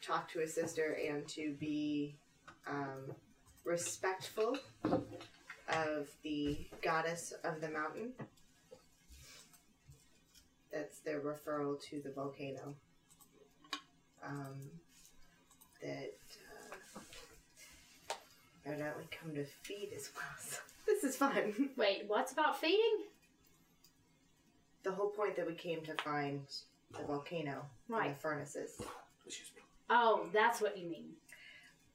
talk to a sister and to be um, respectful of the goddess of the mountain. That's their referral to the volcano. Um, that uh, they're not like come to feed as well. So this is fun. Wait, what's about feeding? the whole point that we came to find the volcano and Right. the furnaces. Oh, that's what you mean.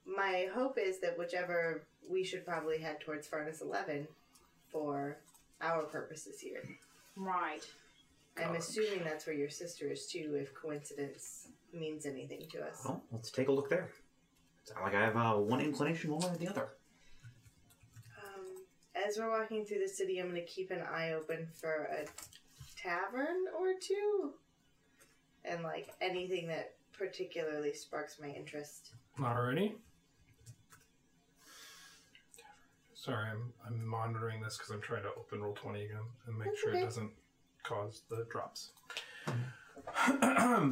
My hope is that whichever we should probably head towards furnace 11 for our purposes here. Right. I'm assuming that's where your sister is too, if coincidence means anything to us. Well, let's take a look there. It's not like I have uh, one inclination one way or the other. Um, as we're walking through the city, I'm going to keep an eye open for a tavern or two and like anything that particularly sparks my interest. Alrighty. Sorry, I'm, I'm monitoring this because I'm trying to open roll 20 again and make That's sure okay. it doesn't cause the drops.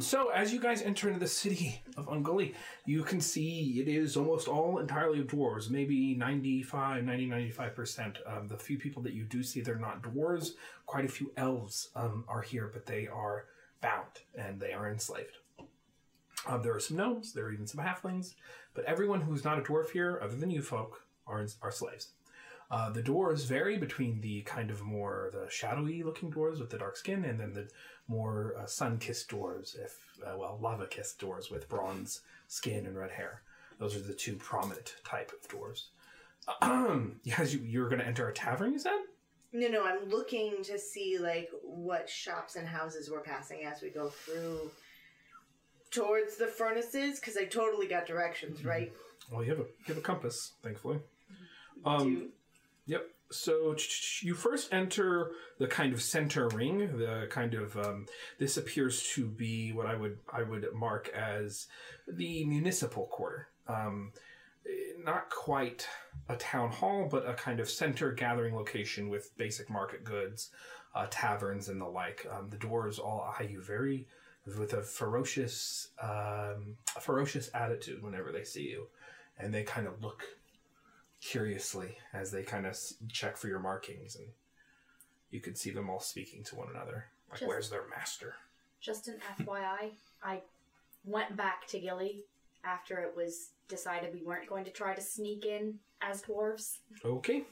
so, as you guys enter into the city of Ungully, you can see it is almost all entirely dwarves, maybe 95, 90, 95%. Um, the few people that you do see, they're not dwarves. Quite a few elves um, are here, but they are bound and they are enslaved. Um, there are some gnomes, there are even some halflings, but everyone who is not a dwarf here, other than you folk, are, are slaves. Uh, the dwarves vary between the kind of more the shadowy looking dwarves with the dark skin, and then the more uh, sun kissed dwarves, if uh, well, lava kissed dwarves with bronze skin and red hair. Those are the two prominent type of dwarves. yes, you, you're going to enter a tavern, you said? No, no, I'm looking to see like what shops and houses we're passing as we go through towards the furnaces because I totally got directions right. Well, you have a you have a compass, thankfully. Um, Do- Yep. So ch- ch- ch- you first enter the kind of center ring. The kind of um, this appears to be what I would I would mark as the municipal quarter. Um, eh, not quite a town hall, but a kind of center gathering location with basic market goods, uh, taverns, and the like. Um, the doors all eye you very with a ferocious um, a ferocious attitude whenever they see you, and they kind of look curiously as they kind of s- check for your markings and you could see them all speaking to one another like Just- where's their master Just an FYI, I went back to Gilly after it was decided we weren't going to try to sneak in as dwarves. okay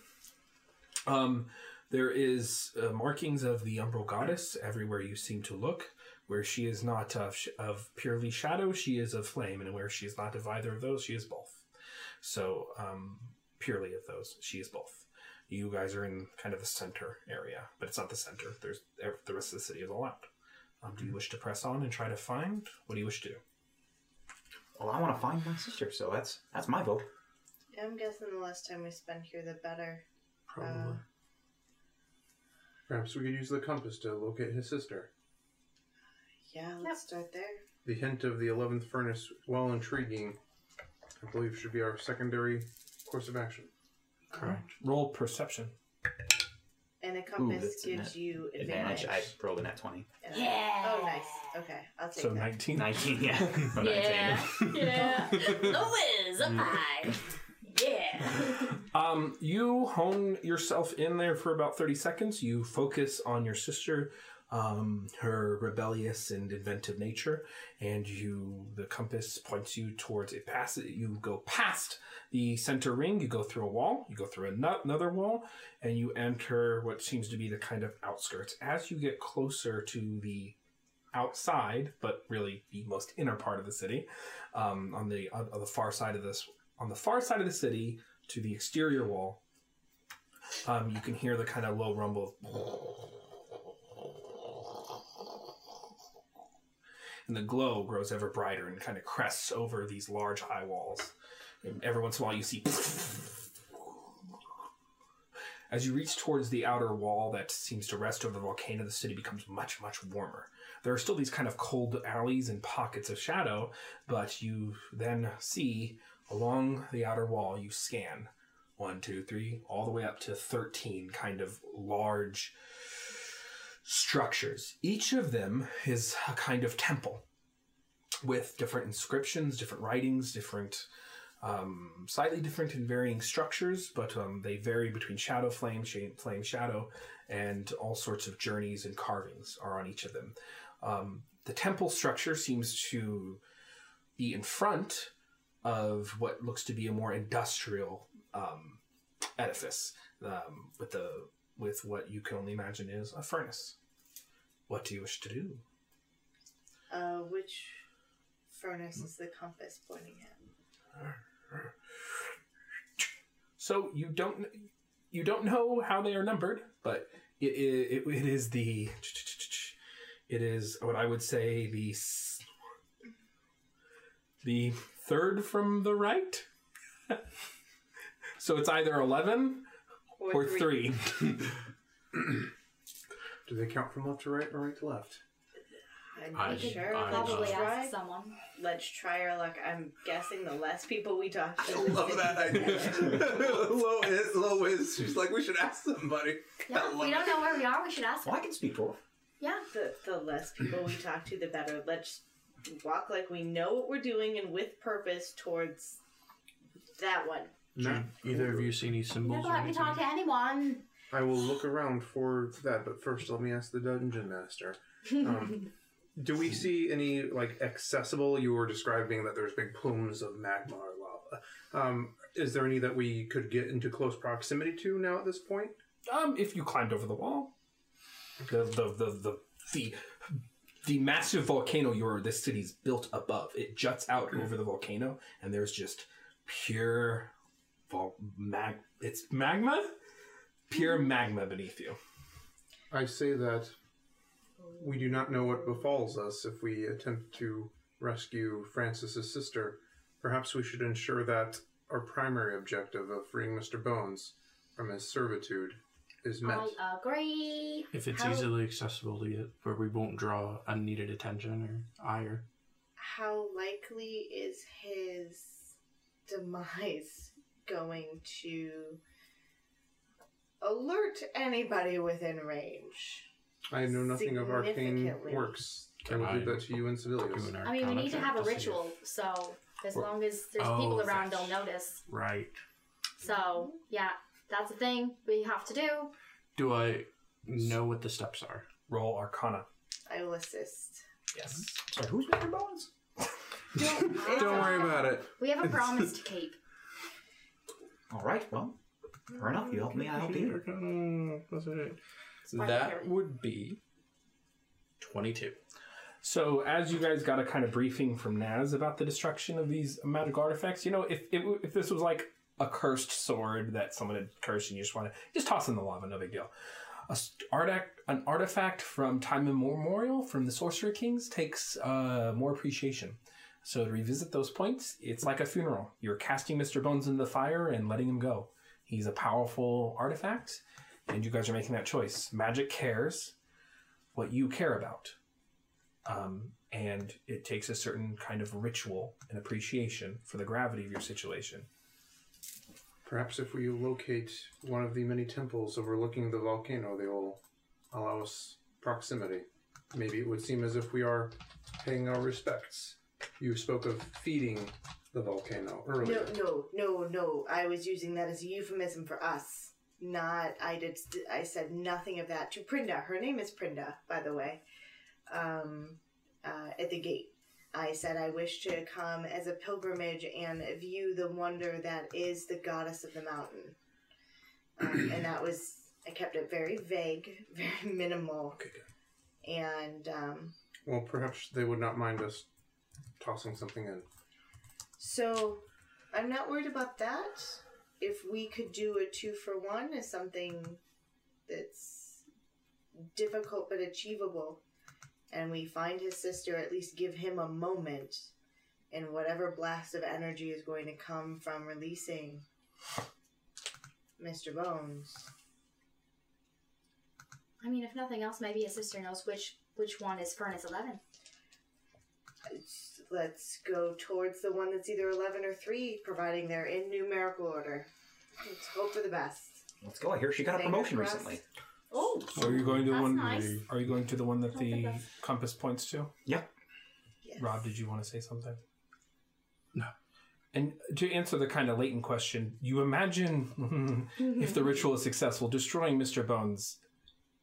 um there is uh, markings of the umbral goddess everywhere you seem to look where she is not of, sh- of purely shadow she is of flame and where she is not of either of those she is both so um purely of those she is both you guys are in kind of the center area but it's not the center there's ev- the rest of the city is all out um, do you wish to press on and try to find what do you wish to do Well, I want to find my sister, so that's that's my vote. I'm guessing the less time we spend here, the better. Probably. Uh, Perhaps we could use the compass to locate his sister. Yeah, let's start there. The hint of the eleventh furnace, while intriguing, I believe should be our secondary course of action. Correct. roll perception And a compass that's a gives net you advantage. Advantage. I rolled a net 20. And I- Yeah. Oh, nice. Okay, I'll take so that. 19 19, yeah. Oh, 19. Yeah. Yeah. the whiz Mm. up high. Yeah. Um, you hone yourself in there for about 30 seconds. You focus on your sister. um, her rebellious and inventive nature, and you the compass points you towards it. Pass you go past the center ring. You go through a wall. You go through ano- another wall, and you enter what seems to be the kind of outskirts. As you get closer to the outside, but really the most inner part of the city, um, on the on, on the far side of this on the far side of the city to the exterior wall. Um, you can hear the kind of low rumble and the glow grows ever brighter and kind of crests over these large high walls. And every once in a while, you see. As you reach towards the outer wall that seems to rest over the volcano, the city becomes much, much warmer. There are still these kind of cold alleys and pockets of shadow, but you then see along the outer wall, you scan one, two, three, all the way up to 13 kind of large structures. Each of them is a kind of temple with different inscriptions, different writings, different, um, slightly different and varying structures, but um, they vary between shadow, flame, shade, flame, shadow, and all sorts of journeys and carvings are on each of them. Um, the temple structure seems to be in front of what looks to be a more industrial um, edifice um, with the with what you can only imagine is a furnace. What do you wish to do? Uh, which furnace is the compass pointing at? So you don't you don't know how they are numbered, but it it, it, it is the it is what I would say the s- the third from the right. so it's either eleven or three. Do they count from left to right or right to left? I'm I- not sure. I- Let's Probably try. ask someone. Let's try our luck. I'm guessing the less people we talk to, the Love that idea. low is, low is. She's like, we should ask somebody. Yeah, love we don't know where we are. We should ask. Well, I can speak dwarf. Yeah, the, the less people we talk to, the better. Let's walk like we know what we're doing and with purpose towards that one. No. Either of you see any symbols? never or let me anything? talk to anyone. I will look around for that, but first let me ask the dungeon master. Um, do we see any like accessible? You were describing that there's big plumes of magma or lava. Um, is there any that we could get into close proximity to now at this point? Um, if you climbed over the wall, the the the the the, the massive volcano your this city's built above, it juts out over the volcano, and there's just pure vol- mag. It's magma, pure magma beneath you. I say that we do not know what befalls us if we attempt to rescue Francis's sister. Perhaps we should ensure that our primary objective of freeing Mr. Bones from his servitude is met. I agree. If it's How- easily accessible to get, where we won't draw unneeded attention or ire. How likely is his demise going to alert anybody within range? I know nothing of arcane Significantly. works. Can I will I leave that to you and Civilius. Do an I mean, we arcana need to check have a see if- ritual, so as Or- long as there's Oh, people around, that's- they'll notice. Right. So yeah, that's a thing we have to do. Do I know what the steps are? Roll Arcana. I will assist. Yes. Sorry, who's Mr. Bones? Don't, Don't worry about it. We have a promise to keep. All right, well, fair enough. You help me, I help you. That would be 22. So, as you guys got a kind of briefing from Naz about the destruction of these magic artifacts, you know, if it, w- if this was like a cursed sword that someone had cursed and you just want to just toss it in the lava, no big deal. A st- artifact, an artifact from time immemorial from the Sorcerer Kings takes uh, more appreciation. So, to revisit those points, it's like a funeral. You're casting Mr. Bones into the fire and letting him go. He's a powerful artifact, and you guys are making that choice. Magic cares what you care about um, and it takes a certain kind of ritual and appreciation for the gravity of your situation. Perhaps if we locate one of the many temples overlooking the volcano, they will allow us proximity. Maybe it would seem as if we are paying our respects. You spoke of feeding the volcano No, earlier. no, no, no. I was using that as a euphemism for us. not I did I said nothing of that to Prinda. Her name is Prinda, by the way. Um, uh, at the gate, I said I wish to come as a pilgrimage and view the wonder that is the goddess of the mountain. Um, and that was I kept it very vague, very minimal. Okay, And um, Well, perhaps they would not mind us tossing something in. So, I'm not worried about that. If we could do a two for one is something that's difficult but achievable, and we find his sister, at least give him a moment, and whatever blast of energy is going to come from releasing Mr. Bones. I mean, if nothing else, maybe his sister knows which which one is furnace eleven. It's- Let's go towards the one that's either 11 or 3, providing they're in numerical order. Let's hope for the best. Let's go. I hear she got a Fingers promotion crossed. recently. Oh, So are you going to the That's one? nice. Are you going to the one that Don't think the that's- compass points to? Yes. Rob, did you want to say something? No. And to answer the kind of latent question, you imagine Mm-hmm. if the ritual is successful, destroying Mr. Bones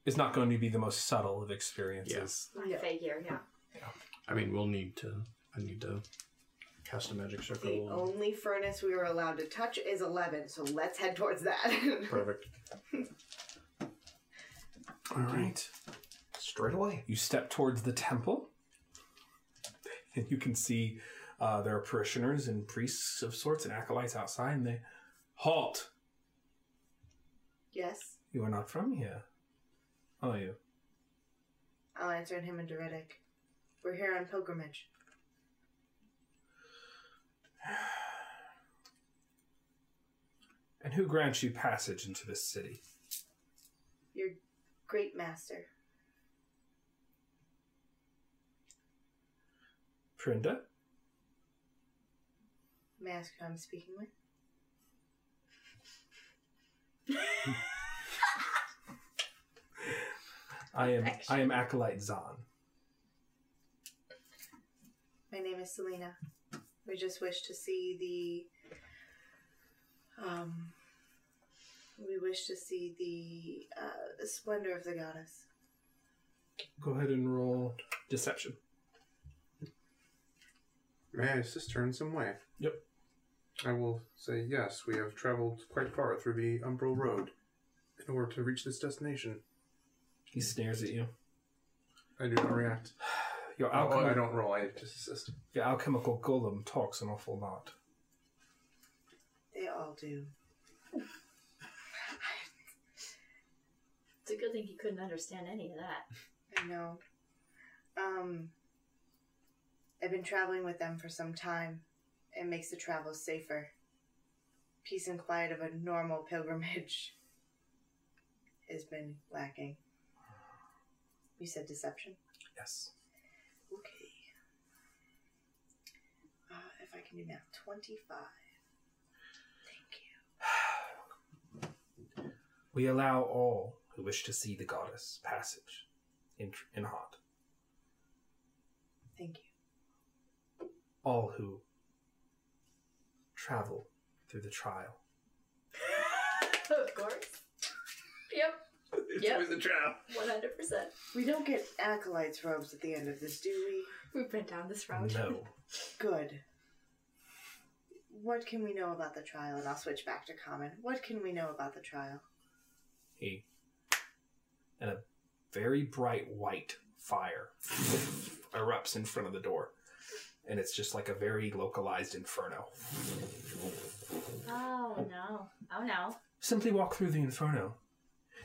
is not going to be the most subtle of experiences. I figure, yeah. I mean, we'll need to. I need to cast a magic The circle. oh, only furnace we were allowed to touch is 11, so let's head towards that. Perfect. All right. Straight away. You step towards the temple, and you can see uh, there are parishioners and priests of sorts and acolytes outside, and they halt. yes, You are not from here, are you? I'll answer in him in Doritic. We're here on pilgrimage. And who grants you passage into this city? Your great master. Prinda? May I ask who I'm speaking with? I am I am acolyte Zahn. My name is Selena. We just wish to see the. Um, we wish to see the uh, splendor of the goddess. Go ahead and roll deception. May I assist her in some way? Yep. I will say yes. We have traveled quite far through the Umbral Road in order to reach this destination. He sneers at you. I do not react. Your, Oh, alchemi- I don't roll. I just assist. your alchemical golem talks an awful lot. They all do. It's a good thing he couldn't understand any of that. I know. Um, I've been traveling with them for some time. It makes the travel safer. Peace and quiet of a normal pilgrimage has been lacking. You said deception? Yes. Okay. Uh, if I can do math, 25. We allow all who wish to see the goddess passage in in heart. Thank you. All who travel through the trial. Of course. Yep, It's Yep. always a trap. one hundred percent. We don't get acolytes robes at the end of this, do we? We've been down this road. No. Good. What can we know about the trial? And I'll switch back to common. What can we know about the trial? He and a very bright white fire erupts in front of the door. And it's just like a very localized inferno. Oh no! Oh no! Simply walk through the inferno.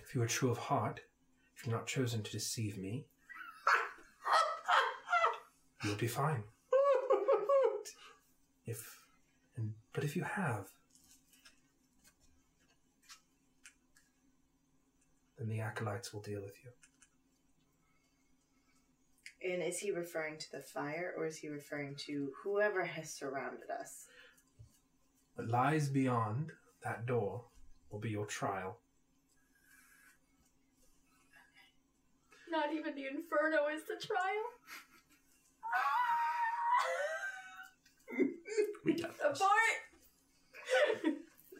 If you are true of heart, if you've not chosen to deceive me, you'll be fine. If, and, but if you have, then the acolytes will deal with you. And is he referring to the fire or is he referring to whoever has surrounded us? What lies beyond that door will be your trial. Not even the inferno is the trial. We got Abort!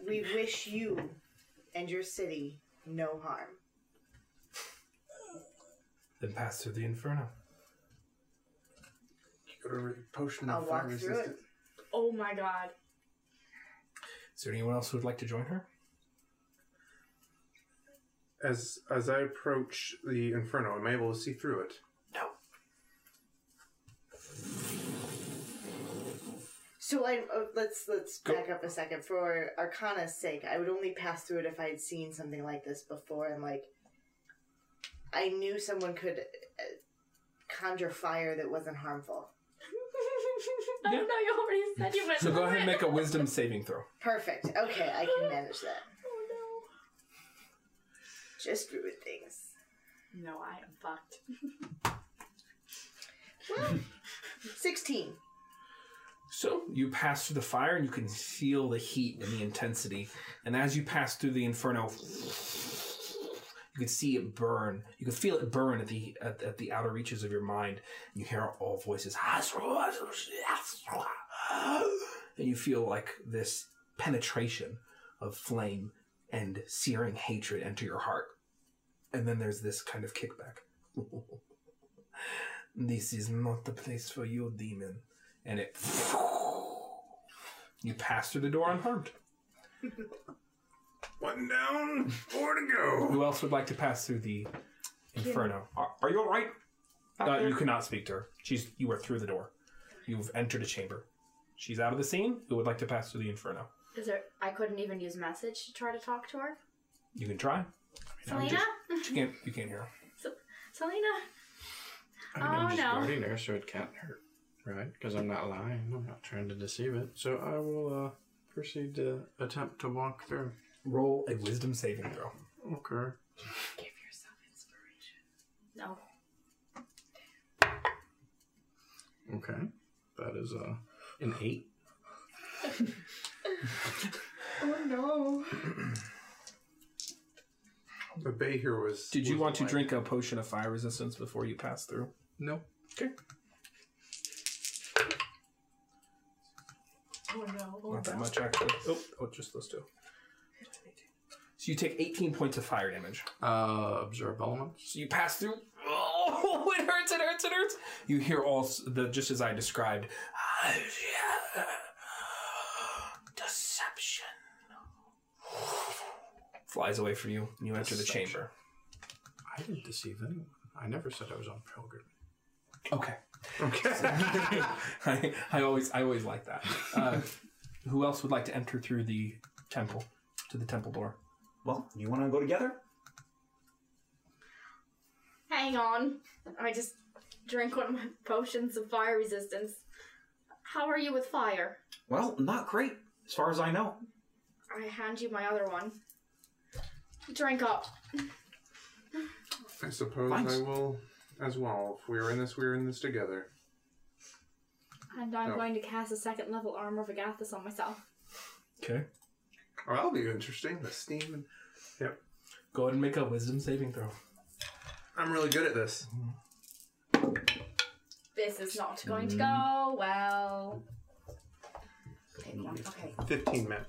We wish you and your city no harm. Then pass through the inferno. Potion I'll of fire walk through it. resistance. Oh my god. Is there anyone else who would like to join her? As as I approach the inferno, am I able to see through it? So I uh, let's let's back up a second for Arcana's sake. I would only pass through it if I had seen something like this before, and like I knew someone could uh, conjure fire that wasn't harmful. I don't know. You already said you went. So go through ahead and it. make a wisdom saving throw. Perfect. Okay, I can manage that. Oh Just ruin things. no. No, I am fucked. Sixteen. So you pass through the fire and you can feel the heat and the intensity. And as you pass through the inferno, you can see it burn. You can feel it burn at the at, at the outer reaches of your mind. You hear all voices, and you feel like this penetration of flame and searing hatred enter your heart. And then there's this kind of kickback. this is not the place for you, demon and it you pass through the door unharmed. One down, four to go. Who else would like to pass through the inferno? Are, are you all right? Uh, you cannot speak to her. She's you are through the door. You've entered a chamber. She's out of the scene. Who would like to pass through the inferno? Is there? I couldn't even use message to try to talk to her. You can try. I'm Selena. She can't. You can't hear. her. Selena. I mean, I'm Oh, just no. guarding her so it can't hurt, right? Because I'm not lying. I'm not trying to deceive it. So I will uh, proceed to attempt to walk through. Roll a wisdom saving throw. Okay. No. Okay. That is uh, an eight. Oh, The bay here was. Did you was want to light. drink a potion of fire resistance before you pass through? No. Okay, Oh no. not that much actually. Oh, oh, just those two. So you take 18 points of fire damage. Uh, observe elements. So you pass through. Oh, it hurts! It hurts! It hurts! You hear all s- the just as I described. Deception flies away from you. and You enter the Deception. chamber. I didn't deceive anyone. I never said I was on pilgrim. Okay. Okay. I, I always I always like that. Uh, who else would like to enter through the temple to the temple door? Well, you want to go together? Hang on. I just drink one of my potions of fire resistance. How are you with fire? Well, not great, as far as I know. I hand you my other one. Drink up. I suppose Thanks. I will as well. If we are in this, we are in this together. And I'm Oh. going to cast a second level armor of Agathis on myself. Okay. Oh, that'll be interesting. The steam. and- Yep. Go ahead and make a wisdom saving throw. I'm really good at this. This is not going to go well. Pick one. Okay. 15 men.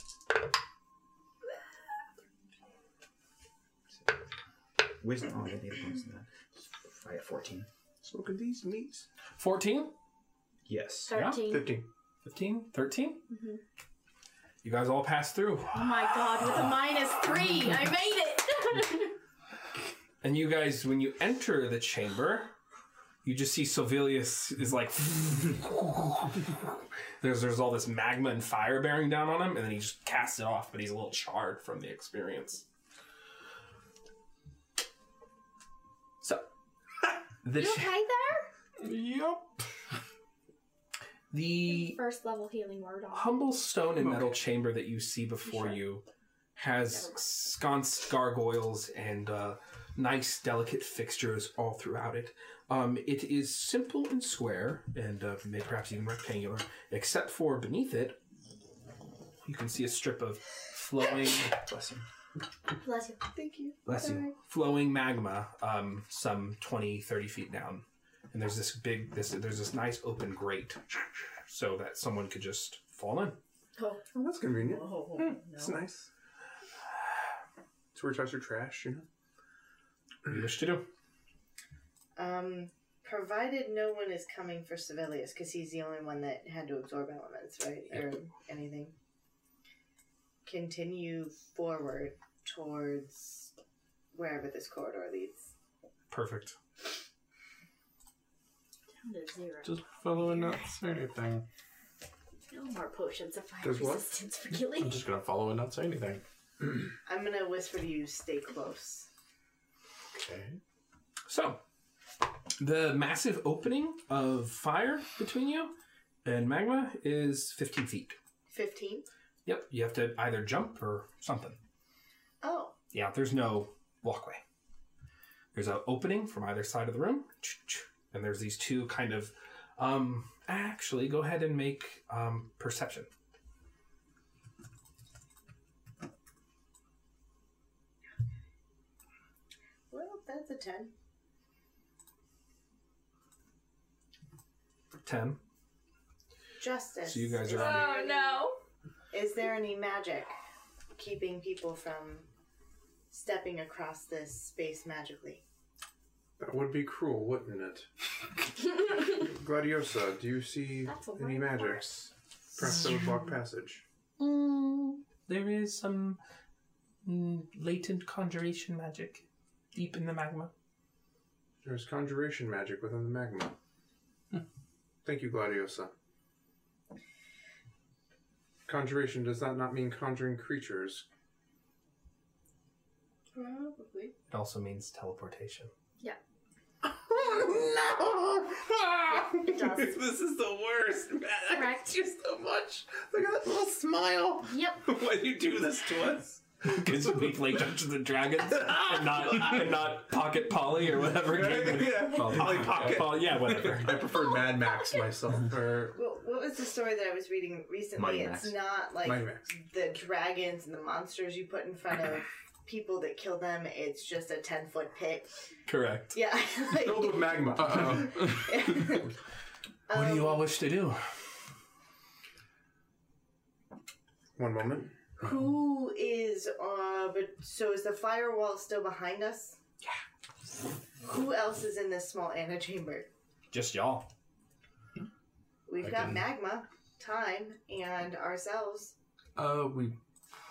Wisdom. Oh, yeah, they have wisdom. I got 14. Smoking these meats. 14? Yes. 13. 15. 15? 13? You guys all pass through. Oh my god, with a minus three! I made it! And you guys, when you enter the chamber, you just see Silvilius is like, there's there's all this magma and fire bearing down on him, and then he just casts it off, but he's a little charred from the experience. So, the you okay cha- there? yep. The First level healing word on. humble stone and metal chamber that you see before you has sconce gargoyles and uh, nice delicate fixtures all throughout it um, it is simple and square and uh, may- perhaps even rectangular except for beneath it you can see a strip of flowing bless you Bless you. Thank you. bless you flowing magma um, some 20 30 feet down and there's this big this there's this nice open grate so that someone could just fall in Oh, Oh, Oh, that's convenient. It's nice. Hmm, It's where he tries to trash, you know? What do you wish to do? Um, provided no one is coming for Sevelius, because he's the only one that had to absorb elements, right? Or anything. Continue forward towards wherever this corridor leads. Perfect. Down to zero. Just following up say anything. No more potions of fire Does what? resistance for I'm Gilly. just gonna follow and not say anything. I'm gonna whisper to you, stay close. Okay. So, the massive opening of fire between you and magma is 15 feet. 15? Yep, you have to either jump or something. Oh, Yeah, there's no walkway. There's an opening from either side of the room, and there's these two kind of. Um, actually, go ahead and make um, perception. well, that's a 10. 10. Justice. So you guys are. Oh no! Is there any magic keeping people from stepping across this space magically? That would be cruel, wouldn't it? Gladiosa, do you see That's a any word. magics? Perhaps that would block passage. Mm, there is some mm, latent conjuration magic deep in the magma. There's conjuration magic within the magma. Thank you, Gladiosa. Conjuration, does that not mean conjuring creatures? Probably. It also means teleportation. It does. this is the worst, man. Correct. you so much. Look at that little smile. Yep. Why'd you do this to us? Because we play Dungeons and Dragons and not, and not Pocket Polly or whatever game. yeah. Polly Pocket. Polly, yeah, whatever. I prefer Mad Max myself. Or Well, what was the story that I was reading recently? Mighty it's Max. not like Mighty Max. the dragons and the monsters you put in front of people that kill them. It's just a ten foot pit. Correct. Yeah. like- filled with magma. Uh-oh. What do you all wish to do? One moment. Who is uh? But so is the firewall still behind us? Yeah. Who else is in this small antechamber? Just y'all. We've I got can- magma, time, and ourselves. Uh, we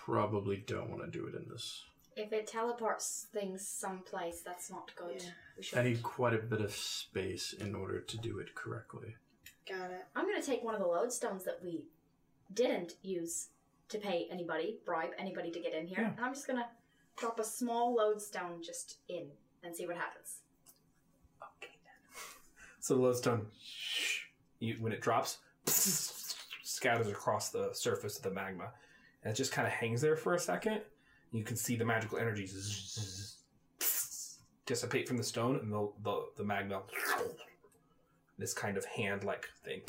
probably don't want to do it in this. If it teleports things someplace, that's not good. Yeah. We I should. need quite a bit of space in order to do it correctly. Got it. I'm gonna take one of the lodestones that we didn't use to pay anybody, bribe anybody to get in here, Yeah. and I'm just gonna drop a small lodestone just in and see what happens. So the lodestone, you, when it drops, scatters across the surface of the magma, and it just kind of hangs there for a second. You can see the magical energy dissipate from the stone, and the the, the magma, this kind of hand like thing,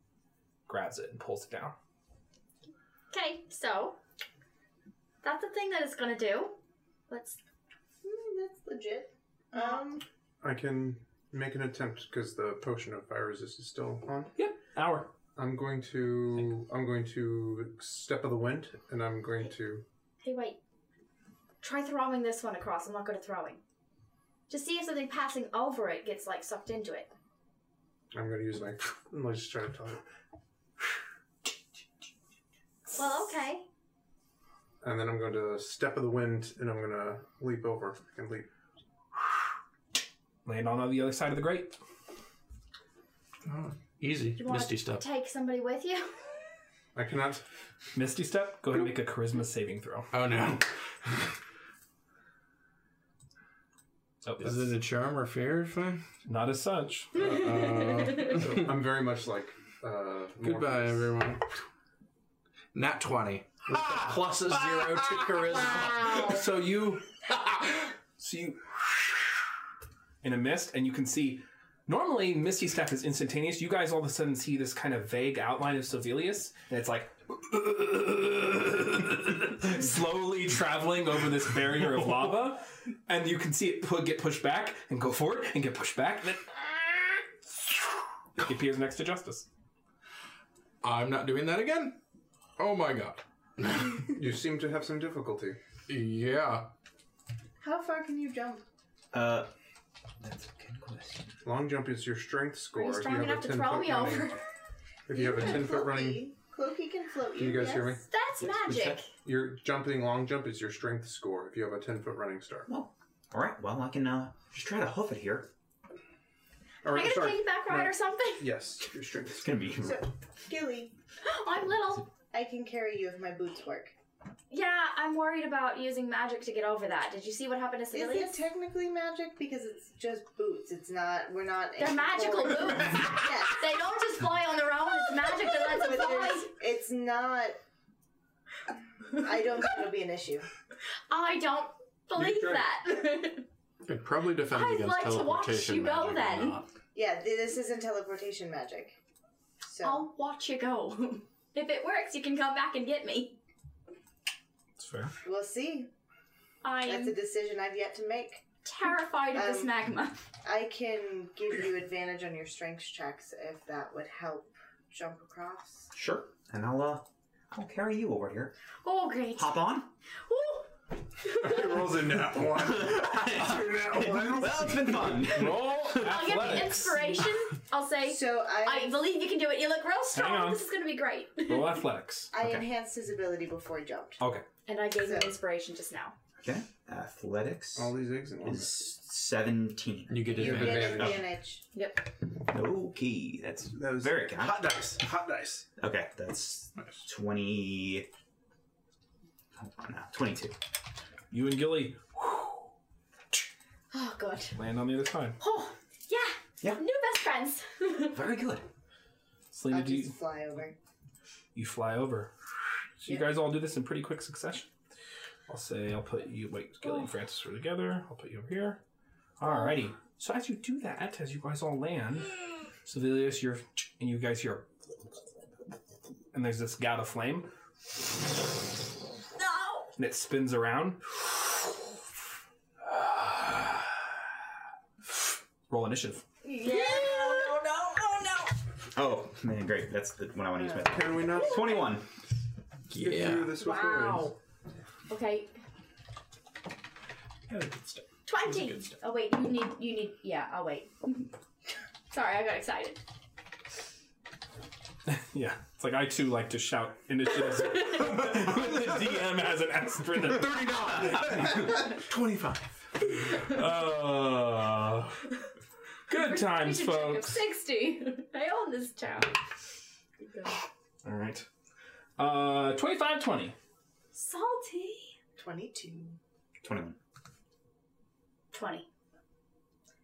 grabs it and pulls it down. Okay, so that's the thing that it's gonna do. Let's. Hmm, that's legit. Um, I can make an attempt because the potion of fire resist is still on. Yep, hour. I'm going to I'm going to step of the wind, and I'm going to Hey, wait. Try throwing this one across. I'm not good at throwing. Just see if something passing over it gets like sucked into it. I'm going to use my and let's just try to talk. Well, okay. And then I'm going to step of the wind, and I'm going to leap over. I can leap. Land on the other side of the grate. Easy, You wanna misty step. Take somebody with you. I cannot. Misty step. Go ahead and make a charisma saving throw. oh no! So Is it a charm or fear thing? Uh, not as such. So I'm very much like. Uh, Goodbye, Morpheus. everyone. Nat 20. With the plus a zero to charisma. So you. So you in a mist, and you can see. Normally, Misty Step is instantaneous. You guys all of a sudden see this kind of vague outline of Sovelius, and it's like slowly traveling over this barrier of lava, and you can see it pu- get pushed back and go forward and get pushed back. And then it appears next to Justice. I'm not doing that again. Oh my god. You seem to have some difficulty. Yeah. How far can you jump? Uh, that's a good question. Long jump is your strength Are score. you If strong have a enough to 10 throw foot me running- over? If you have a can ten foot float running, me. Cloaky can float you. can you guys hear me? yes. That's Yes, we magic. Your jumping long jump is your strength score. If you have a ten foot running start. All right. Well, I can uh, just try to hoof it here. All Am I right, gonna sorry. piggyback ride No. or something? Yes, your strength. It's gonna be. So, Gilly, Oh, I'm little. I can carry you if my boots work. Yeah, I'm worried about using magic to get over that. Did you see what happened to Is Celia? it technically magic? Because it's just boots. It's not. We're not. They're magical boots. boots. yes. They don't just fly on their own. It's magic that lets But them there's, fly. it's not. I don't think it'll be an issue. I don't believe tried. that. It probably defends I'd against like to watch teleportation. you go magic or then. not. Yeah, th- this isn't teleportation magic. So I'll watch you go. if it works, you can come back and get me. It's fair. we'll see. I That's am a decision I've yet to make. terrified of this Um, magma. I can give you advantage on your strength checks if that would help jump across. Sure. And I'll uh, I'll carry you over here. Oh, great. Hop on. Ooh, It rolls in that one. well, it's been fun. Roll I'll get the athletics. inspiration. I'll say, So I I believe you can do it. You look real strong. on. This is going to be great. Roll athletics. I Okay. enhanced his ability before he jumped. Okay. And I gave him So- inspiration just now. Okay. Athletics All these eggs in one. is seventeen. You get You get advantage. advantage. advantage. Okay. That's That was very kind. hot dice. Hot dice. Okay, that's Nice. twenty. Hold on now. Twenty-two. You and Gilly Oh, good. land on the other side. Oh, yeah. Yeah. New best friends. Very good. Selena, I'll do you, just fly over. you fly over. So you Yeah. guys all do this in pretty quick succession. I'll say I'll put you wait, Gilly and Francis are together. I'll put you over here. Alrighty. So as you do that, as you guys all land, Sevilius, you're and you guys hear and there's this gout of flame No. and it spins around. Roll initiative. Oh man, great. That's the one I want to use. My Can we not twenty-one. get through this with words? Okay. Yeah, good stuff. Twenty. Oh wait, you need you need yeah, I'll wait. Sorry, I got excited. Yeah. It's like I too like to shout initiatives when the DM has an extra in there. Twenty-five. Uh, good times, We should check if folks. Sixty. I own this town. All right. Uh, 25 20. Salty. Twenty-two. Twenty-one. Twenty.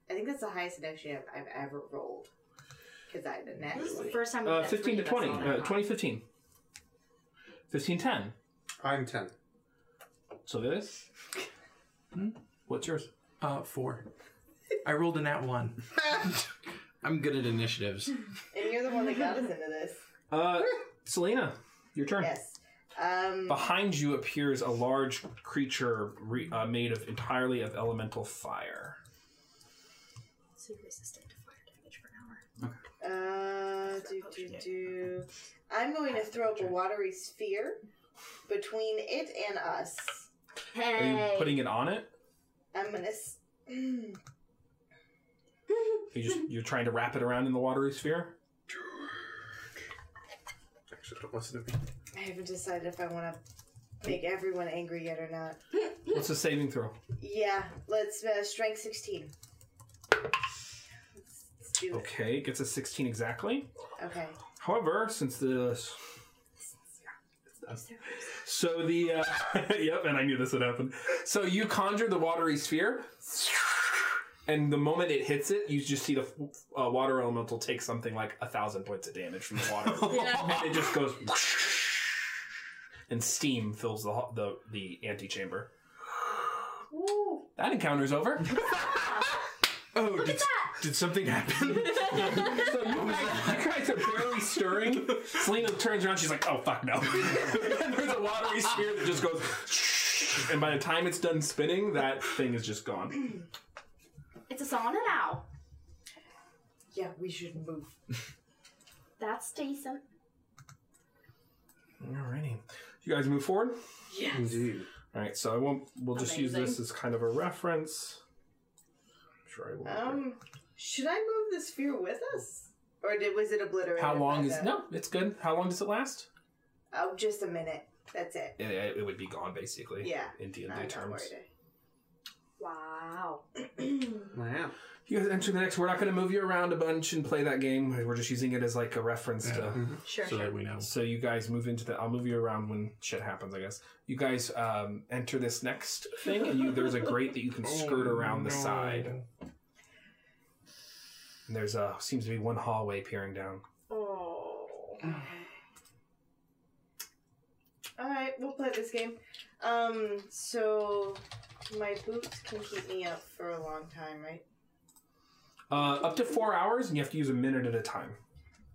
I think that's the highest initiative I've ever rolled. Because I had a nat This is the 20. first time. we've Uh, had 15 three to of us 20. all night Uh, long. 20 15. 15 10. I'm ten. So this? Hmm? What's yours? Uh, four. I rolled a nat one. I'm good at initiatives. And you're the one that got us into this. Uh, Selena, your turn. Yes. Um, Behind you appears a large creature re- uh, made of entirely of elemental fire. So you're resistant to fire damage for an hour. uh, do, do, do. I'm going to throw up a watery sphere between it and us. Are you Hey. putting it on it? I'm going to. S- mm. You just you're trying to wrap it around in the watery sphere. Actually, don't listen to me. I haven't decided if I want to make everyone angry yet or not. What's the saving throw? Yeah, let's uh, strength 16. Let's do it. Okay, gets a 16 exactly. Okay. However, since the so the uh, yep, and I knew this would happen. So you conjure the watery sphere, and the moment it hits it, you just see the uh, water elemental take something like a thousand points of damage from the water, and it just goes, and steam fills the ho- the the antechamber. Ooh. That encounter's over. Oh, did, did something happen? So you guys, you guys are barely stirring. Selena turns around. She's like, "Oh fuck no!" and there's a watery sphere that just goes, and by the time it's done spinning, that thing is just gone. It's a sauna now. Yeah, we should move. That's decent. Alrighty, you guys move forward. Yes. Indeed. All right, so I won't. We'll just use this Amazing. as kind of a reference. I'm sure I will. later. Um, should I move the sphere with us, or did was it obliterated? How long by is the- no? It's good. How long does it last? Oh, just a minute. That's it. It, it would be gone basically. Yeah. In D and I'm D not terms. worried. Wow. Yeah. You guys enter the next. We're not going to move you around a bunch and play that game. We're just using it as like a reference to. Mm-hmm. Sure. so that we know. So you guys move into the. I'll move you around when shit happens. I guess you guys um, enter this next thing, and you, there's a grate that you can skirt around the side. And there's a seems to be one hallway peering down. Oh. All right, we'll play this game. Um, so my boots can keep me up for a long time, right? Uh, up to four hours, and you have to use a minute at a time.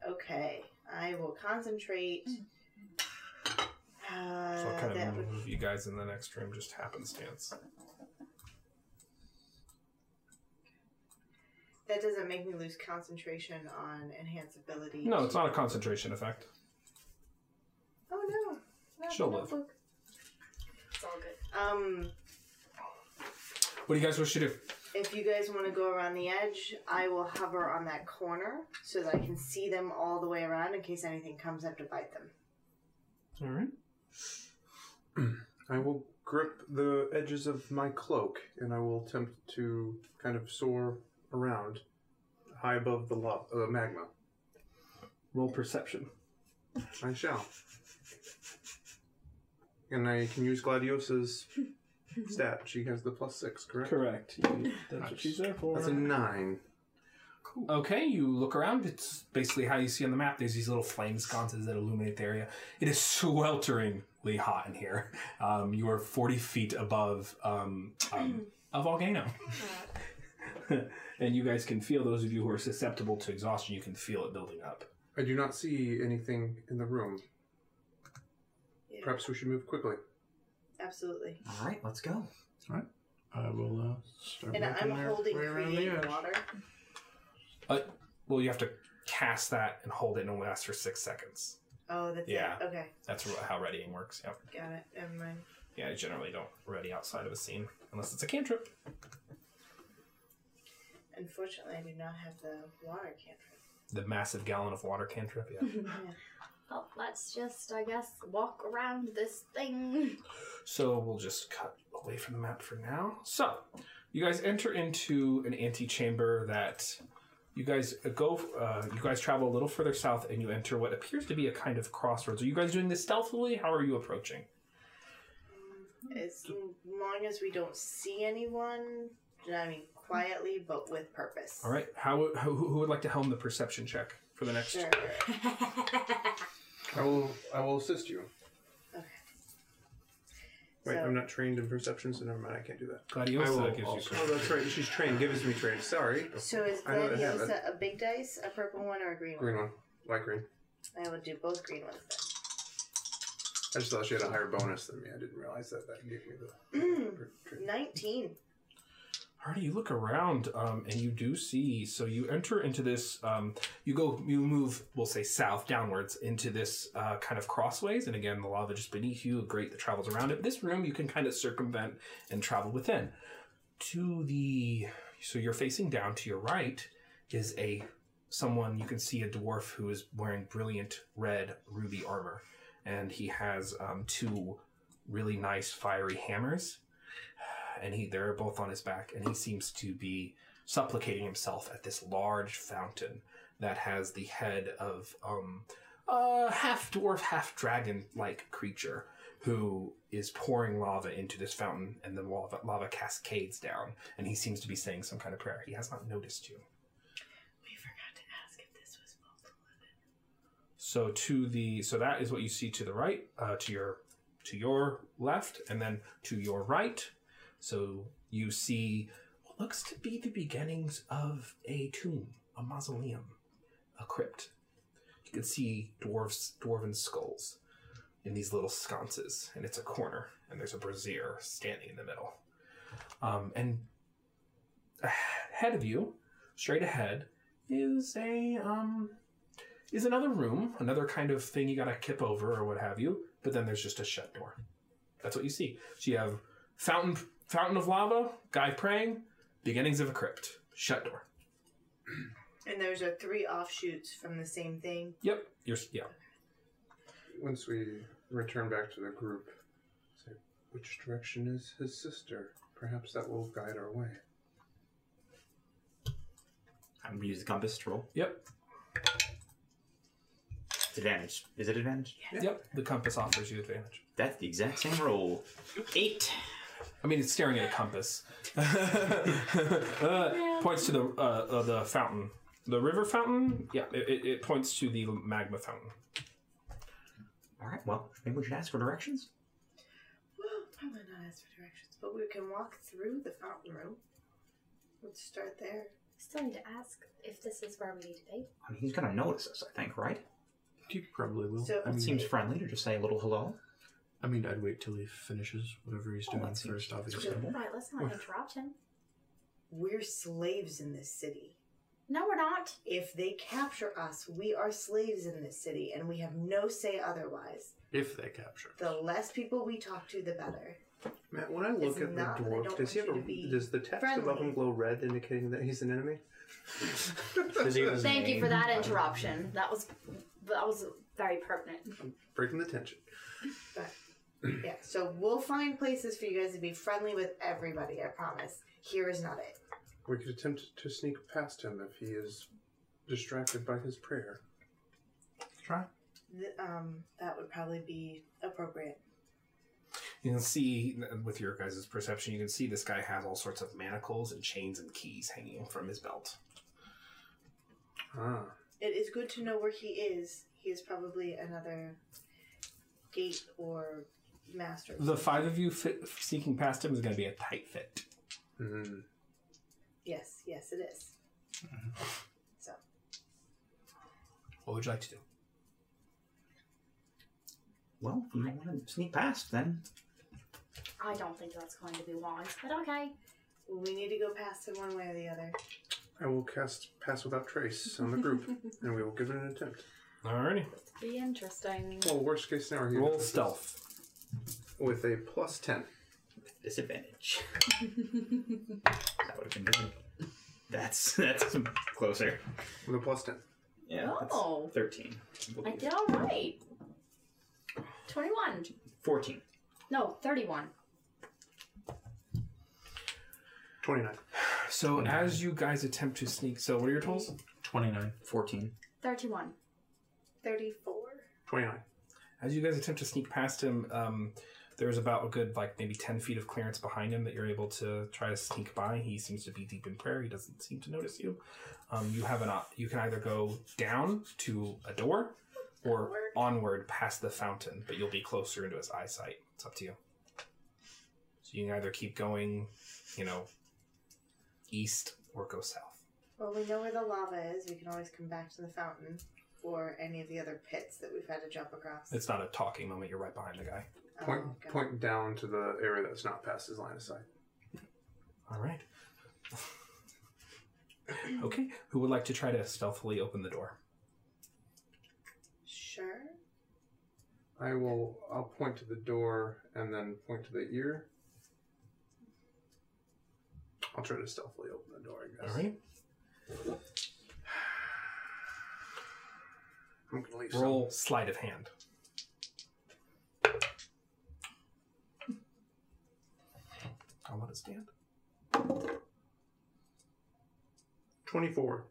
Okay, I will concentrate. Hmm. Uh, So I'll kind that of would move you guys in the next room, just happenstance. That doesn't make me lose concentration on enhance ability. No, it's not a concentration effect. Oh no. Not the She'll live. notebook. It's all good. Um, What do you guys wish to do? if you guys want to go around the edge, I will hover on that corner so that I can see them all the way around in case anything comes up to bite them. All right. I will grip the edges of my cloak and I will attempt to kind of soar around high above the lo- uh, magma. Roll perception. I shall. And I can use Gladiosa's stat. She has the plus six, correct? Correct. That's what she's there for. That's a nine. Okay, you look around. It's basically how you see on the map. There's these little flame sconces that illuminate the area. It is swelteringly hot in here. Um, you are 40 feet above um, um, a volcano. and you guys can feel, those of you who are susceptible to exhaustion, you can feel it building up. I do not see anything in the room. Yeah. Perhaps we should move quickly. Absolutely. All right, let's go. I will uh, start And making I'm their holding way around the create edge. water. Well, you have to cast that and hold it, and it lasts for six seconds. Oh, that's Yeah. it. Okay, That's wh- how readying works. Yep. got it. Never mind. Yeah, I generally don't ready outside of a scene unless it's a cantrip. Unfortunately, I do not have the water cantrip. The massive gallon of water cantrip. Yeah. Well, let's just, I guess, walk around this thing. So we'll just cut away from the map for now. So you guys enter into an antechamber that you guys go. Uh, you guys travel a little further south, and you enter what appears to be a kind of crossroads. Are you guys doing this stealthily? How are you approaching? As long as we don't see anyone, I mean quietly, but with purpose. All right. How, how who would like to helm the perception check for the next? Sure. I will. I will assist you. Okay. Wait, So- I'm not trained in perception, so never mind. I can't do that. I Gladiosa will. gives you. also- oh, that's right. She's trained. Gives me trained. Sorry. So is I know they have Gladiosa a big dice, a purple one, or a green, Green one. Light green. one? I would do both green ones I just thought she had a higher bonus than me. I didn't realize that. That gave me the. then. Mm. 19. Alrighty, you look around um, and you do see. So you enter into this. Um, you go. You move. We'll say south downwards into this uh, kind of crossways. And again, the lava just beneath you. A grate that travels around it. This room you can kind of circumvent and travel within. To the so you're facing down. To your right is a someone you can see a dwarf who is wearing brilliant red ruby armor, and he has um, two really nice fiery hammers and he they're both on his back and he seems to be supplicating himself at this large fountain that has the head of um a half dwarf half dragon like creature who is pouring lava into this fountain and the lava, lava cascades down and he seems to be saying some kind of prayer he has not noticed you We forgot to ask if this was So to the so that is what you see to the right, uh, to your to your left, and then to your right. So you see what looks to be the beginnings of a tomb, a mausoleum, a crypt. You can see dwarves, dwarven skulls in these little sconces, and it's a corner, and there's a brazier standing in the middle. Um, and ahead of you, straight ahead, is a um, is another room, another kind of thing you gotta kip over or what have you, but then there's just a shut door. That's what you see. So you have fountain, fountain of lava, guy praying, beginnings of a crypt, shut door. And those are three offshoots from the same thing. Yep. You're s- yeah. Once we return back to the group, say, which direction is his sister? Perhaps that will guide our way. I'm gonna use the compass to roll. Yep. It's advantage. Is it advantage? Yep. The compass offers you advantage. That's the exact same roll. Eight. I mean, it's staring at a compass. Uh, points to the uh, uh, the fountain, the river fountain. Yeah, it, it, it points to the magma fountain. All right. Well, maybe we should ask for directions. Well, probably not ask for directions, but we can walk through the fountain room. Let's start there. Still need to ask if this is where we need to be. I mean, he's gonna notice us, I think, right? You probably will. So- I It mean, seems friendly to just say a little hello. I mean, I'd wait till he finishes whatever he's Oh, doing that seems first, obviously. reasonable. Right, let's not interrupt him. We're slaves in this city. No, we're not. If they capture us, we are slaves in this city, and we have no say otherwise. If they capture. The less people we talk to, the better. Matt, when I look It's at the not that I dwarf, don't does he have want a, you to be does the text friendly. above him glow red, indicating that he's an enemy? Thank you for that interruption. That was that was very pertinent. Breaking the tension. Yeah, so we'll find places for you guys to be friendly with everybody, I promise. Here is not it. We could attempt to sneak past him if he is distracted by his prayer. Try. Th- um, that would probably be appropriate. You can see with your guys' perception, you can see this guy has all sorts of manacles and chains and keys hanging from his belt. Ah. It is good to know where he is. He is probably another gate or master. The five of you fit, sneaking past him is going to be a tight fit. Mm. Yes, yes, it is. So, What would you like to do? Well, if you don't want to sneak past, then I don't think that's going to be wise, but okay. we need to go past him one way or the other. I will cast Pass Without Trace on the group, and we will give it an attempt. Alrighty. Be interesting. Well, worst case scenario, he Roll misses stealth. with a plus ten. disadvantage. that would have been good. That's that's closer. With a plus ten. Yeah. that's Oh. Thirteen. I did all right. Twenty-one. Fourteen. No, thirty-one. 29. So as you guys attempt to sneak, so what are your totals? 29. Fourteen. Thirty-one. 34? 29. As you guys attempt to sneak past him, um, there's about a good like maybe ten feet of clearance behind him that you're able to try to sneak by. He seems to be deep in prayer. He doesn't seem to notice you. Um, you have an op- you can either go down to a door or onward past the fountain, but you'll be closer into his eyesight. It's up to you. So you can either keep going, you know, east or go south. Well, we know where the lava is. We can always come back to the fountain or any of the other pits that we've had to jump across. It's not a talking moment. You're right behind the guy. Oh, Point, God. point down to the area that's not past his line of sight. All right. okay. Who would like to try to stealthily open the door? Sure. I will. I'll point to the door and then point to the ear. I'll try to stealthily open the door. I guess. All right. I'm gonna leave. Roll sleight of hand. I'll let it stand. some. 24.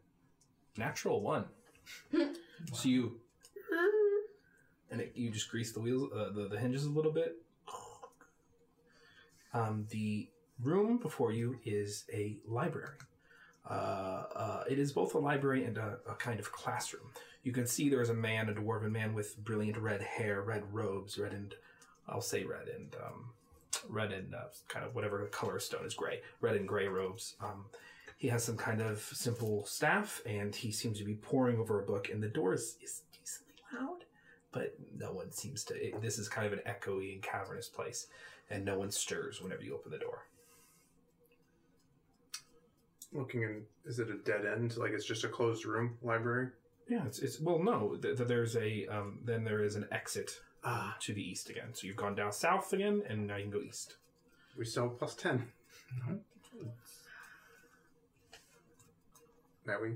Natural one. So you, and it, you just grease the wheels, uh, the, the hinges a little bit. Um, the room before you is a library. Uh, uh, it is both a library and a, a kind of classroom. You can see there is a man, a dwarven man with brilliant red hair, red robes, red and I'll say red and um, red and uh, kind of whatever color of stone is gray, red and gray robes. Um, he has some kind of simple staff, and he seems to be poring over a book. And the door is, is decently loud, but no one seems to. It, this is kind of an echoey and cavernous place, and no one stirs whenever you open the door. Looking in. Is it a dead end? Like it's just a closed room library? Yeah, it's, it's well, no. Th- th- there's a um, then there is an exit uh, to the east again. So you've gone down south again, and now you can go east. We sell plus 10. That we.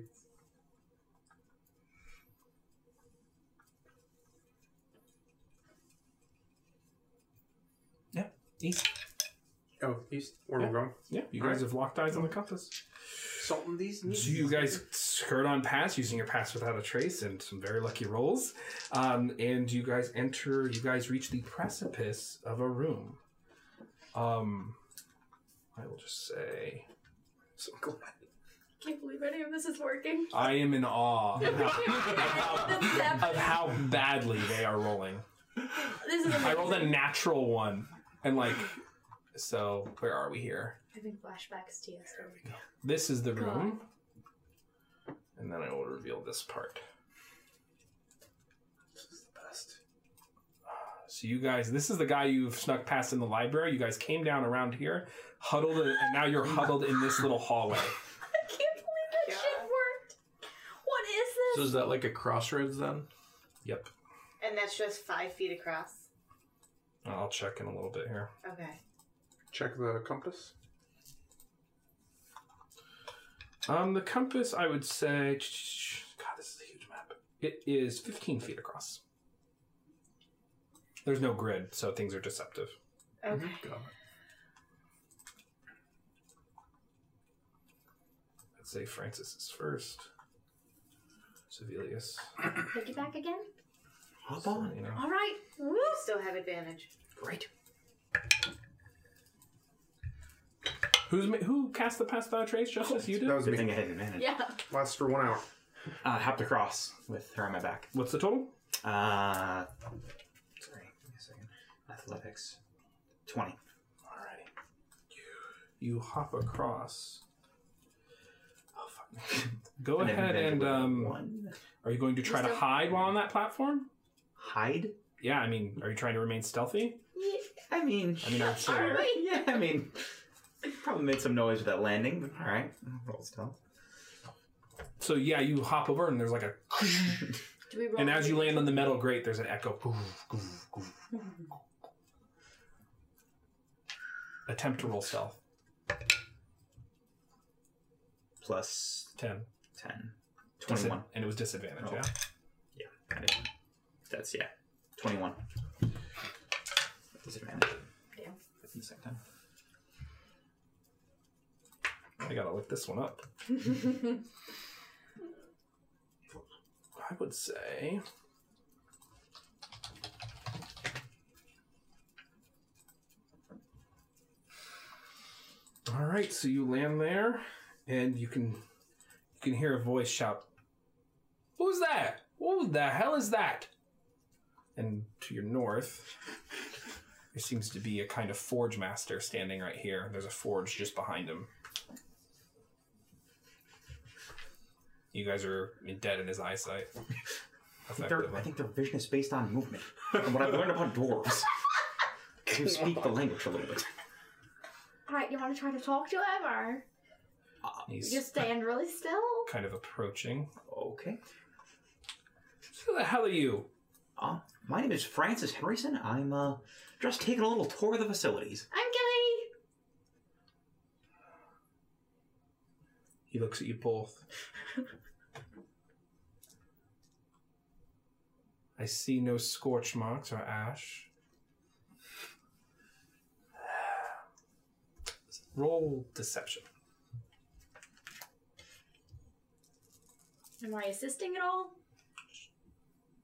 East. Oh, east. Where we're going. Yeah, you guys have locked eyes on the compass. Salting these. So you guys skirt on past using your pass without a trace and some very lucky rolls. Um, and you guys enter, you guys reach the precipice of a room. Um, I will just say, So glad. I can't believe any of this is working. I am in awe of This is how, of happening. how badly they are rolling. This is I rolled a amazing. natural one. And like, so where are we here? Having flashbacks to yesterday. This is the room. And then I will reveal this part. This is the best. Ah, So you guys, this is the guy you've snuck past in the library. You guys came down around here, huddled, and and now you're huddled in this little hallway. I can't believe that shit worked. What is this? So is that like a crossroads then? Yep. And that's just five feet across. I'll check in a little bit here. Okay. Check the compass. Um, the compass, I would say, God, this is a huge map. It is 15 feet across. There's no grid, so things are deceptive. Okay. Got it. I'd say Francis is first. Sevelius. Piggyback again? Hop on. You know. All right. Woo! Still have advantage. Great. Who's ma- who cast the pass without a trace? Justice, you did. That was Good me. thing I had advantage. Yeah. Lasts for one hour. Uh, hopped across with her on my back. What's the total? Uh, sorry, give me a second. Athletics, twenty. Alrighty. You, you hop across. Oh fuck. Go ahead advantage and with um. one Are you going to try to Just a- hide while on that platform? hide. Yeah, I mean, are you trying to remain stealthy? Yeah, I mean, I mean, I'm sure. sure. Yeah, I mean, probably made some noise with that landing. But all right, roll stealth. So yeah, you hop over and there's like a, Do we roll? and as you land on the metal grate, there's an echo. Attempt to roll stealth. Plus Ten. 10. Disa- 21. and it was disadvantage. Oh. Yeah. I didn't- That's, yeah. 21. Disadvantage. Yeah. That's the second time. I gotta look this one up. I would say. All right, so you land there, and you can you can hear a voice shout, "Who's that? Who the hell is that?" And to your north, there seems to be a kind of forge master standing right here. There's a forge just behind him. You guys are dead in his eyesight. I think, their, I think their vision is based on movement. And what I've learned about dwarves, who speak the language a little bit. All right, you want to try to talk to him or you He's just stand really still? kind of approaching. Okay. Who the hell are you? Uh, my name is Francis Henryson. I'm uh, just taking a little tour of the facilities. I'm Gilly. He looks at you both. I see no scorch marks or ash. Roll deception. Am I assisting at all?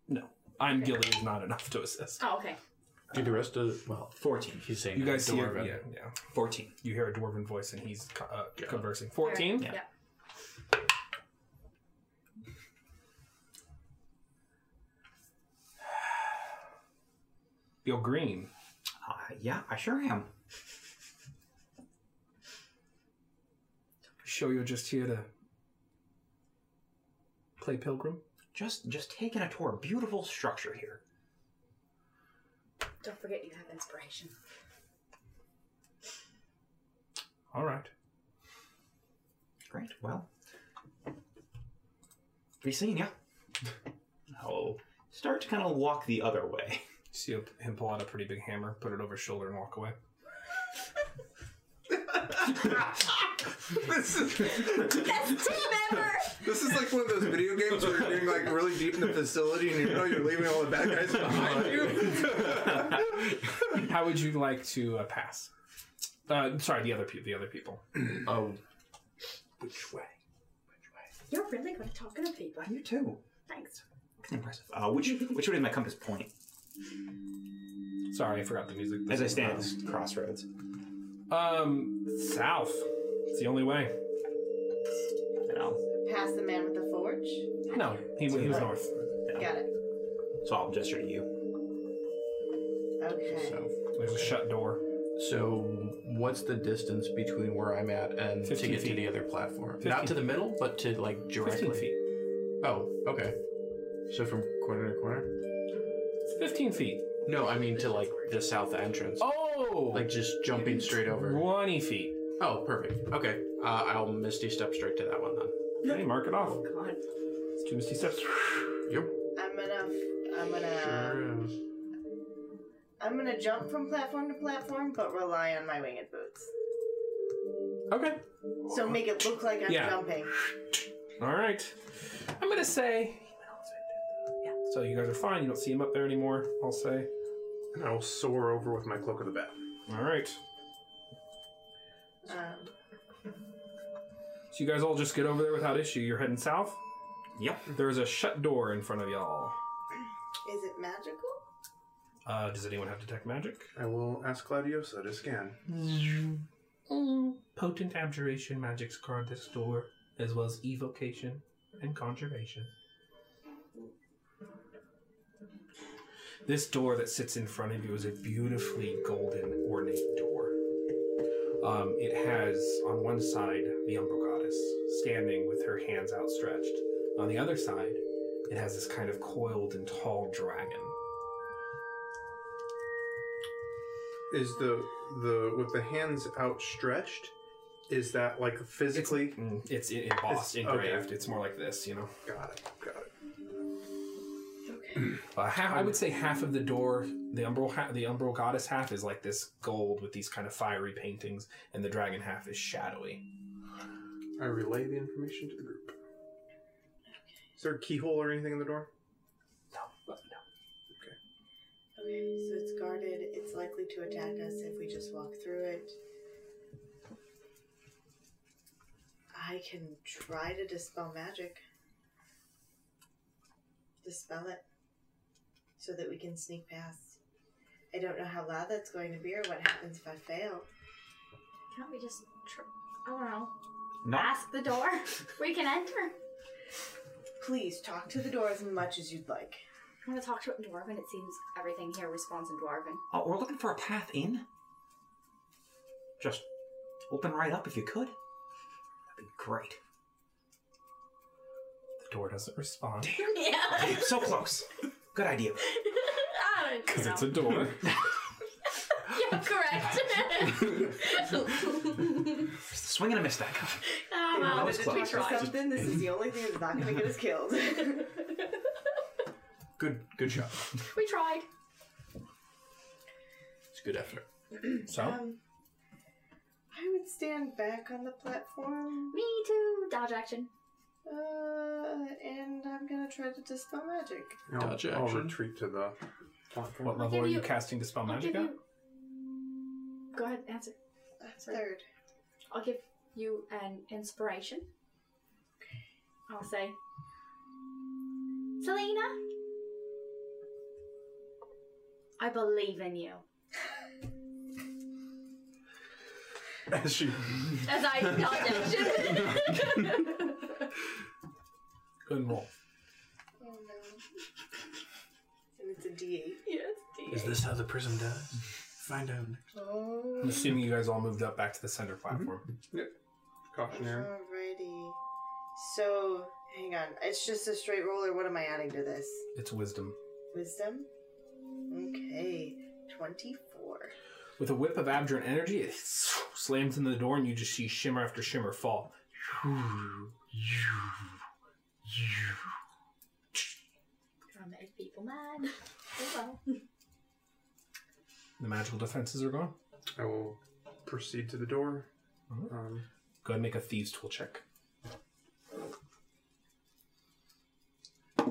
No. I'm Gilly is not enough to assist. Oh, okay. Do the rest of well, 14. he's saying You guys see a, dwarven. yeah, yeah. 14. You hear a dwarven voice and he's co- uh, Yeah. conversing. All right, 14? Yeah. You're green. Uh, yeah, I sure am. Sure you're just here to play pilgrim? Just just taking a tour. Beautiful structure here. Don't forget you have inspiration. All right. Great. Well, be seeing ya. Oh. Oh. Start to kind of walk the other way. See him- him pull out a pretty big hammer, put it over his shoulder, and walk away. this, is, Best team ever! this is like one of those video games where you're getting like really deep in the facility and you know you're leaving all the bad guys behind you. How would you like to uh, pass? Uh, sorry, the other pe- the other people. Oh, which way? You're really good at talking to people. You too. Thanks. That's impressive. Uh, which which way is my compass point? Sorry, I forgot the music. As I stand at this crossroads. Um, south. It's the only way. And I'll, Past the man with the forge. No, he, he was north. Got it. so I'll gesture to you. Okay. So, There's a shut door. so what's the distance between where I'm at and to 15 get feet. to the other platform? 15. Not to the middle, but to like Fifteen directly. feet. Oh, okay. So from corner to corner? It's Fifteen feet. No, I mean to like the south entrance. Oh, Like just jumping straight over. twenty feet. Oh, perfect. Okay, uh, I'll misty step straight to that one then. Okay, mark it off. God. It's two misty steps. Yep. I'm gonna. I'm gonna. Sure is. I'm gonna jump from platform to platform, but rely on my winged boots. Okay. So make it look like I'm Yeah. jumping. All right. I'm gonna say. So you guys are fine. You don't see him up there anymore. I'll say. And I will soar over with my cloak of the bat. All right. Um, So you guys all just get over there without issue. You're heading south. Yep. There's a shut door in front of y'all. is it magical? Uh, does anyone have detect magic? I will ask Gladiosa to scan. Mm, Potent abjuration magics guard this door, as well as evocation and conjuration. This door that sits in front of you is a beautifully golden, ornate door. Um, it has on one side the Umbral Goddess standing with her hands outstretched. On the other side, it has this kind of coiled and tall dragon. Is the the with the hands outstretched? Is that like physically? Mm, It's in- embossed, It's- okay. engraved. It's more like this, you know. Got it. Got it. Uh, half, I would say half of the door, the umbral, ha- the umbral goddess half is like this gold with these kind of fiery paintings, and the dragon half is shadowy. I relay the information to the group. Is there a keyhole or anything in the door? No, but no. Okay, so it's guarded. It's likely to attack us if we just walk through it. I can try to dispel magic. Dispel it. So that we can sneak past. I don't know how loud that's going to be or what happens if I fail. Can't we just, tr- I don't know, Not ask the door? we can enter. Please talk to the door as much as you'd like. I'm gonna talk to it in Dwarven. It seems everything here responds in Dwarven. Oh, we're looking for a path in. Just open right up if you could. That'd be great. The door doesn't respond yeah. so close. Good idea. I don't because know. it's a door. You're correct. Ah, Swing and a miss that guy. Um, That was Wanted to close. talk to something. This is the only thing that's not going to get us killed. Good, good shot. we tried. It's a good effort. so um, I would stand back on the platform. Me too. Dodge action. Uh, and I'm gonna try to dispel magic. No, Dodge I'll action. retreat to the platform. what level are give you you- casting dispel I'll Oh, magic give at? you. Go ahead, answer. That's Right. third. I'll give you an inspiration. I'll say, Selena, I believe in you. As she As I dodge action. Go ahead and roll. Oh no. And it's a D8. yes, Is this how the prism does? Find out. Oh. I'm assuming you guys all moved up back to the center platform. cautionary. Alrighty. So, hang on. It's just a straight roller. What am I adding to this? It's wisdom. Wisdom? Okay. 24. With a whip of abjurant energy, it slams into the door, and you just see shimmer after shimmer fall. I made people mad. Oh well. The magical defenses are gone. I will proceed to the door. Um, Go ahead and make a thieves tool check.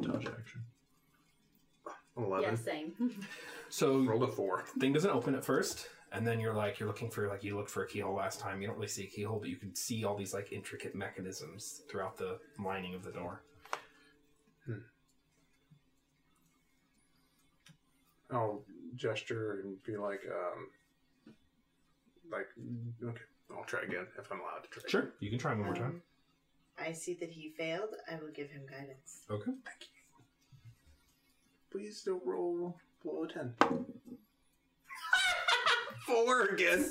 Dodge action. 11. Yeah, same. So Rolled a 4. thing doesn't open at first and then you're like you're looking for like you looked for a keyhole last time you don't really see a keyhole but you can see all these like intricate mechanisms throughout the lining of the door I'll gesture and be like, um, like, okay, I'll try again if I'm allowed to try. sure you can try one more time Um, I see that he failed. I will give him guidance. Um, okay Please don't roll below a 10. 4 again.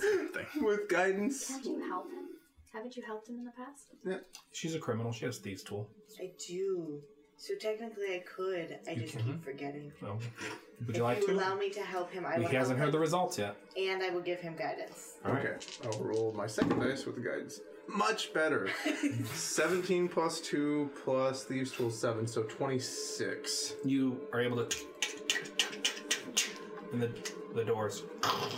With guidance. Can't you help him? Haven't you helped him in the past? she's a criminal she has thieves tool I do. So technically, I could. I You just can. keep forgetting. so would if you like you to allow me to help him, I will. he hasn't heard help the results yet him, And I will give him guidance. all right Okay, I'll roll my second dice with the guidance. Much better. 17 plus 2 plus Thieves' Tool 7, so 26. you are able to and the the doors Oh,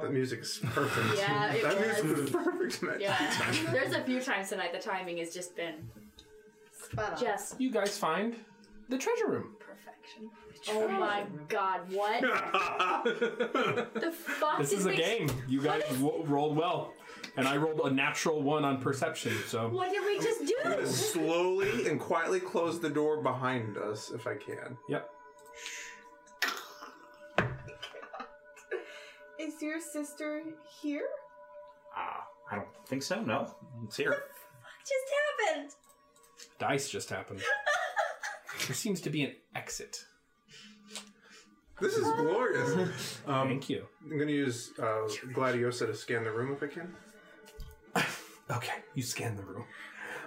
That no. music is perfect. Yeah, it that was. music is perfect, man. Yeah. There's a few times tonight the timing has just been Spot on. just you guys find the treasure room perfection. Oh my god, what the fuck this is a we- game you guys What is- w- rolled well and i rolled a natural one on perception so What did we just do? Slowly and quietly close the door behind us if I can. yep Is your sister here? Ah, I don't think so. No, it's here. just happened? dice just happened. there seems to be an exit. This is glorious. Um, Thank you. I'm going to use uh, Gladiosa to scan the room if I can. Okay, you scan the room.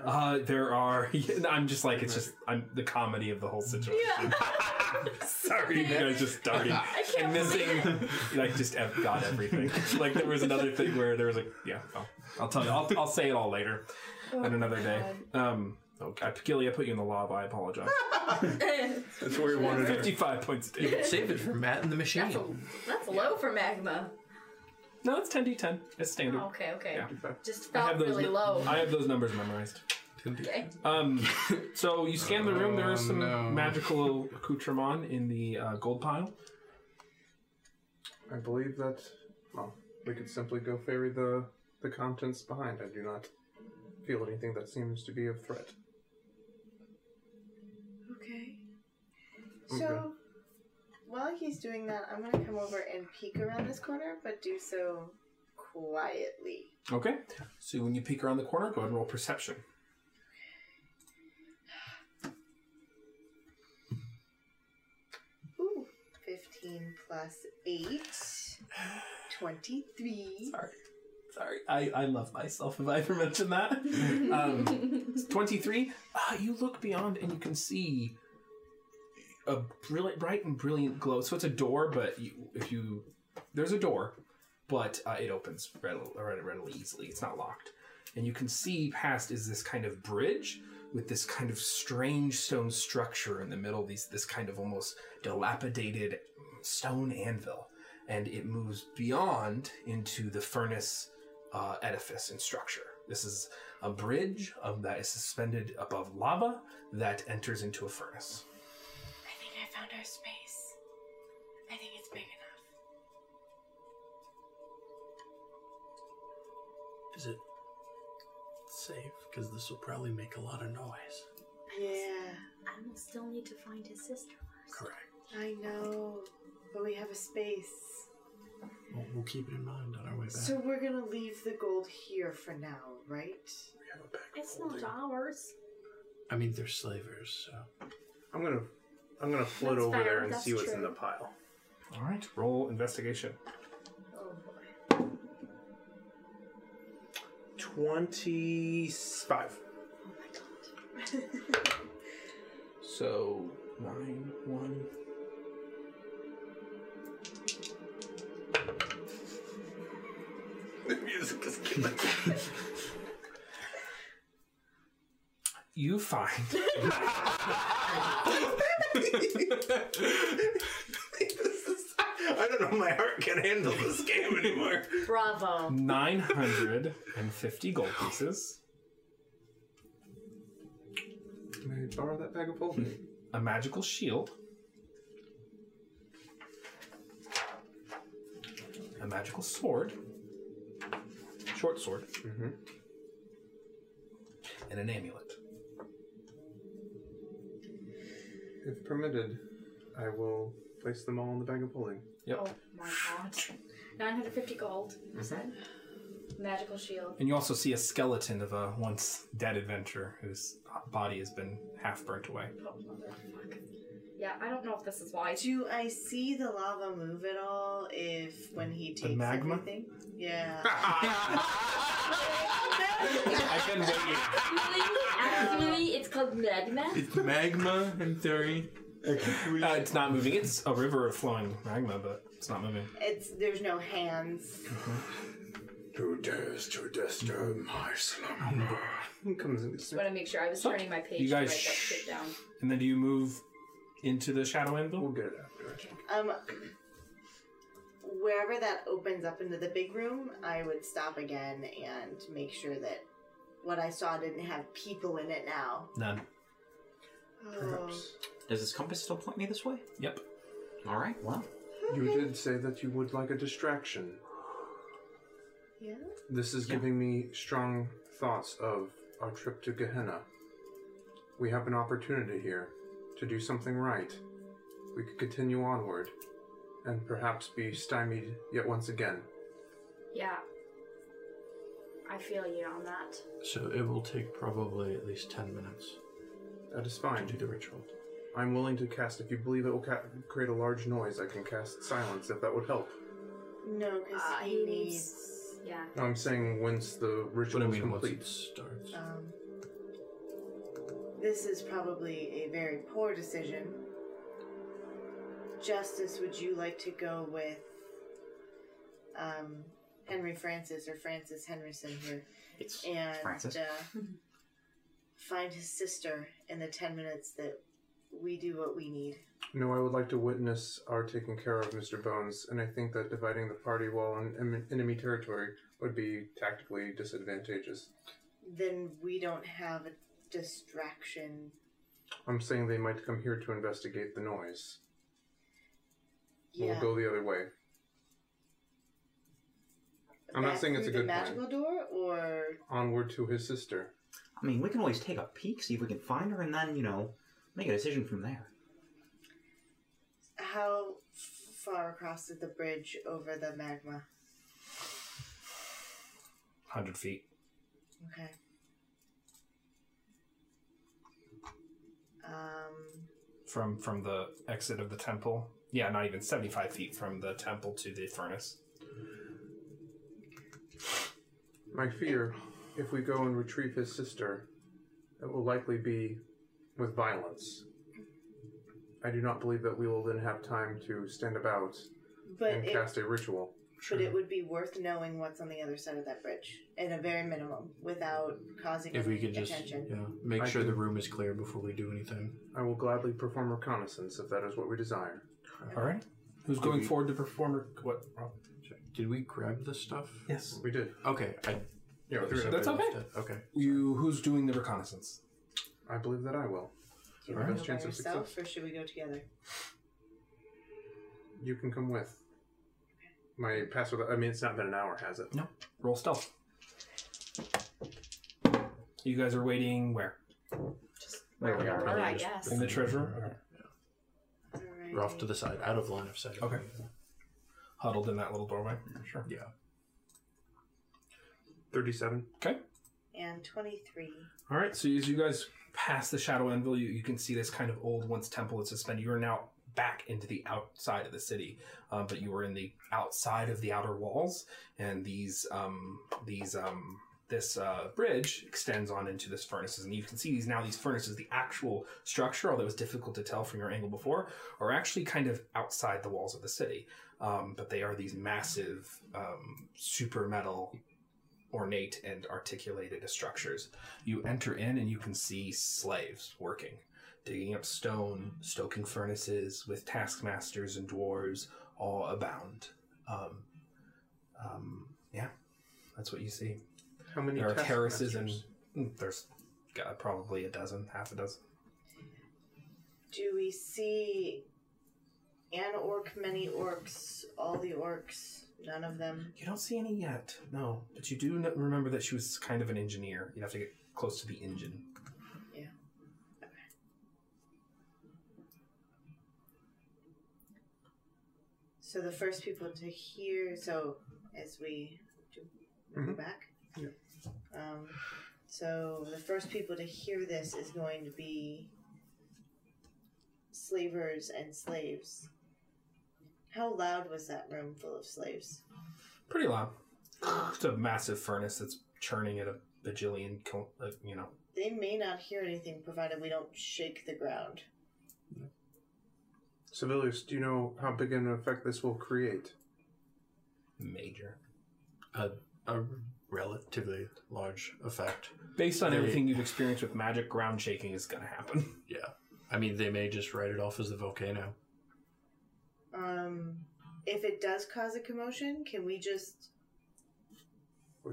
Uh, there are. I'm just like it's just. I'm the comedy of the whole situation. Yeah. Sorry, you guys just starting and can't missing. Like just ev- got everything. like there was another thing where there was like yeah. Well, I'll tell you. I'll, I'll say it all later, Oh, on another day. Um. Okay, Gilly, I put you in the lava. I apologize. That's where you wanted it. Fifty-five points. to you. Save it for Matt and the machine. That's, that's low for magma. No, it's ten d ten. It's standard. Oh, Okay, okay. Yeah. Just I felt have those. really nu- low. I have those numbers memorized. Okay. Um, so you scan the room. There is Oh, some no. magical accoutrement in the uh, gold pile. I believe that, well, we could simply go ferry the, the contents behind. I do not feel anything that seems to be a threat. Okay. Okay. So, while he's doing that, I'm gonna come over and peek around this corner, but do so quietly. Okay. So when you peek around the corner, go ahead and roll perception. Ooh, 15 plus 8, 23. Sorry. Sorry, I, I love myself if I ever mention that. Um, 23. Uh, you look beyond and you can see a brilliant, bright and brilliant glow. So it's a door, but you, if you. There's a door, but uh, it opens readily, readily easily. It's not locked. And you can see past is this kind of bridge with this kind of strange stone structure in the middle, these, this kind of almost dilapidated stone anvil and it moves beyond into the furnace uh, edifice and structure. This is a bridge um, that is suspended above lava that enters into a furnace. I think I found our space. I think it's big enough. Is it safe? Because this will probably make a lot of noise. Yeah, I will still need to find his sister first. Correct. I know. But we have a space. We'll, we'll keep it in mind on our way back. So we're gonna leave the gold here for now, right? we have a back It's holding. not ours. I mean, they're slavers, so I'm gonna, I'm gonna float That's over fair, there and that's see what's in true. the pile. All right, roll investigation. Oh boy. Twenty-five. So nine one. the music is killing. you find This is- I don't know. My heart can handle this game anymore. Bravo. 950 gold pieces, Can I borrow that bag of holding? a magical shield, a magical sword, short sword, and an amulet. if permitted, I will place them all in the bag of holding. Yep. Oh my god. 950 gold, you said? Magical shield. And you also see a skeleton of a once dead adventurer whose body has been half burnt away. Oh, motherfuck. Yeah, I don't know if this is wise. Do I see the lava move at all if when he takes magma? everything? Yeah. I can wait. Actually, it's called magma. It's magma and theory. Uh, it's not moving. It's a river of flowing magma, but it's not moving. it's there's no hands. Who dares to disturb my slumber? Comes in this I want to make sure I was turning my page You guys to write that sh- shit down. And then do you move into the Shadow We'll Anvil? get it after. Um wherever that opens up into the big room, I would stop again and make sure that what I saw didn't have people in it now. None. Oh. Perhaps. Does this compass still point me this way? Yep. All right. Well, Oh. You did say that you would like a distraction. Yeah. This is giving me strong thoughts of our trip to Gehenna. We have an opportunity here to do something right. We could continue onward and perhaps be stymied yet once again. Yeah. I feel you on that. So it will take probably at least 10 minutes That is to do fine. the ritual. I'm willing to cast, if you believe it will ca- create a large noise, I can cast silence if that would help. No, because Uh, Ah, he he needs needs. Yeah. No, I'm saying once the But ritual I is mean, once complete. it starts. um this is probably a very poor decision. Justice, would you like to go with um, Henry Francis or Francis Henderson here? it's and Francis. Uh, find his sister in the 10 minutes that we do what we need. No, I would like to witness our taking care of Mr. Bones, and I think that dividing the party while in em- enemy territory would be tactically disadvantageous. Then we don't have a distraction. I'm saying they might come here to investigate the noise. Yeah. We'll go the other way. I'm not Back saying it's a through good the magical plan. door or Onward to his sister. I mean, we can always take a peek, see if we can find her, and then you know, make a decision from there. how far across is the bridge over the magma? 100 feet. Okay. Um from from the exit of the temple. Yeah, not even 75 feet from the temple to the furnace. My Mm-hmm. fear, if we go and retrieve his sister, it will likely be with violence. I do not believe that we will then have time to stand about but and it, cast a ritual. but it would be worth knowing what's on the other side of that bridge, at a very minimum, without causing If we any could just attention. yeah, make I sure can- the room is clear before we do anything. I will gladly perform reconnaissance if that is what we desire. All right. Who's going Mhm. forward to perform or what? Sorry, Did we grab this stuff? Yes. We did. Okay. I, Yeah, we oh, threw it so up. That's I okay. left it. Okay. You who's doing the reconnaissance? I believe that I will. Do you Our want to best go by chance of yourself, or should we go together? You can come with. My pass with. I mean, it's not been an hour, has it? No. Roll stealth. You guys are waiting where? Where we are. Or I just- guess. In the treasure room? Okay. Alrighty. We're off to the side, out of line of sight. Okay. Huddled in that little doorway. Sure. Yeah. 37. Okay. And 23. All right. So as you guys pass the Shadow Anvil, you, you can see this kind of old once temple is suspended. You are now back into the outside of the city, um, but you were in the outside of the outer walls, and these um, these um, this uh, bridge extends on into this furnaces, and you can see these now these furnaces. The actual structure, although it was difficult to tell from your angle before, are actually kind of outside the walls of the city, um, but they are these massive um, super metal ornate and articulated as structures. You enter in and you can see slaves working, digging up stone, stoking furnaces with taskmasters and dwarves all abound. Um, um, yeah, that's what you see. How many There are taskmasters? terraces and mm, there's got probably a dozen, half a dozen. Do we see an orc, many orcs, all the orcs, none of them? You don't see any yet, no. But you do kn- remember that she was kind of an engineer. You'd have to get close to the engine. So the first people to hear, so as we do we go Mhm. back. Yeah. Um, so the first people to hear this is going to be slavers and slaves. How loud was that room full of slaves? Pretty loud. It's a massive furnace that's churning at a bajillion, co- uh, you know. They may not hear anything provided we don't shake the ground. Civilius, do you know how big an effect this will create? major. A, a relatively large effect. Based on They- everything you've experienced with magic, ground shaking is going to happen. Yeah. I mean, they may just write it off as the volcano. Um, if it does cause a commotion, can we just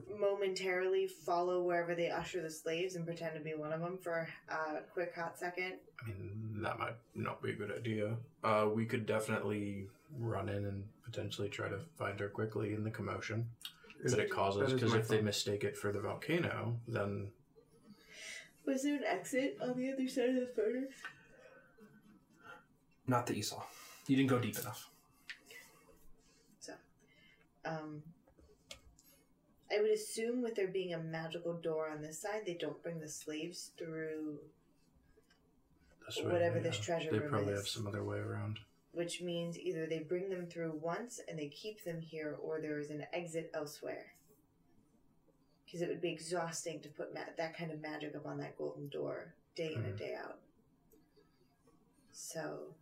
momentarily follow wherever they usher the slaves and pretend to be one of them for a quick hot second? I mean, that might not be a good idea. Uh, we could definitely run in and potentially try to find her quickly in the commotion that it causes. that is Because my if they thought. mistake it for the volcano, then Was there an exit on the other side of the furnace? Not that you saw. You didn't go deep enough. Um, I would assume with there being a magical door on this side, they don't bring the slaves through, this way, Whatever yeah, this treasure they room probably is. have some other way around. which means either they bring them through once and they keep them here, or there is an exit elsewhere. Because it would be exhausting to put ma- that kind of magic up on that golden door day in and day out. So,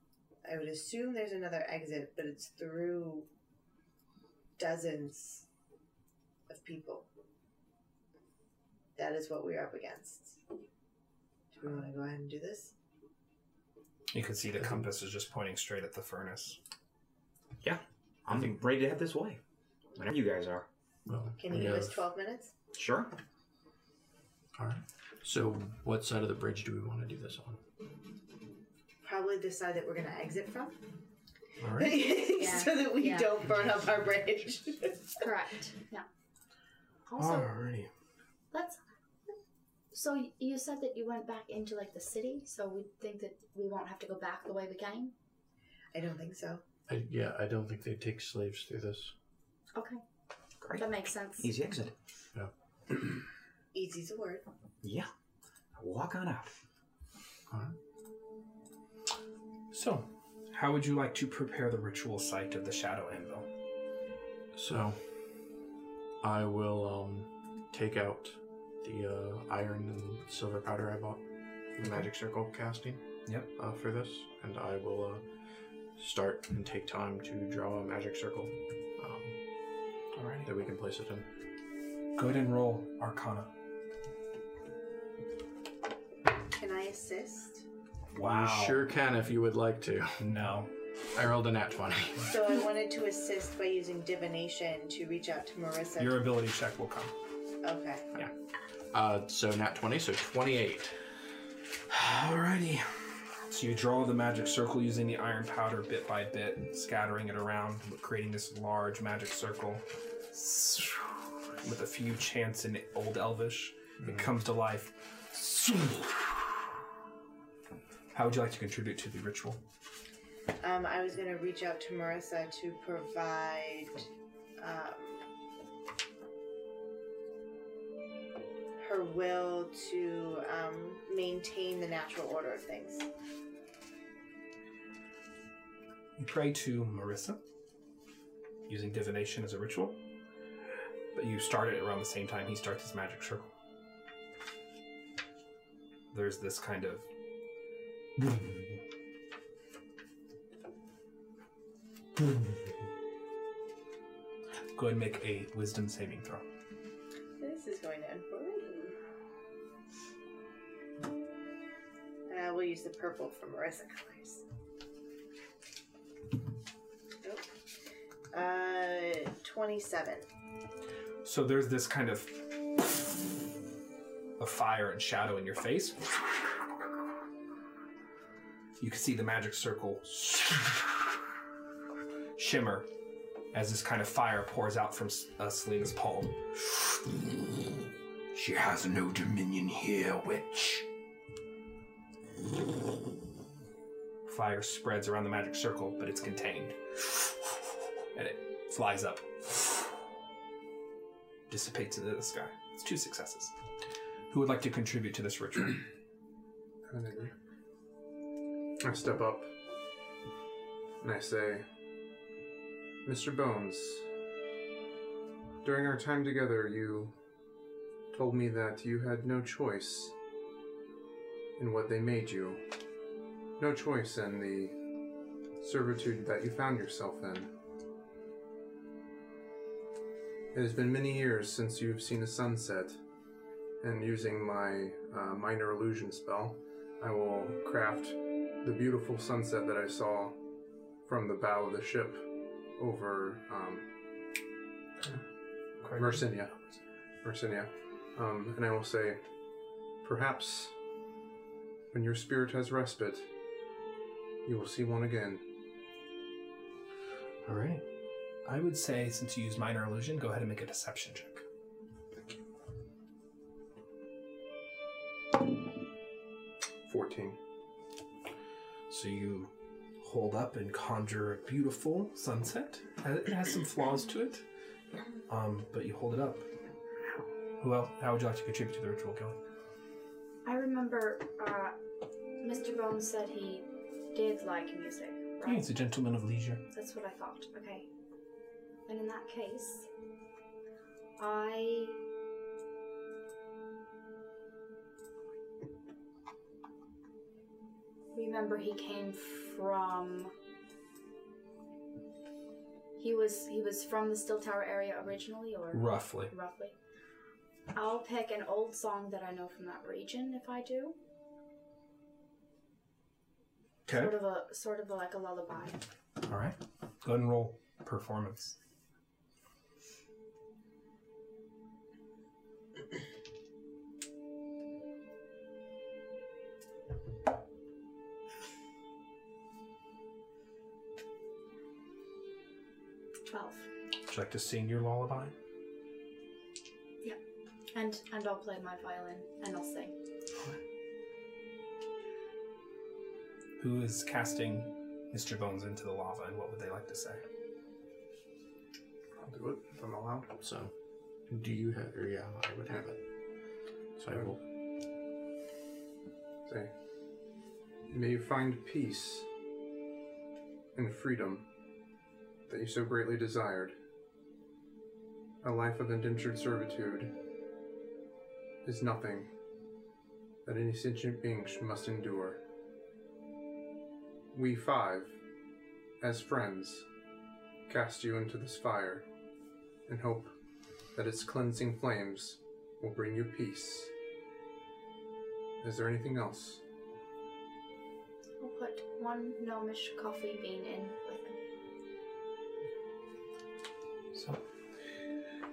I would assume there's another exit, but it's through dozens of people. That is what we're up against. Do we want to go ahead and do this? You can see the compass is just pointing straight at the furnace. I'm ready to head this way. Whenever you guys are. Well, Can we you give us have- 12 minutes? Sure. All right. So, what side of the bridge do we want to do this on? probably the side that we're going to exit from All right. so that we Yeah. don't burn up our bridge. Correct. Yeah. Also, Alrighty. let's. So y- you said that you went back into like the city, so we think that we won't have to go back the way we came. I don't think so. I, yeah, I don't think they take slaves through this. Okay, Great. that makes sense. Easy exit. Easy's a word. Yeah. Walk on out. So, how would you like to prepare the ritual site of the Shadow Anvil? So, I will um, take out the uh, iron and silver powder I bought from the magic circle casting. Yep. Uh, for this, and I will uh, start and take time to draw a magic circle um, Alrighty. that we can place it in. Go ahead and roll Arcana. Can I assist? You sure can if you would like to. No. I rolled a nat twenty. So I wanted to assist by using divination to reach out to Marissa. Your ability check will come. okay. Uh, so nat twenty, so twenty-eight. Alrighty. So you draw the magic circle using the iron powder bit by bit, scattering it around, creating this large magic circle. With a few chants in Old Elvish, it comes to life. How would you like to contribute to the ritual? Um, I was going to reach out to Marissa to provide um, her will to um, maintain the natural order of things. You pray to Marissa using divination as a ritual, but you start it around the same time he starts his magic circle. There's this kind of Go ahead and make a wisdom saving throw. This This is going to end poorly. And I will use the purple for Marissa colors. Nope. Uh, 27. So there's this kind of a fire and shadow in your face. You can see the magic circle shimmer as this kind of fire pours out from S- uh, Selena's palm. She has no dominion here, witch. Fire spreads around the magic circle, but it's contained. And it flies up, dissipates into the sky. It's two successes. Who would like to contribute to this ritual? And then I step up and I say, Mr. Bones, during our time together, you told me that you had no choice in what they made you, no choice in the servitude that you found yourself in. It has been many years since you've seen a sunset, and using my uh, minor illusion spell, I will craft the beautiful sunset that I saw from the bow of the ship over um, Mercinia. Mercinia. Um, and I will say, perhaps when your spirit has respite, you will see one again. All right. I would say, since you use minor illusion, go ahead and make a deception check. Thank you. 14. So you hold up and conjure a beautiful sunset. Uh, It has some flaws to it, um, but you hold it up. Who else? How would you like to contribute to the ritual, Kelly? I remember uh, Mr. Bones said he did like music, right? He's a gentleman of leisure. That's what I thought. Okay. And in that case, I. Remember, he came from. He was he was from the Still Tower area originally, or Roughly. roughly. I'll pick an old song that I know from that region if I do. Sort of a sort of a, like a lullaby. All right. Go ahead and roll performance. Twelve. Would you like to sing your lullaby? And and I'll play my violin and I'll sing. Who is casting Mr. Bones into the lava, and what would they like to say? I'll do it if I'm allowed. So, do you have? Or yeah, I would have it. So I will. Say, may you find peace and freedom that you so greatly desired. A life of indentured servitude is nothing that any sentient being sh- must endure. We five, as friends, cast you into this fire and hope that its cleansing flames will bring you peace. Is there anything else? I'll put one gnomish coffee bean in with him. So,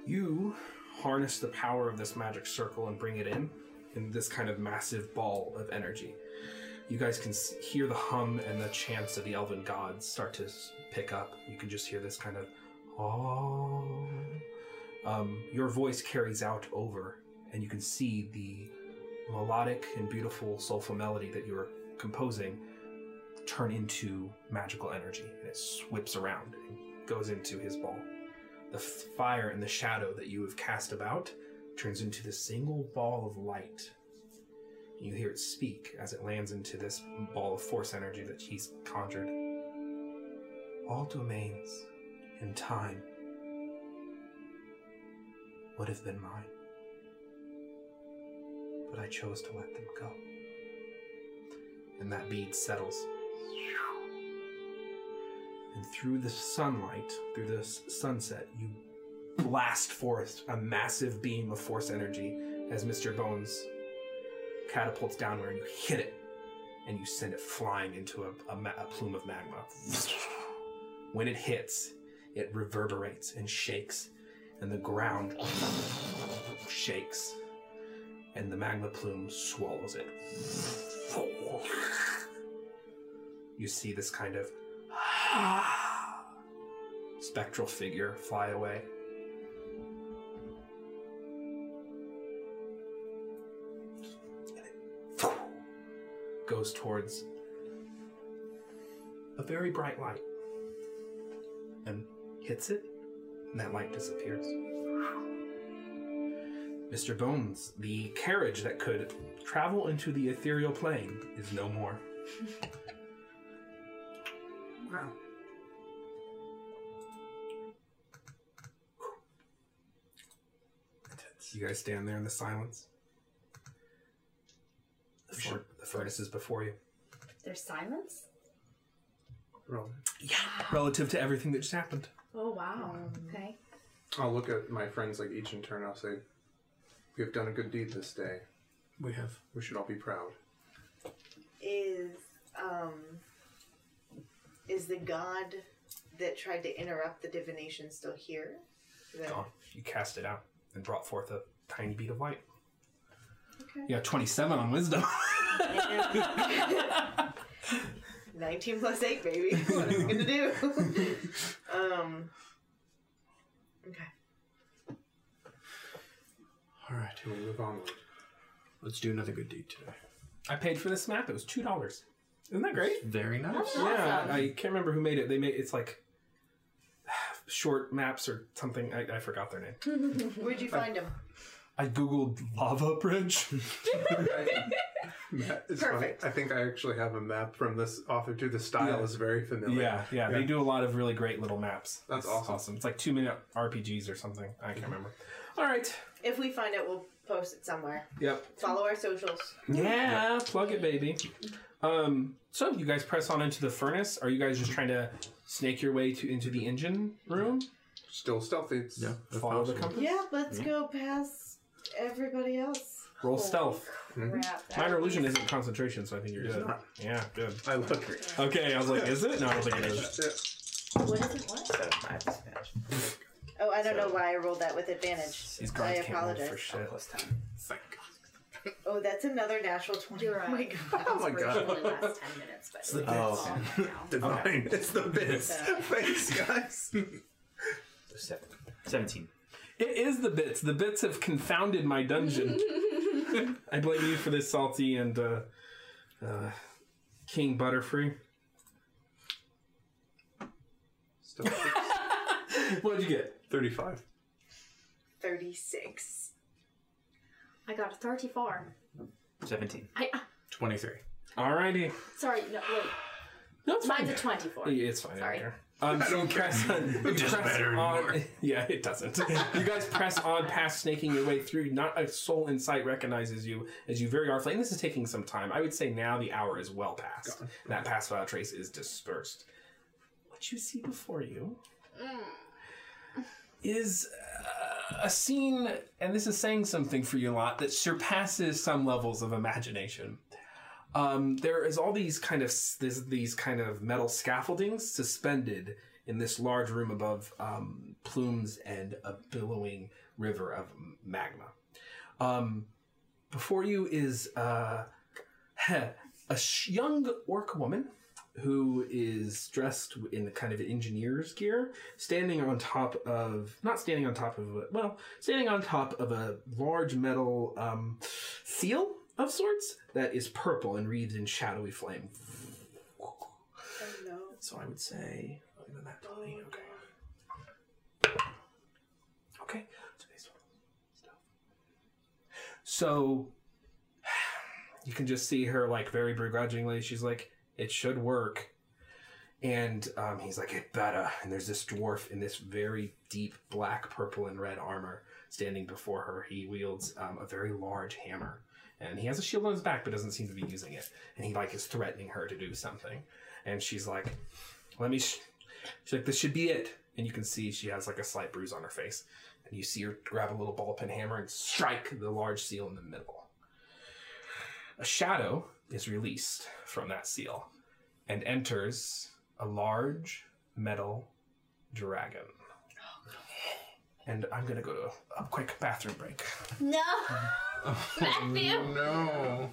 you harness the power of this magic circle and bring it in, in this kind of massive ball of energy. You guys can s- hear the hum and the chants of the elven gods start to s- pick up. You can just hear this kind of, oh. Um, your voice carries out over, and you can see the melodic and beautiful soulful melody that you're composing turn into magical energy, and it swips around and goes into his ball the fire and the shadow that you have cast about turns into this single ball of light. You hear it speak as it lands into this ball of force energy that he's conjured. All domains and time would have been mine, but I chose to let them go. And that bead settles and through the sunlight, through the s- sunset, you blast forth a massive beam of force energy as Mr. Bones catapults downward. You hit it, and you send it flying into a, a, ma- a plume of magma. When it hits, it reverberates and shakes, and the ground shakes, and the magma plume swallows it. You see this kind of spectral figure fly away. Goes towards a very bright light and hits it, and that light disappears. Mr. Bones, the carriage that could travel into the ethereal plane is no more. Wow. You guys stand there in the silence. The, fur- the furnace is before you. There's silence? Roll. Yeah. Relative to everything that just happened. Oh, wow. Okay. I'll look at my friends like each in turn. I'll say, "We have done a good deed this day. We have. We should all be proud." Is um is the god that tried to interrupt the divination still here? Is that- Gone. You cast it out and brought forth a tiny bead of light. You got 27 on wisdom. 19 plus 8, baby. What is it gonna do? um, okay. All right. Can we move onward? Let's do another good deed today. I paid for this map. It was two dollars. Isn't that great? Very nice. Yeah, I can't remember who made it. They made it's like short maps or something. I, I forgot their name. Where'd you find him? I googled lava bridge. Matt, it's Perfect. funny. I think I actually have a map from this author too. The style Yeah. is very familiar. yeah, yeah, they do a lot of really great little maps. That's It's awesome. Mm-hmm. It's like two minute RPGs or something. I can't remember. All right. If we find it, we'll post it somewhere. Yep. Follow our socials. Yeah, plug it, baby. Um, so you guys press on into the furnace. Are you guys just trying to snake your way to into the engine room? Still stealthy. It's Yeah. that's Follow the possible. compass. Yeah, let's Mm-hmm. go past everybody else. Roll stealth. Crap. that Minor would be- illusion isn't concentration, so I think you're It's good. not. Yeah, good. I look. Okay, I was like, is it? No, I don't think it is. What is it? What? So I have disadvantage. Oh, I don't know So- why I rolled that with advantage. These I guards can't roll apologize. for shit. Plus ten. Oh, that's another natural 20. You're Oh my right. god. Oh my god. Originally last 10 minutes, but it's the best. all gone now. Divine. It's the best. Thanks, guys. So seven. Seventeen. It is the bits. The bits have confounded my dungeon. I blame you for this, Salty and uh, uh, King Butterfree. Stealthy. What'd you get? Thirty-five. 36. I got a 34. Seventeen. I, uh, Twenty-three. Alrighty. sorry, no, wait. No, it's fine. Mine's a 24. Yeah, It's fine. Sorry. Sorry. Um, so you press on. you doesn't press matter on- anymore. Yeah, it doesn't. you guys press on past snaking your way through. Not a soul in sight recognizes you as you very artfully. And this is taking some time. I would say now the hour is well past. That pass without trace is dispersed. What you see before you Mm. is uh, a scene, and this is saying something for you a lot, that surpasses some levels of imagination um, there is all these kind of s- this, these kind of metal scaffoldings suspended in this large room above um, plumes and a billowing river of m- magma. Um, before you is uh, a sh- young orc woman who is dressed w- in the kind of engineer's gear, standing on top of not standing on top of a, well, standing on top of a large metal um, seal of sorts that is purple and wreathed in shadowy flame. Oh no. So I would say, look at that twenty. Okay. Okay. So these stuff. So you can just see her like very begrudgingly. She's like, "It should work," and um, he's like, "It better." And there's this dwarf in this very deep black, purple, and red armor standing before her. He wields um, a very large hammer. And he has a shield on his back, but doesn't seem to be using it. And he like is threatening her to do something and she's like, "Let me, sh- She's like, this should be it. And you can see she has like a slight bruise on her face. And you see her grab a little ball pin hammer and strike the large seal in the middle. A shadow is released from that seal and enters a large metal dragon. And I'm gonna go to a quick bathroom break. No. Matthew! No.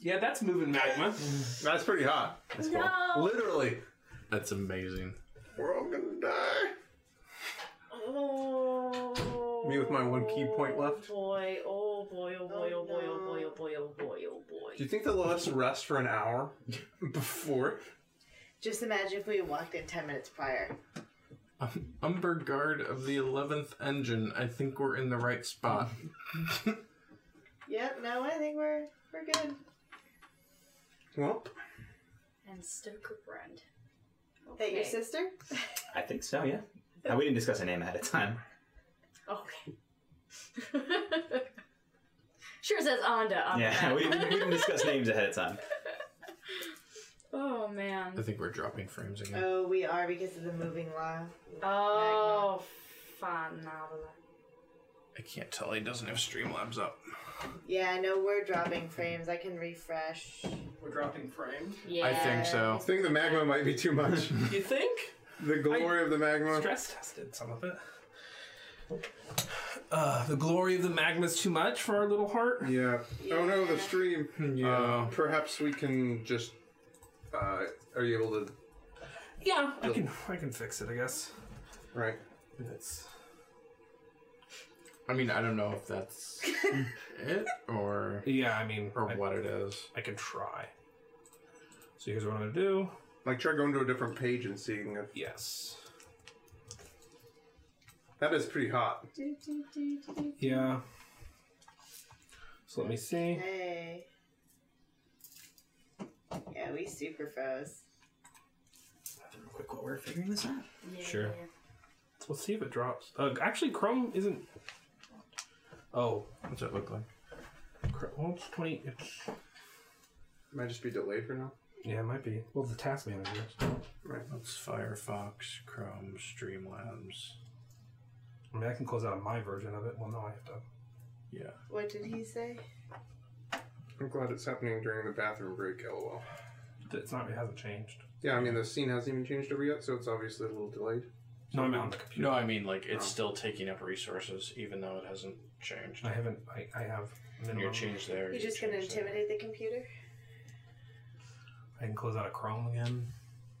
Yeah, that's moving magma. That's pretty hot. No. Literally. That's amazing. We're all gonna die. Oh. Me with my one key point left. Boy, oh boy, oh boy, Oh, oh boy, oh boy, no. oh boy, oh boy, oh Do boy. you think they'll let us rest for an hour before? Just imagine if we walked in 10 minutes prior. Um, Umber Guard of the 11th Engine. I think we're in the right spot. Yep, no, I think we're we're good. Well, And Stoker Brand. That your Okay. sister? I think so, yeah. Uh, we didn't discuss a name ahead of time. Okay. Sure says Onda on the Yeah, back. we, we didn't discuss names ahead of time. Oh I man. think we're dropping frames again. Oh, we are because of the moving law. Oh, phenomenal. I can't tell. He doesn't have Streamlabs up. Yeah, I know we're dropping frames. I can refresh. We're dropping frame. yeah. I think so. I think the magma might be too much. You think? the glory of the magma. Stress tested some of it. Uh, the glory of the magma's too much for our little heart. Yeah. Oh no, the stream. Yeah. Uh, perhaps we can just. Uh, are you able to? Yeah, I can I can fix it, I guess. Right. It's I mean, I don't know if that's it or yeah, I mean, or I, what it is. I can try. So here's what I'm gonna do. Like try going to a different page and seeing if Yes. that is pretty hot. Yeah. So let me see. Hey. Yeah, we super foes. Real Quick, while we're figuring this out. Sure. Let's see if it drops. Uh, actually, Chrome isn't. Oh, What's it look like? Chrome, well, it's twenty. It's, Might just be delayed for now. yeah, it might be. Well, the task manager. is. Right. That's Firefox, Chrome, Streamlabs. I mean, I can close out of my version of it. Well, no, I have to. Yeah. What did he say? I'm glad it's happening during the bathroom break. LOL. It's not. It hasn't changed. Yeah, I mean the scene hasn't even changed over yet, so it's obviously a little delayed. No, I'm on the computer. No, I mean like it's Oh. still taking up resources even though it hasn't changed. I haven't. I, I have. Your Minimum. change there. You're your just gonna change there. intimidate the computer? I can close out of Chrome again.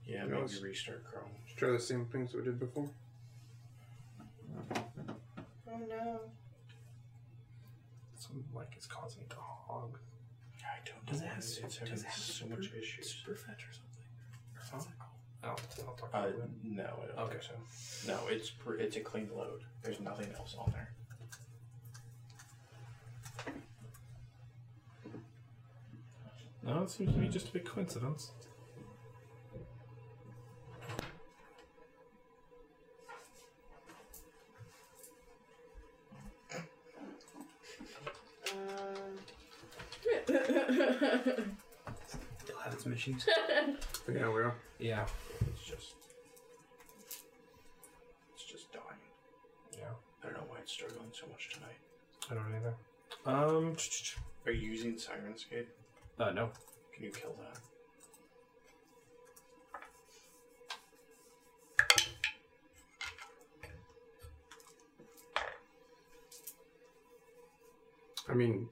Yeah, Yes. maybe restart Chrome. Let's try the same things we did before. Oh no. Something like it's causing it to hog. I don't know. Does it why have it's su- having does it have so super- much issues. super fetch or something? Or something? I'll, I'll talk Uh, about it. no, I don't Okay. think so. No, it's pr- it's a clean load. There's nothing else on there. No, it seems to be just a big coincidence. Um, Still have its machines. Yeah, we are. Yeah. It's just it's just dying. Yeah. I don't know why it's struggling so much tonight. I don't either. Um. ch- ch- ch- Are you using Sirenscape? Uh, no. Can you kill that? I mean,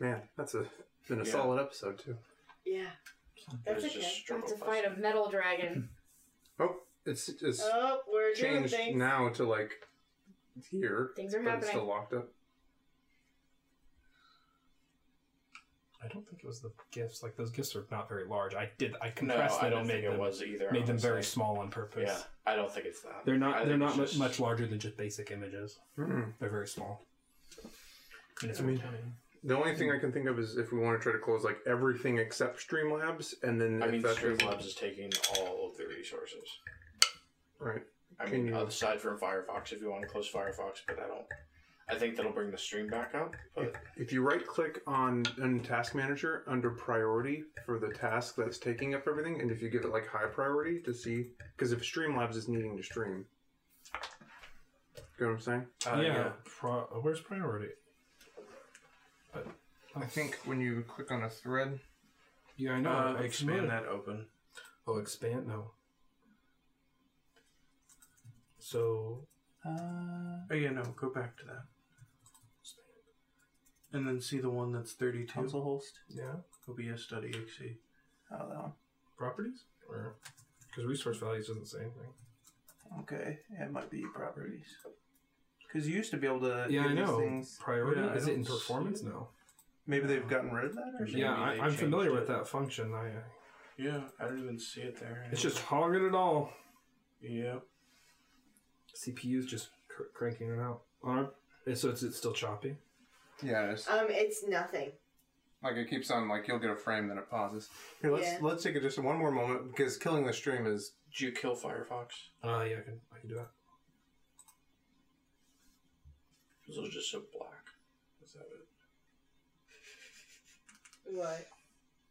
man, that's a been a Yeah. solid episode too. yeah. That's It's okay. just struggle It's a fight of metal dragon. Oh, it's it's Oh, we're doing changed things. now to like here, Things are but it's still happening. locked up. I don't think it was the gifts. Like those gifts are not very large. I did. I No, compressed I them don't and think made it them was either. made them very honestly. small on purpose. Yeah, I don't think it's that. They're I not. They're think not it's mu- just- much larger than just basic images. Hmm. They're very small. And it's I Hmm. mean- The only thing I can think of is if we want to try to close like everything except Streamlabs, and then I if mean, that doesn't- Streamlabs is taking all of the resources. right? I Can mean, you- aside from Firefox, if you want to close Firefox, but I don't. I think that'll bring the stream back up. But If you right click on, on Task Manager under Priority for the task that's taking up everything, and if you give it like high priority to see, because if Streamlabs is needing to stream, you know what I'm saying? Uh, yeah. Pro- where's priority? But, I think when you click on a thread, Yeah, I yeah. know. Uh, I'm expand familiar. that open. Oh, expand? No. So, Uh, Oh yeah, no, go back to that. And then see the one that's 32. host. yeah. OBS study XE. Oh, that one. Properties? Or. Because resource values doesn't say anything. Okay, yeah, it might be properties. Because you used to be able to Yeah, do I these know. things. Priority? Yeah, I is it in don't see performance? it. No. Maybe they've gotten rid of that, or Yeah, maybe I, they I'm changed familiar it. with that function. I uh, Yeah, I didn't even see it there. It's just hogging it all. Yeah. CPU's just cr- cranking it out. Arm. And so it's, it's still choppy. yeah, it's, Um, it's nothing. like it keeps on like you'll get a frame, then it pauses. Here, let's Yeah. let's take it just one more moment because killing the stream is Did you kill Firefox? Uh, yeah, I can, I can do that. This was just so black. Is that it?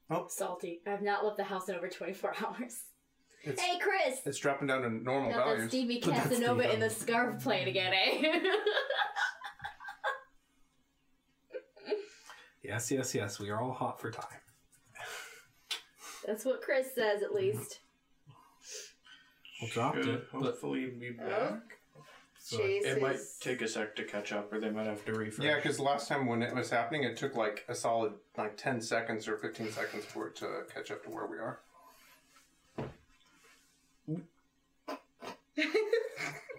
What? Salty. I have not left the house in over 24 hours. it's Hey, Chris! it's dropping down to normal Got that values. Stevie Put that Casanova Steve in the scarf plate again, eh? Yes, yes, yes. We are all hot for time. That's what Chris says, at least. Well, dropped Should it, but- Hopefully be Oh. back. Chase It might is- take a sec to catch up, or they might have to refresh. Yeah, because last time when it was happening, it took like a solid like ten seconds or fifteen seconds for it to catch up to where we are.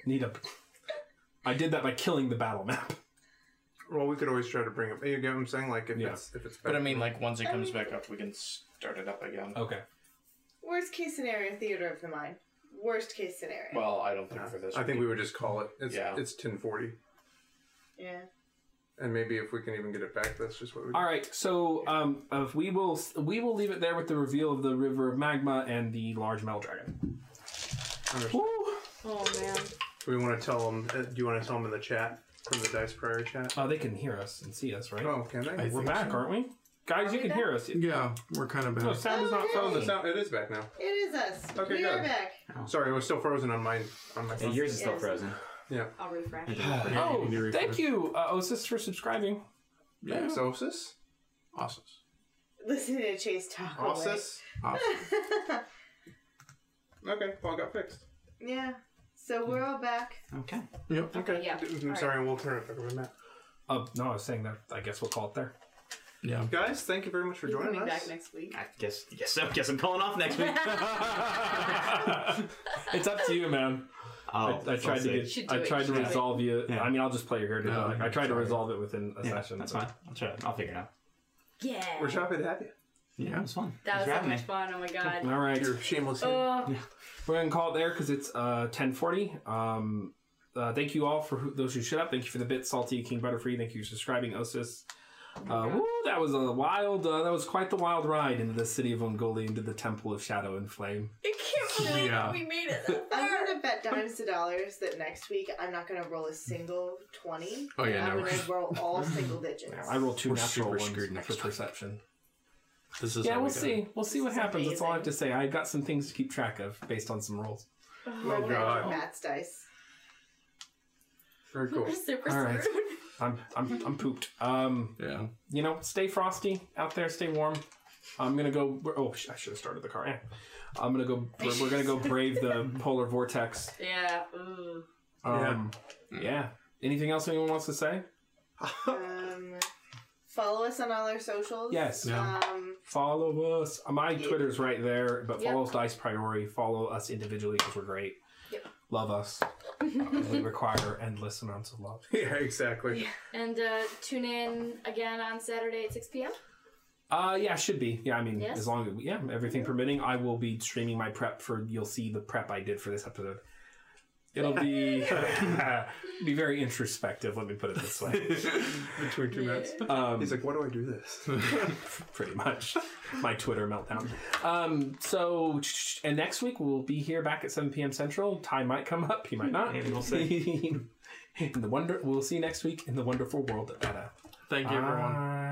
Need a. I did that by killing the battle map. Well, we could always try to bring it. You get what I'm saying? Like if Yeah. it's if it's But I better. mean, like once it comes back up, we can start it up again. Okay. Worst case scenario, theater of the mind. Worst case scenario. Well, I don't think for this. I think we would just call it. It's Yeah. it's ten forty, yeah. and maybe if we can even get it back, that's just what we. All right. So um, uh, we will we will leave it there with the reveal of the river of magma and the large metal dragon. Understood. Woo! Oh, man. Do we want to tell them? Uh, do you want to tell them in the chat from the Dice Priory chat? Uh, they can hear us and see us, right? Oh, can they? I We're think back, so. aren't we? Guys, you can hear us. Yeah, we're kind of No, back. sound is not Oh, Oh, the frozen. sound, it is back now. It is us. Okay, we are good. back. Sorry, it was still frozen on mine. On my Hey, phone. yours is still Yes. frozen. I'll refresh. Oh, thank you, uh, Osis, for subscribing. Yeah. Thanks, Osis. Awesome. Listen to Chase talk. all day. Osis. Okay, well, it got fixed. yeah. So we're all back. Okay. Yep. Okay. yeah. D- I'm sorry, we'll turn it back over to Matt. Uh, no, I was saying that. I guess we'll call it there. Yeah. Guys, thank you very much for He's joining coming us. back next week. I guess. Guess so. Guess I'm calling off next week. it's up to you, man. Oh, I, I tried to get. get. Should do I it, tried to should do it. resolve you. Yeah. I mean, I'll just play your character. No, but, like, I tried to sorry. resolve it within a Yeah, session. that's but- fine. I'll try. It. I'll figure it out. Yeah. We're happy to have you. Yeah. That was fun. Thanks That for was so having much me. fun. Oh, my God. All right. You're shameless. Uh, Oh, We're gonna call it there because it's uh, ten forty. Um, uh, thank you all for who, those who showed up. Thank you for the bit, salty king butterfree. Thank you for subscribing, Osis. Uh, woo, that was a wild. Uh, that was quite the wild ride into the city of Ongoli, into the temple of shadow and flame. I can't believe Yeah. we made it that I'm far. gonna bet dimes to dollars that next week I'm not gonna roll a single twenty. Oh, yeah, I'm no. gonna roll all single digits. Yeah, I rolled 2 We're natural super ones screwed next for week. perception. This is. Yeah, how we we'll got see. it. We'll see what This is happens. That's all I have to amazing. say. I got some things to keep track of based on some rolls. Oh, We're back to God. Matt's dice. Very cool. We're super All right. screwed. I'm I'm I'm pooped. Um, Yeah. you know, stay frosty out there. Stay warm. I'm gonna go. Oh, sh- I should have started the car. Eh. I'm gonna go. We're, we're gonna go brave the polar vortex. Yeah. Ooh. Um, yeah. Anything else anyone wants to say? Um, follow us on all our socials. Yes. Yeah. Um, Follow us. My Yeah. Twitter's right there, but Yep. follow us Dice Priority. Follow us individually because we're great. Yep. Love us. we require endless amounts of love. yeah, exactly. And uh, tune in again on Saturday at 6 p.m. Uh, yeah, should be. Yeah, I mean, Yes. as long as yeah, everything permitting, I will be streaming my prep for. You'll see the prep I did for this episode. It'll be be very introspective. Let me put it this way. Between two minutes. Um, He's like, why do I do this? pretty much my Twitter meltdown. Um, so and next week we'll be here back at seven p.m. Central. Ty might come up. He might not. Maybe we'll see. in the wonder. We'll see you next week in the wonderful world of Dada. Thank you, everyone. Bye.